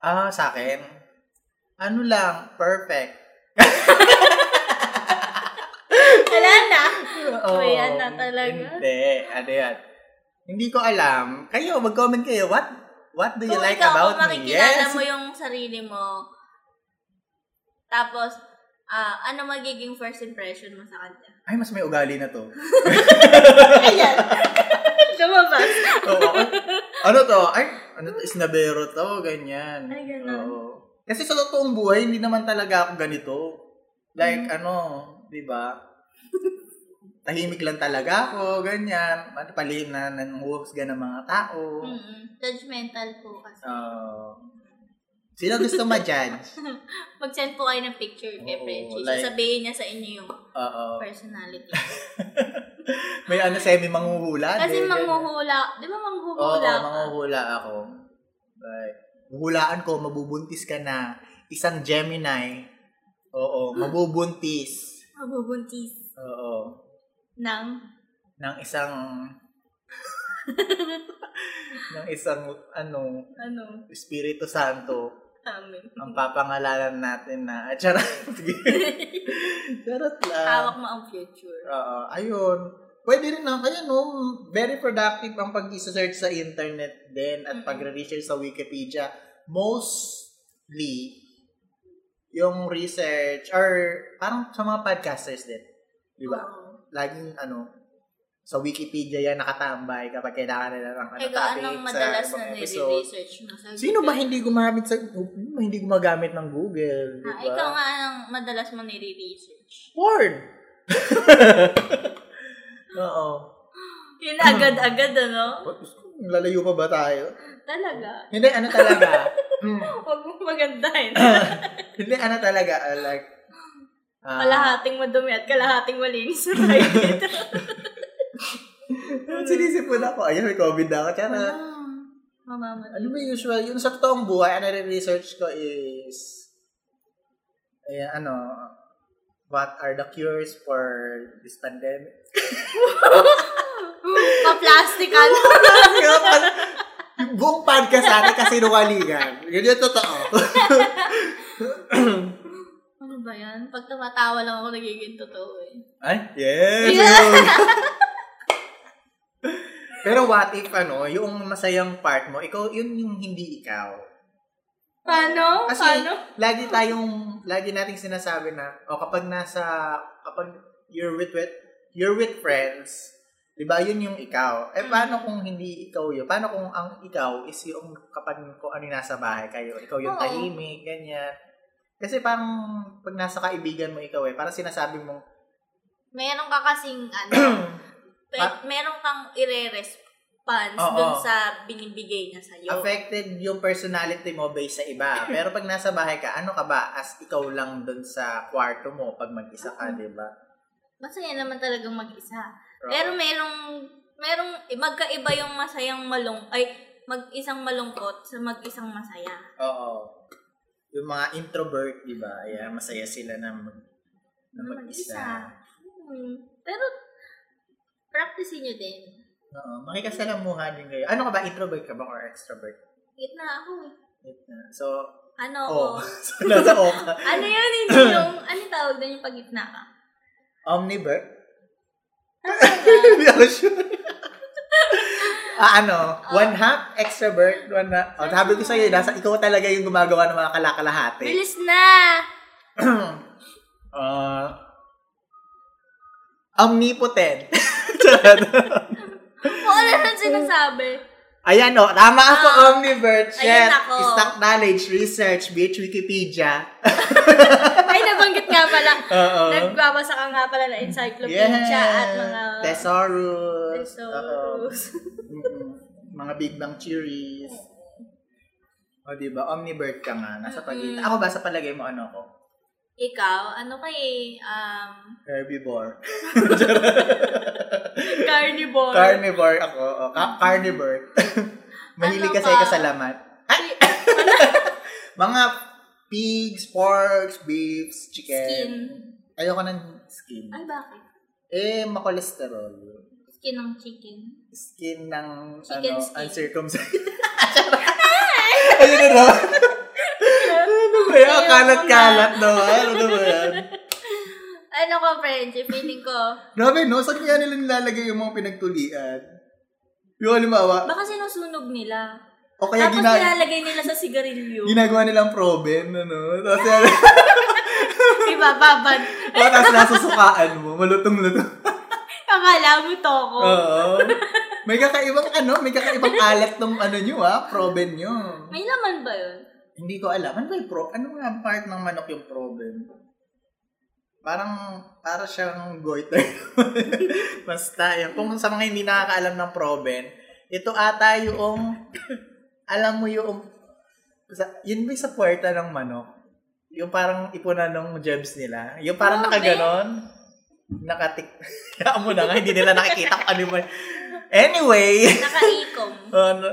Speaker 1: Ah, sa akin, ano lang, perfect.
Speaker 2: Wala na!
Speaker 1: Oo.
Speaker 2: Oh, yan na talaga.
Speaker 1: Hindi, ano yan. Hindi ko alam. Kayo, mag-comment kayo. What what do you
Speaker 2: Kung
Speaker 1: like
Speaker 2: ikaw,
Speaker 1: about
Speaker 2: kung
Speaker 1: me?
Speaker 2: makikilala
Speaker 1: Yes.
Speaker 2: mo yung sarili mo, tapos, ah, ano magiging first impression mo sa kanya?
Speaker 1: Ay, mas may ugali na to.
Speaker 2: Ayan! Lumabas.
Speaker 1: Oo. ano to? Ay, ano to? Isnabero to. Ganyan.
Speaker 2: Ay, ganun.
Speaker 1: Oo. Kasi sa totoong buhay, hindi naman talaga ako ganito. Like,
Speaker 2: Mm.
Speaker 1: ano, di ba? Tahimik lang talaga ako, ganyan. Ano, Palihim na nanguhusga ng mga tao.
Speaker 2: Mm-mm. Judgmental po kasi.
Speaker 1: Ah. Oo. sino gusto ma-judge?
Speaker 2: Mag-send po kayo ng picture kay
Speaker 1: Oo,
Speaker 2: Frenchie.
Speaker 1: like-
Speaker 2: Sasabihin niya sa inyo yung
Speaker 1: Oo.
Speaker 2: personality.
Speaker 1: May ano, semi-manghuhula.
Speaker 2: Kasi
Speaker 1: din, Ah, ganyan.
Speaker 2: manghuhula. Di ba
Speaker 1: Oo,
Speaker 2: manghuhula? ka?
Speaker 1: manghuhula ako. Like, huhulaan ko, mabubuntis ka na. Isang Gemini. Oo, mabubuntis.
Speaker 2: Mabubuntis
Speaker 1: Oo.
Speaker 2: ng
Speaker 1: ng isang ng isang ano
Speaker 2: ano
Speaker 1: Espiritu Santo
Speaker 2: amin.
Speaker 1: ang papangalanan natin na ah, charot charot lang
Speaker 2: Hawak mo ang future.
Speaker 1: Oo, ayun pwede rin na kaya no very productive ang pag-search sa internet din at
Speaker 2: Mm-mm.
Speaker 1: pag-research sa Wikipedia mostly yung research or parang sa mga podcasters din di ba
Speaker 2: Oo.
Speaker 1: laging ano, sa Wikipedia yan nakatambay kapag kailangan nila ng ano,
Speaker 2: Ikaw,
Speaker 1: topic
Speaker 2: anong
Speaker 1: sa
Speaker 2: madalas
Speaker 1: ibang
Speaker 2: na
Speaker 1: episode.
Speaker 2: nire-research mo sa
Speaker 1: Sino ba
Speaker 2: Google?
Speaker 1: hindi gumamit sa sino ba hindi gumagamit ng Google, di
Speaker 2: Ah,
Speaker 1: ba?
Speaker 2: ikaw nga anong madalas mo nire-research?
Speaker 1: Porn. Oo.
Speaker 2: Yun agad-agad, ano?
Speaker 1: What? Lalayo pa ba tayo?
Speaker 2: Talaga.
Speaker 1: Hindi, ano talaga? Mm.
Speaker 2: Huwag mong eh. magandahin.
Speaker 1: Hindi, ano talaga? uh, like, ah,
Speaker 2: Kalahating madumi at kalahating malinis na tayo dito.
Speaker 1: Sinisipon ako. Ayun, may COVID na ako. Tiyara.
Speaker 2: Ah, Mamamatay.
Speaker 1: Ano ba yung usual? Yung sa totoong buhay, ang nare-research ko is, ayan, ano, what are the cures for this pandemic?
Speaker 2: Paplastikan.
Speaker 1: yung buong podcast natin kasi nuwalingan. Yun yung totoo.
Speaker 2: ano ba yan? Pag tumatawa lang ako nagiging totoo eh.
Speaker 1: Ay, yes! yun. Pero what if, ano, yung masayang part mo, ikaw, yun yung hindi ikaw.
Speaker 2: Paano?
Speaker 1: Kasi
Speaker 2: Paano?
Speaker 1: lagi tayong lagi nating sinasabi na o kapag nasa kapag you're with, with you're with friends, 'di ba? Yun yung ikaw. Eh paano kung hindi ikaw 'yun? Paano kung ang ikaw is yung kapag kung ano yung nasa bahay kayo, ikaw yung
Speaker 2: Oo.
Speaker 1: tahimik, ganyan. Kasi parang pag nasa kaibigan mo ikaw eh, parang sinasabi mong
Speaker 2: meron ka kasing, ano, pe- meron kang ire-response
Speaker 1: Ah. Oo.
Speaker 2: dun sa binibigay niya sa'yo.
Speaker 1: affected yung personality mo based sa iba. Pero pag nasa bahay ka, ano ka ba as ikaw lang dun sa kwarto mo pag mag-isa ka, di ba?
Speaker 2: Masaya naman talagang mag-isa.
Speaker 1: Pero-
Speaker 2: Pero merong, merong, eh, magkaiba yung masayang malung, ay, mag-isang malungkot sa mag-isang masaya.
Speaker 1: Oo. Yung mga introvert, di ba? Ayan, masaya sila na, mag- na mag-isa.
Speaker 2: Hmm. Pero, practice nyo din.
Speaker 1: Oo. Makikasalamuhan din kayo. Ano ka ba? Introvert ka ba or extrovert?
Speaker 2: Gitna ako eh.
Speaker 1: So,
Speaker 2: Ano ako?
Speaker 1: oh. so, nasa O ka.
Speaker 2: Ano yun? Hindi yung, ano tawag doon yung pagitna ka?
Speaker 1: Omnivert?
Speaker 2: Ano yun?
Speaker 1: Hindi ako sure. ah, ano? One half extrovert, one half... Oh, sabi ko sa'yo, nasa ikaw talaga yung gumagawa ng mga kalakalahati.
Speaker 2: Bilis na!
Speaker 1: uh, omnipotent.
Speaker 2: Oo, ano na sinasabi?
Speaker 1: Ayan o, tama ako,
Speaker 2: Ah,
Speaker 1: omnivert.
Speaker 2: ayun
Speaker 1: Shit.
Speaker 2: ako.
Speaker 1: Stock knowledge, research, bitch, Wikipedia.
Speaker 2: Ay, nabanggit nga pala.
Speaker 1: Oo.
Speaker 2: Nagbabasa ka nga pala ng encyclopedia at mga...
Speaker 1: Thesaurus.
Speaker 2: Thesaurus.
Speaker 1: Oo. Mm-mm. Mga Big Bang Theories. O, di ba? Omnivert ka nga. Nasa pagitan.
Speaker 2: Mm-mm.
Speaker 1: Ako ba sa palagay mo ano ko?
Speaker 2: Ikaw, ano kay um,
Speaker 1: Herbivore.
Speaker 2: carnivore?
Speaker 1: Carnivore ako. O, ka- carnivore. Mahilig
Speaker 2: Ano
Speaker 1: kasi
Speaker 2: ba?
Speaker 1: ka sa laman. Ay! Mga pigs, porks, beefs, chicken.
Speaker 2: Skin.
Speaker 1: Ayoko ng skin.
Speaker 2: Ay, bakit?
Speaker 1: Eh, makolesterol.
Speaker 2: Skin ng chicken.
Speaker 1: Skin ng, ano,
Speaker 2: Chicken skin.
Speaker 1: uncircumcised. Ayun na naman. ano ba yan?
Speaker 2: Ayoko
Speaker 1: Kalat-kalat naman. Ano ba yan?
Speaker 2: Ano ko, Frenchie? Feeling ko,
Speaker 1: Grabe, no? Saan kaya nila nilalagay yung mga pinagtulian? Yung alimawa,
Speaker 2: baka sinusunog nila.
Speaker 1: o kaya
Speaker 2: Tapos
Speaker 1: gina-
Speaker 2: nilalagay nila sa sigarilyo.
Speaker 1: ginagawa nilang proben, ano? Tapos yan,
Speaker 2: diba, babad?
Speaker 1: o, tapos nasusukaan mo, malutong-lutong.
Speaker 2: Akala mo to ko.
Speaker 1: Oo. May kakaibang, ano, may kakaibang alat ng ano nyo, ha? Proben nyo.
Speaker 2: May laman ba yun?
Speaker 1: Hindi ko alam. Ano ba yung pro? Ano nga part ng manok yung problem? Parang, para siyang goiter. Basta yun. Kung sa mga hindi nakakaalam ng proben, ito ata yung, alam mo yung, sa, yun ba yung sa puerta ng manok? Yung parang ipunan ng jebs nila. Yung parang
Speaker 2: Proben?
Speaker 1: nakaganon. Nakatik. Kaya mo na nga, hindi nila nakikita kung ano yung- Anyway.
Speaker 2: Nakaikom.
Speaker 1: Ano?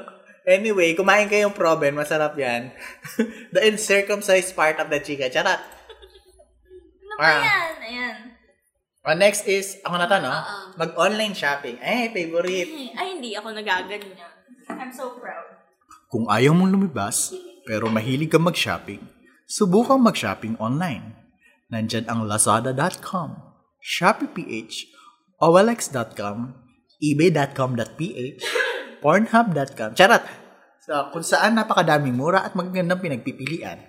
Speaker 1: Anyway, kumain kayong proben, masarap yan. the uncircumcised part of the chicken. Charot.
Speaker 2: Ano ba
Speaker 1: Ah.
Speaker 2: yan? Ayan.
Speaker 1: Oh, next is, ako na to, no?
Speaker 2: Oo.
Speaker 1: Mag-online shopping. Eh, favorite.
Speaker 2: Ay, hindi ako nagaganyan. I'm so proud.
Speaker 1: Kung ayaw mong lumibas, pero mahilig kang mag-shopping, subukang mag-shopping online. Nandyan ang lazada.com, shopee.ph, OLX.com, ebay.com.ph, pornhub.com. Charot! Sa kung saan napakadaming mura at magagandang pinagpipilian,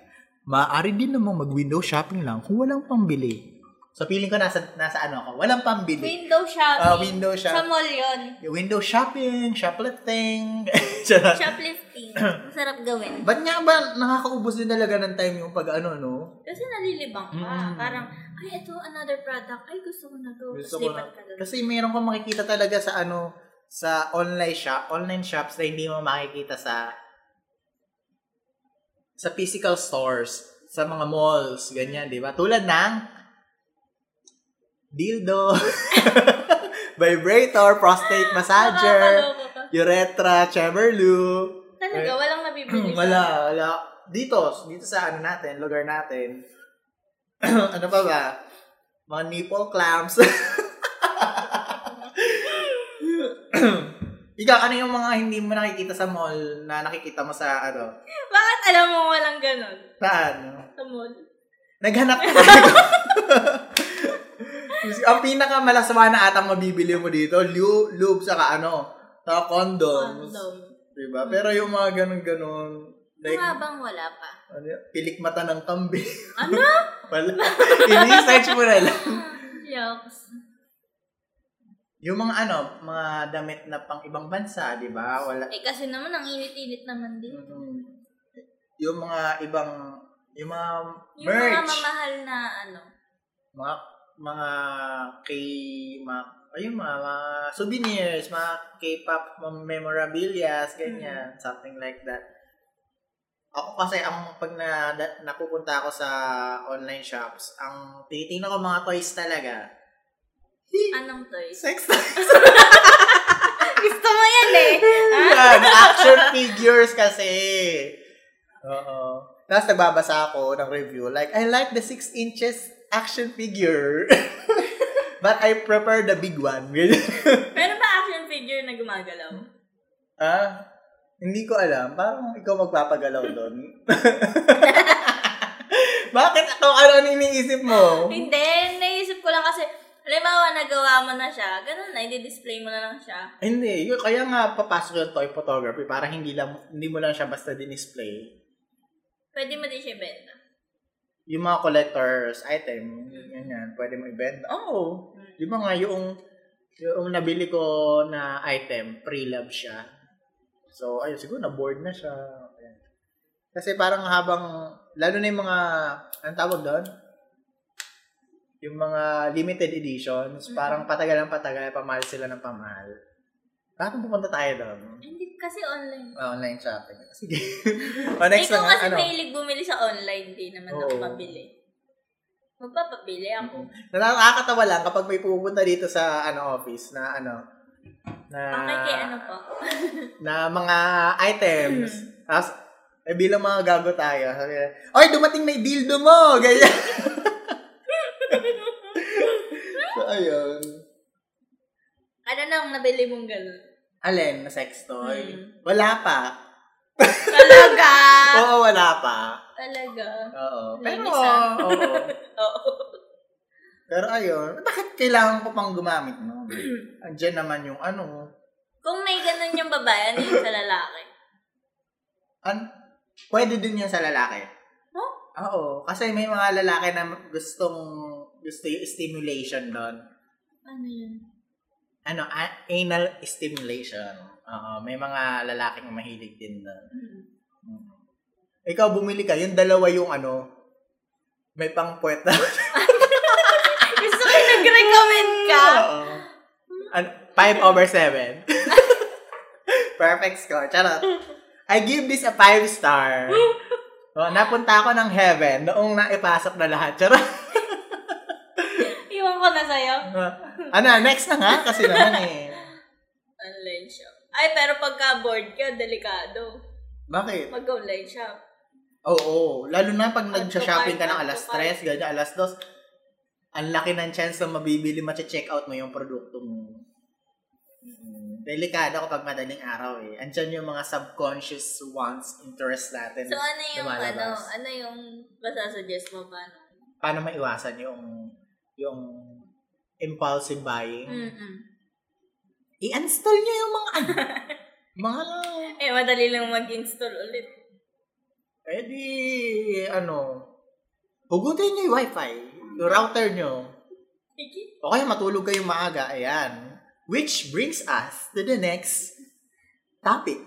Speaker 1: maaari din namang mag-window shopping lang kung walang pambili. So, feeling ko nasa, nasa ano ako, walang pambili.
Speaker 2: Window shopping.
Speaker 1: Ah, window shop-
Speaker 2: Sa mall yun.
Speaker 1: Yung window shopping, shoplifting. Charot.
Speaker 2: Shoplifting. Masarap gawin.
Speaker 1: Ba't nga ba nakakaubos din talaga ng time yung pag ano, no?
Speaker 2: Kasi nalilibang ka.
Speaker 1: Mm.
Speaker 2: Parang, ay, ito, another product. Ay, gusto ko na to.
Speaker 1: Gusto
Speaker 2: Gusto
Speaker 1: ko
Speaker 2: lipat
Speaker 1: na-
Speaker 2: ka doon.
Speaker 1: Kasi meron kang makikita talaga sa ano, sa online shop, online shops na hindi mo makikita sa sa physical stores, sa mga malls, ganyan, di ba? Tulad ng dildo, vibrator, prostate massager,
Speaker 2: Nakakaloko ka.
Speaker 1: urethra, chamberlu,
Speaker 2: Talaga, walang nabibili. sa-
Speaker 1: wala, wala. Dito, dito sa ano natin, lugar natin. ano pa ba? Mga nipple clamps. Ikaw, ano yung mga hindi mo nakikita sa mall na nakikita mo sa ano?
Speaker 2: Bakit alam mo walang ganun?
Speaker 1: Sa ano?
Speaker 2: Sa mall.
Speaker 1: Naghanap ka talaga. Ang pinakamalaswa na atang mabibili mo dito, lu- lube, saka ano, saka condoms.
Speaker 2: Condom.
Speaker 1: Diba? Pero yung mga ganun-ganun, like,
Speaker 2: Mga bang wala pa?
Speaker 1: Ano yun? Pilik mata ng kambing.
Speaker 2: Ano?
Speaker 1: Wala. I-research mo na lang.
Speaker 2: Jokes.
Speaker 1: Yung mga ano, mga damit na pang ibang bansa, di ba? Wala.
Speaker 2: Eh, kasi naman, ang init-init naman din.
Speaker 1: Mm. Yung mga ibang, yung mga
Speaker 2: Yung mga
Speaker 1: merch.
Speaker 2: mamahal na, ano,
Speaker 1: Mga mga K mga ayun mga, mga souvenirs, mga K-pop mga memorabilias,
Speaker 2: Mm.
Speaker 1: ganyan, something like that. Ako kasi ang pag na, da- napupunta ako sa online shops, ang tinitingnan ko mga toys talaga. Hi!
Speaker 2: Anong toys?
Speaker 1: Sex toys.
Speaker 2: Gusto mo yan eh.
Speaker 1: Yan, action figures kasi. Oo. Tapos nagbabasa ako ng review, like, I like the 6 inches action figure. But I prefer the big one. Ganyan.
Speaker 2: Meron ba action figure na gumagalaw?
Speaker 1: ah, hindi ko alam. Parang ikaw magpapagalaw doon. Bakit ako? Ano ang iniisip mo?
Speaker 2: Hindi, naisip ko lang kasi, halimbawa nagawa mo na siya, ganun na, i-display mo na lang siya.
Speaker 1: Hindi. Yun- Kaya nga papasok yung toy photography para hindi, lang, hindi mo lang siya basta dinisplay.
Speaker 2: Pwede mo din siya ibenta.
Speaker 1: yung mga collector's item, yun yan, pwede mo ibenta. Oo. Oh, di ba nga yung, yung nabili ko na item, pre-love siya. So, ayun, siguro na-board na siya. Ayan. Kasi parang habang, lalo na yung mga, anong tawag doon? Yung mga limited editions,
Speaker 2: Mm-hmm.
Speaker 1: parang patagal ang patagal, pamahal sila ng pamahal. Bakit pupunta tayo doon? Ah,
Speaker 2: Hindi, kasi online.
Speaker 1: Online shopping. Sige. o, next
Speaker 2: Ikaw
Speaker 1: lang,
Speaker 2: kasi
Speaker 1: ano?
Speaker 2: mahilig bumili sa online, di naman ako
Speaker 1: Oo.
Speaker 2: pabili. Magpapabili ako.
Speaker 1: Na nakakatawa lang kapag may pupunta dito sa ano office na ano na
Speaker 2: Okay, kay ano po?
Speaker 1: na mga items.
Speaker 2: Hmm.
Speaker 1: Tapos eh, bilang mga gago tayo, sabi nila, Oy, dumating na yung dildo mo! Ganyan. so, ayun.
Speaker 2: Ano nang nabili mong ganun?
Speaker 1: Alin, na sex toy.
Speaker 2: Hmm.
Speaker 1: Wala pa.
Speaker 2: Talaga!
Speaker 1: Oo, wala pa.
Speaker 2: Talaga.
Speaker 1: Oo. Pero,
Speaker 2: Linis, ah.
Speaker 1: oo.
Speaker 2: Oo.
Speaker 1: Pero ayun, bakit kailangan ko pang gumamit, no? Andiyan naman yung ano,
Speaker 2: Kung may ganun yung babae, ano yung sa lalaki?
Speaker 1: An pwede din yan sa lalaki.
Speaker 2: Huh?
Speaker 1: Oo. Kasi may mga lalaki na gustong gusto yung stimulation doon.
Speaker 2: Ano yun?
Speaker 1: Ano, a- anal stimulation. Oo. May mga lalaking mahilig din doon. Mm. Ikaw, bumili ka. Yung dalawa yung ano, may pang puwet na.
Speaker 2: Gusto ko nag-recommend ka.
Speaker 1: Oo. Ano, 5 over 7. Perfect score. Charot. I give this a 5 star. Oh, napunta ako ng heaven noong naipasok na lahat. Charot.
Speaker 2: Iwan ko na sa'yo.
Speaker 1: ano, next na nga kasi naman eh.
Speaker 2: Online shop. Ay, pero pagka bored ka, delikado.
Speaker 1: Bakit?
Speaker 2: Mag-online shop.
Speaker 1: Oo, lalo na pag nagsha-shopping ka ng
Speaker 2: Up to
Speaker 1: alas
Speaker 2: five.
Speaker 1: 3, ganyan, alas 2, ang laki ng chance na mabibili, check out mo yung produkto mo. Mm, Delikado kapag madaling araw eh. Andiyan yung mga subconscious wants, interests natin.
Speaker 2: So, ano yung, ano,
Speaker 1: lumalabas.
Speaker 2: ano yung masasuggest mo paano?
Speaker 1: Paano maiwasan yung yung impulsive buying?
Speaker 2: Mm-mm.
Speaker 1: I-install nyo yung mga ano. mga
Speaker 2: Eh, madali lang mag-install ulit.
Speaker 1: Eh di, ano, hugutin nyo yung wifi, yung router nyo.
Speaker 2: Sige.
Speaker 1: O kaya matulog kayo maaga, ayan. Which brings us to the next topic.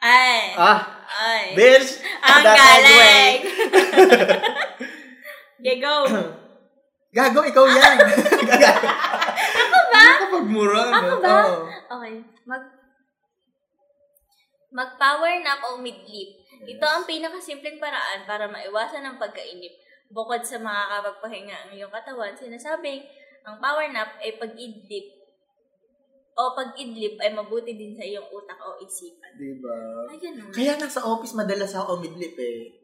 Speaker 2: Ay.
Speaker 1: Ah,
Speaker 2: ay.
Speaker 1: bitch!
Speaker 2: Ang
Speaker 1: that
Speaker 2: galing!
Speaker 1: segue.
Speaker 2: Okay, go.
Speaker 1: Gago, ikaw yan! Ako ba? Hindi ka pagmura. Ako
Speaker 2: ba? Okay. Mag Mag-power nap o mid-leap. Ito ang pinakasimpleng paraan para maiwasan ang pagkainip. Bukod sa makakapagpahinga ang iyong katawan, sinasabing ang power nap ay pag-idlip o pag-idlip ay mabuti din sa iyong utak o isipan.
Speaker 1: Diba?
Speaker 2: Ay, ganun.
Speaker 1: Kaya nasa office madalas ako umidlip eh.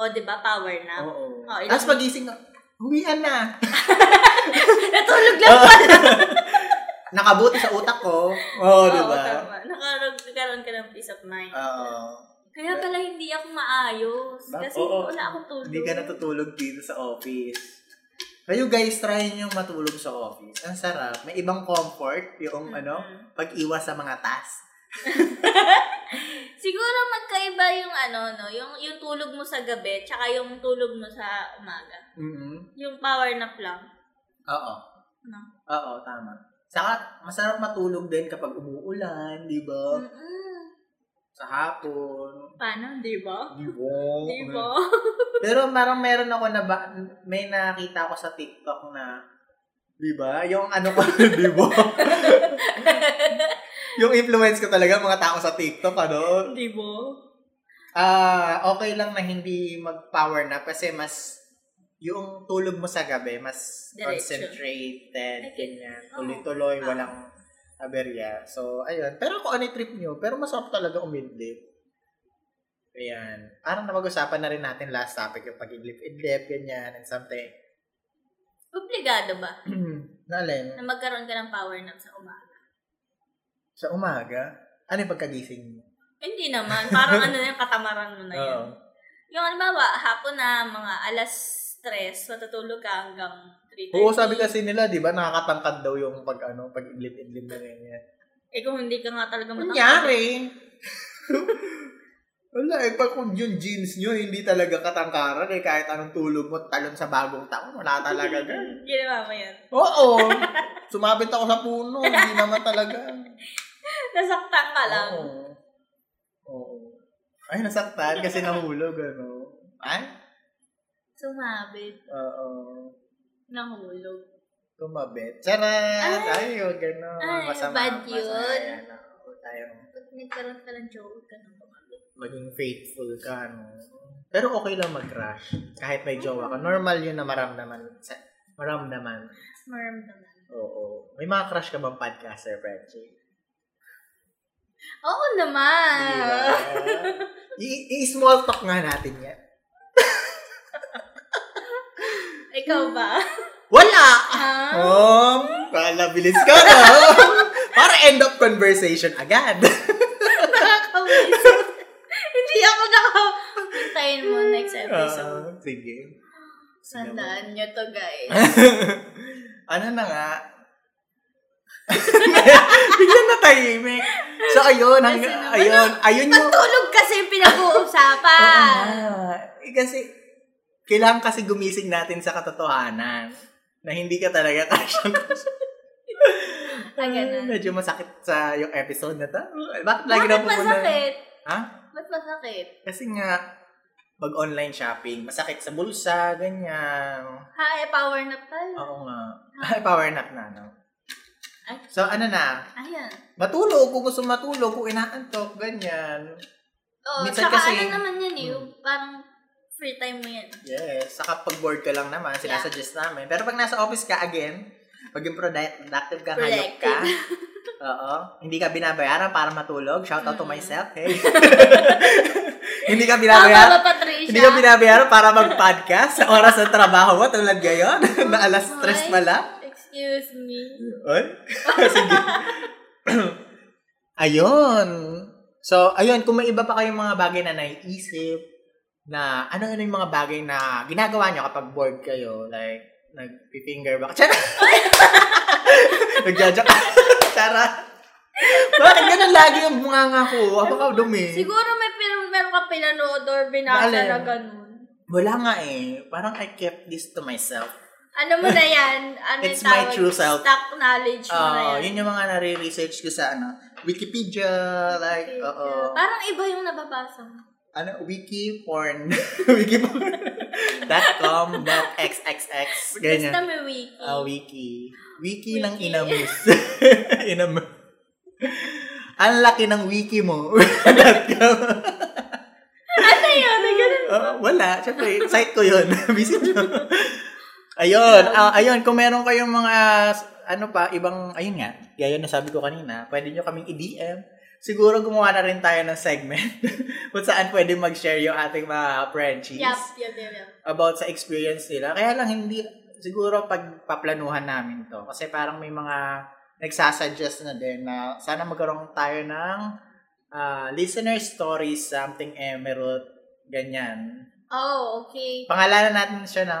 Speaker 2: O, di ba? Power nap.
Speaker 1: Oo.
Speaker 2: Oh, ilang-
Speaker 1: Tapos magising na, huwian na.
Speaker 2: Natulog lang
Speaker 1: Ah. Nakabuti sa utak ko. Oo, Oh, di ba?
Speaker 2: Oo, tama. Nakarag- Nagkaroon ka ng peace of mind.
Speaker 1: Oo.
Speaker 2: Kaya pala hindi ako maayos.
Speaker 1: Ba-
Speaker 2: Kasi
Speaker 1: oo.
Speaker 2: wala akong tulog.
Speaker 1: Hindi ka natutulog dito sa office. Kayo guys, try nyo matulog sa office. Ang sarap. May ibang comfort yung ano, pag-iwas sa mga task.
Speaker 2: Siguro magkaiba yung ano, no? Yung, yung tulog mo sa gabi, tsaka yung tulog mo sa umaga.
Speaker 1: mm
Speaker 2: Yung power nap lang.
Speaker 1: Oo.
Speaker 2: No?
Speaker 1: Oo, tama. Saka, masarap matulog din kapag umuulan, di ba?
Speaker 2: Mm-mm.
Speaker 1: Sa hapon.
Speaker 2: Paano, di ba?
Speaker 1: Di ba?
Speaker 2: Di ba?
Speaker 1: Pero parang meron ako na ba, may nakita ako sa TikTok na, di ba? Yung ano ko, di ba? yung influence ko talaga, mga tao sa TikTok, ano?
Speaker 2: Di ba?
Speaker 1: Ah, okay lang na hindi mag-power na kasi mas, yung tulog mo sa gabi, mas
Speaker 2: Diretso.
Speaker 1: concentrated, ganyan.
Speaker 2: Oo.
Speaker 1: Tuloy-tuloy,
Speaker 2: Ah.
Speaker 1: walang aberya. So, ayun. Pero kung ano yung trip nyo, pero masarap talaga umidlip. Ayan. Parang napag-usapan na rin natin last topic yung pag-idlip-idlip, ganyan, and something.
Speaker 2: Obligado ba
Speaker 1: Nalin,
Speaker 2: na magkaroon ka ng power nap sa umaga?
Speaker 1: sa umaga, ano yung pagkagising mo?
Speaker 2: Hindi naman. Parang ano na yung katamaran mo na yun.
Speaker 1: Oo.
Speaker 2: Yung halimbawa, hapon na mga alas 3, matutulog ka hanggang 3.30.
Speaker 1: Oo, sabi kasi nila, di ba, nakakatangkad daw yung pag, ano, pag-idlip-idlip na ganyan.
Speaker 2: Eh kung hindi ka nga talaga
Speaker 1: Ano
Speaker 2: matangkad.
Speaker 1: Kunyari! Wala, eh, pag kung yung jeans nyo, hindi talaga katangkaran, eh, kahit anong tulog mo, talon sa bagong taon, wala talaga ganun.
Speaker 2: Hmm. Ginawa mo yan.
Speaker 1: Oo! Sumabit ako sa puno, hindi naman talaga.
Speaker 2: Nasaktan ka lang.
Speaker 1: Oo. Oo. Ay, nasaktan kasi nahulog, ano. Ay?
Speaker 2: Sumabit.
Speaker 1: Oo.
Speaker 2: Nahulog.
Speaker 1: Tumabit. Charot! Ay, huwag ganun.
Speaker 2: Ay,
Speaker 1: Masama,
Speaker 2: bad
Speaker 1: masama
Speaker 2: yun.
Speaker 1: yan, ah. Huwag tayong
Speaker 2: Pag nagkaroon ka ng joke, ka na sumabit.
Speaker 1: maging faithful ka, no? Pero okay lang mag-crush. Kahit may jowa ka.
Speaker 2: Mm-hmm.
Speaker 1: Normal yun na maramdaman. Sa, maramdaman.
Speaker 2: Maramdaman.
Speaker 1: Oo. May mga crush ka bang podcaster, Frenchie?
Speaker 2: Oo naman.
Speaker 1: Di ba? ah. I- I-small talk nga natin yan.
Speaker 2: Ikaw ba?
Speaker 1: Wala!
Speaker 2: Ah?
Speaker 1: Um, pala, bilis ka na. Para end up conversation agad.
Speaker 2: Nakakawisip. Hindi ako naka... Hintayin mo next
Speaker 1: Ah,
Speaker 2: episode.
Speaker 1: sige.
Speaker 2: Sandaan nyo to, guys.
Speaker 1: ano na nga? Biglang natahimik. So, ayun. Hangga,
Speaker 2: Kasi
Speaker 1: ayun.
Speaker 2: naman,
Speaker 1: Ayun yung...
Speaker 2: Tulog kasi yung pinag-uusapan.
Speaker 1: Oo nga. Eh, kasi, kailangan kasi gumising natin sa katotohanan na hindi ka talaga kasyang
Speaker 2: Ah, ganun.
Speaker 1: Medyo masakit sa yung episode na to. Bakit lagi
Speaker 2: Bakit
Speaker 1: na pupunta?
Speaker 2: masakit?
Speaker 1: Ha?
Speaker 2: Ba't masakit?
Speaker 1: Kasi nga, pag online shopping, masakit sa bulsa, ganyan.
Speaker 2: Ha, eh, power nap tayo.
Speaker 1: Oo nga. Ay, power nap na, no?
Speaker 2: Ah. Ay.
Speaker 1: So, ano na?
Speaker 2: Ayan.
Speaker 1: Matulog kung gusto matulog, kung inaantok, ganyan.
Speaker 2: Oo,
Speaker 1: Minsan
Speaker 2: tsaka
Speaker 1: kasi-
Speaker 2: ano naman yan eh, yung parang free time mo yan.
Speaker 1: Yes. Saka pag bored ka lang naman, sinasuggest namin. Pero pag nasa office ka, again, maging product- productive ka, hayop ka. Oo. Hindi ka binabayaran para matulog. Shout out to
Speaker 2: Mm.
Speaker 1: myself, hey. hindi ka
Speaker 2: Tama ba,
Speaker 1: binabayaran.
Speaker 2: Patricia?
Speaker 1: Hindi ka binabayaran para mag-podcast sa oras ng trabaho mo tulad ngayon. na alas stress
Speaker 2: Ay.
Speaker 1: pala.
Speaker 2: Excuse me.
Speaker 1: Oy. Sige. ayun. So, ayun, kung may iba pa kayong mga bagay na naiisip, na ano-ano yung mga bagay na ginagawa nyo kapag bored kayo, like, nag-finger back. Tara! Nagjajoke. Tara! Bakit ganun lagi yung mga nga ko? Ako ka dumi.
Speaker 2: Siguro may pin- meron ka pinanood or binasa
Speaker 1: Alin?
Speaker 2: na ganun.
Speaker 1: Wala nga eh. Parang I kept this to myself.
Speaker 2: Ano mo na yan? Ano
Speaker 1: It's
Speaker 2: yung
Speaker 1: my
Speaker 2: tawag?
Speaker 1: true self.
Speaker 2: Stock knowledge mo na
Speaker 1: Oo,
Speaker 2: yan.
Speaker 1: Ah, yun yung mga nare-research ko sa ano, Wikipedia, like,
Speaker 2: Okay.
Speaker 1: oo.
Speaker 2: Parang iba yung nababasa mo.
Speaker 1: ano, wiki porn. wiki porn. dot com, dot xxx,
Speaker 2: Basta
Speaker 1: ganyan.
Speaker 2: may wiki.
Speaker 1: Ah, wiki. Wiki ng
Speaker 2: Wiki.
Speaker 1: inamus. inamus. Ang laki ng wiki mo. Dot com.
Speaker 2: Ano yun? Ay, ganun.
Speaker 1: Ah, wala. Siyempre, site ko yun. Visit mo. Ayun, ah, ayun, kung meron kayong mga, ano pa, ibang, ayun nga, gaya na sabi ko kanina, pwede nyo kaming i-DM. Siguro gumawa na rin tayo ng segment kung saan pwede mag-share yung ating mga Frenchies
Speaker 2: Yup, yup, yup, yup.
Speaker 1: about sa experience nila. Kaya lang hindi, siguro pagpaplanuhan namin to. Kasi parang may mga nagsasuggest na din na sana magkaroon tayo ng ah, listener stories, something emerald, ganyan.
Speaker 2: Oh, okay.
Speaker 1: Pangalanan natin siya na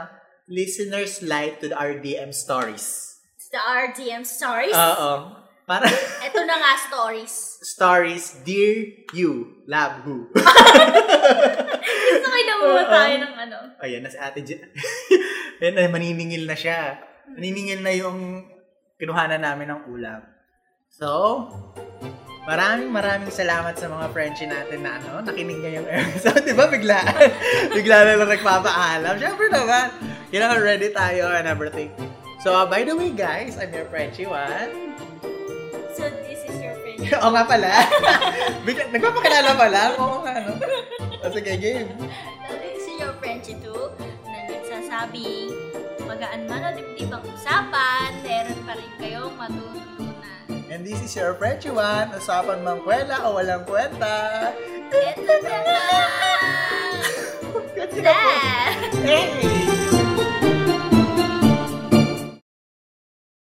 Speaker 1: Listener's Light to our DM Stories.
Speaker 2: It's the RDM stories.
Speaker 1: Oo. Para
Speaker 2: Ito na nga stories.
Speaker 1: Stories Dear You, Love Who.
Speaker 2: Gusto kayo na muna
Speaker 1: Oo.
Speaker 2: tayo ng ano.
Speaker 1: Ayan, na si ate Jen. Ayan, ay, maniningil na siya. Maniningil na yung kinuhanan namin ng ulam. So, Maraming maraming salamat sa mga Frenchie natin na ano, nakinig ngayong episode. Di ba biglaan? Bigla na lang nagpapaalam. Siyempre naman, kailangan ready tayo and everything. So, uh, by the way guys, I'm your Frenchie one.
Speaker 2: So, this is your friend.
Speaker 1: Oo nga pala. Bigla- Nagpapakilala pala. Oo nga, ano. O, sige, game.
Speaker 2: This is your friend Chitu na nagsasabing magaan man o dibdib ang usapan, meron pa rin kayong matutunan.
Speaker 1: And this is your Frenchie one. Usapan mang kwela o walang kwenta.
Speaker 2: Ito na lang!
Speaker 1: Kasi ako-
Speaker 2: Dad!
Speaker 1: Hey!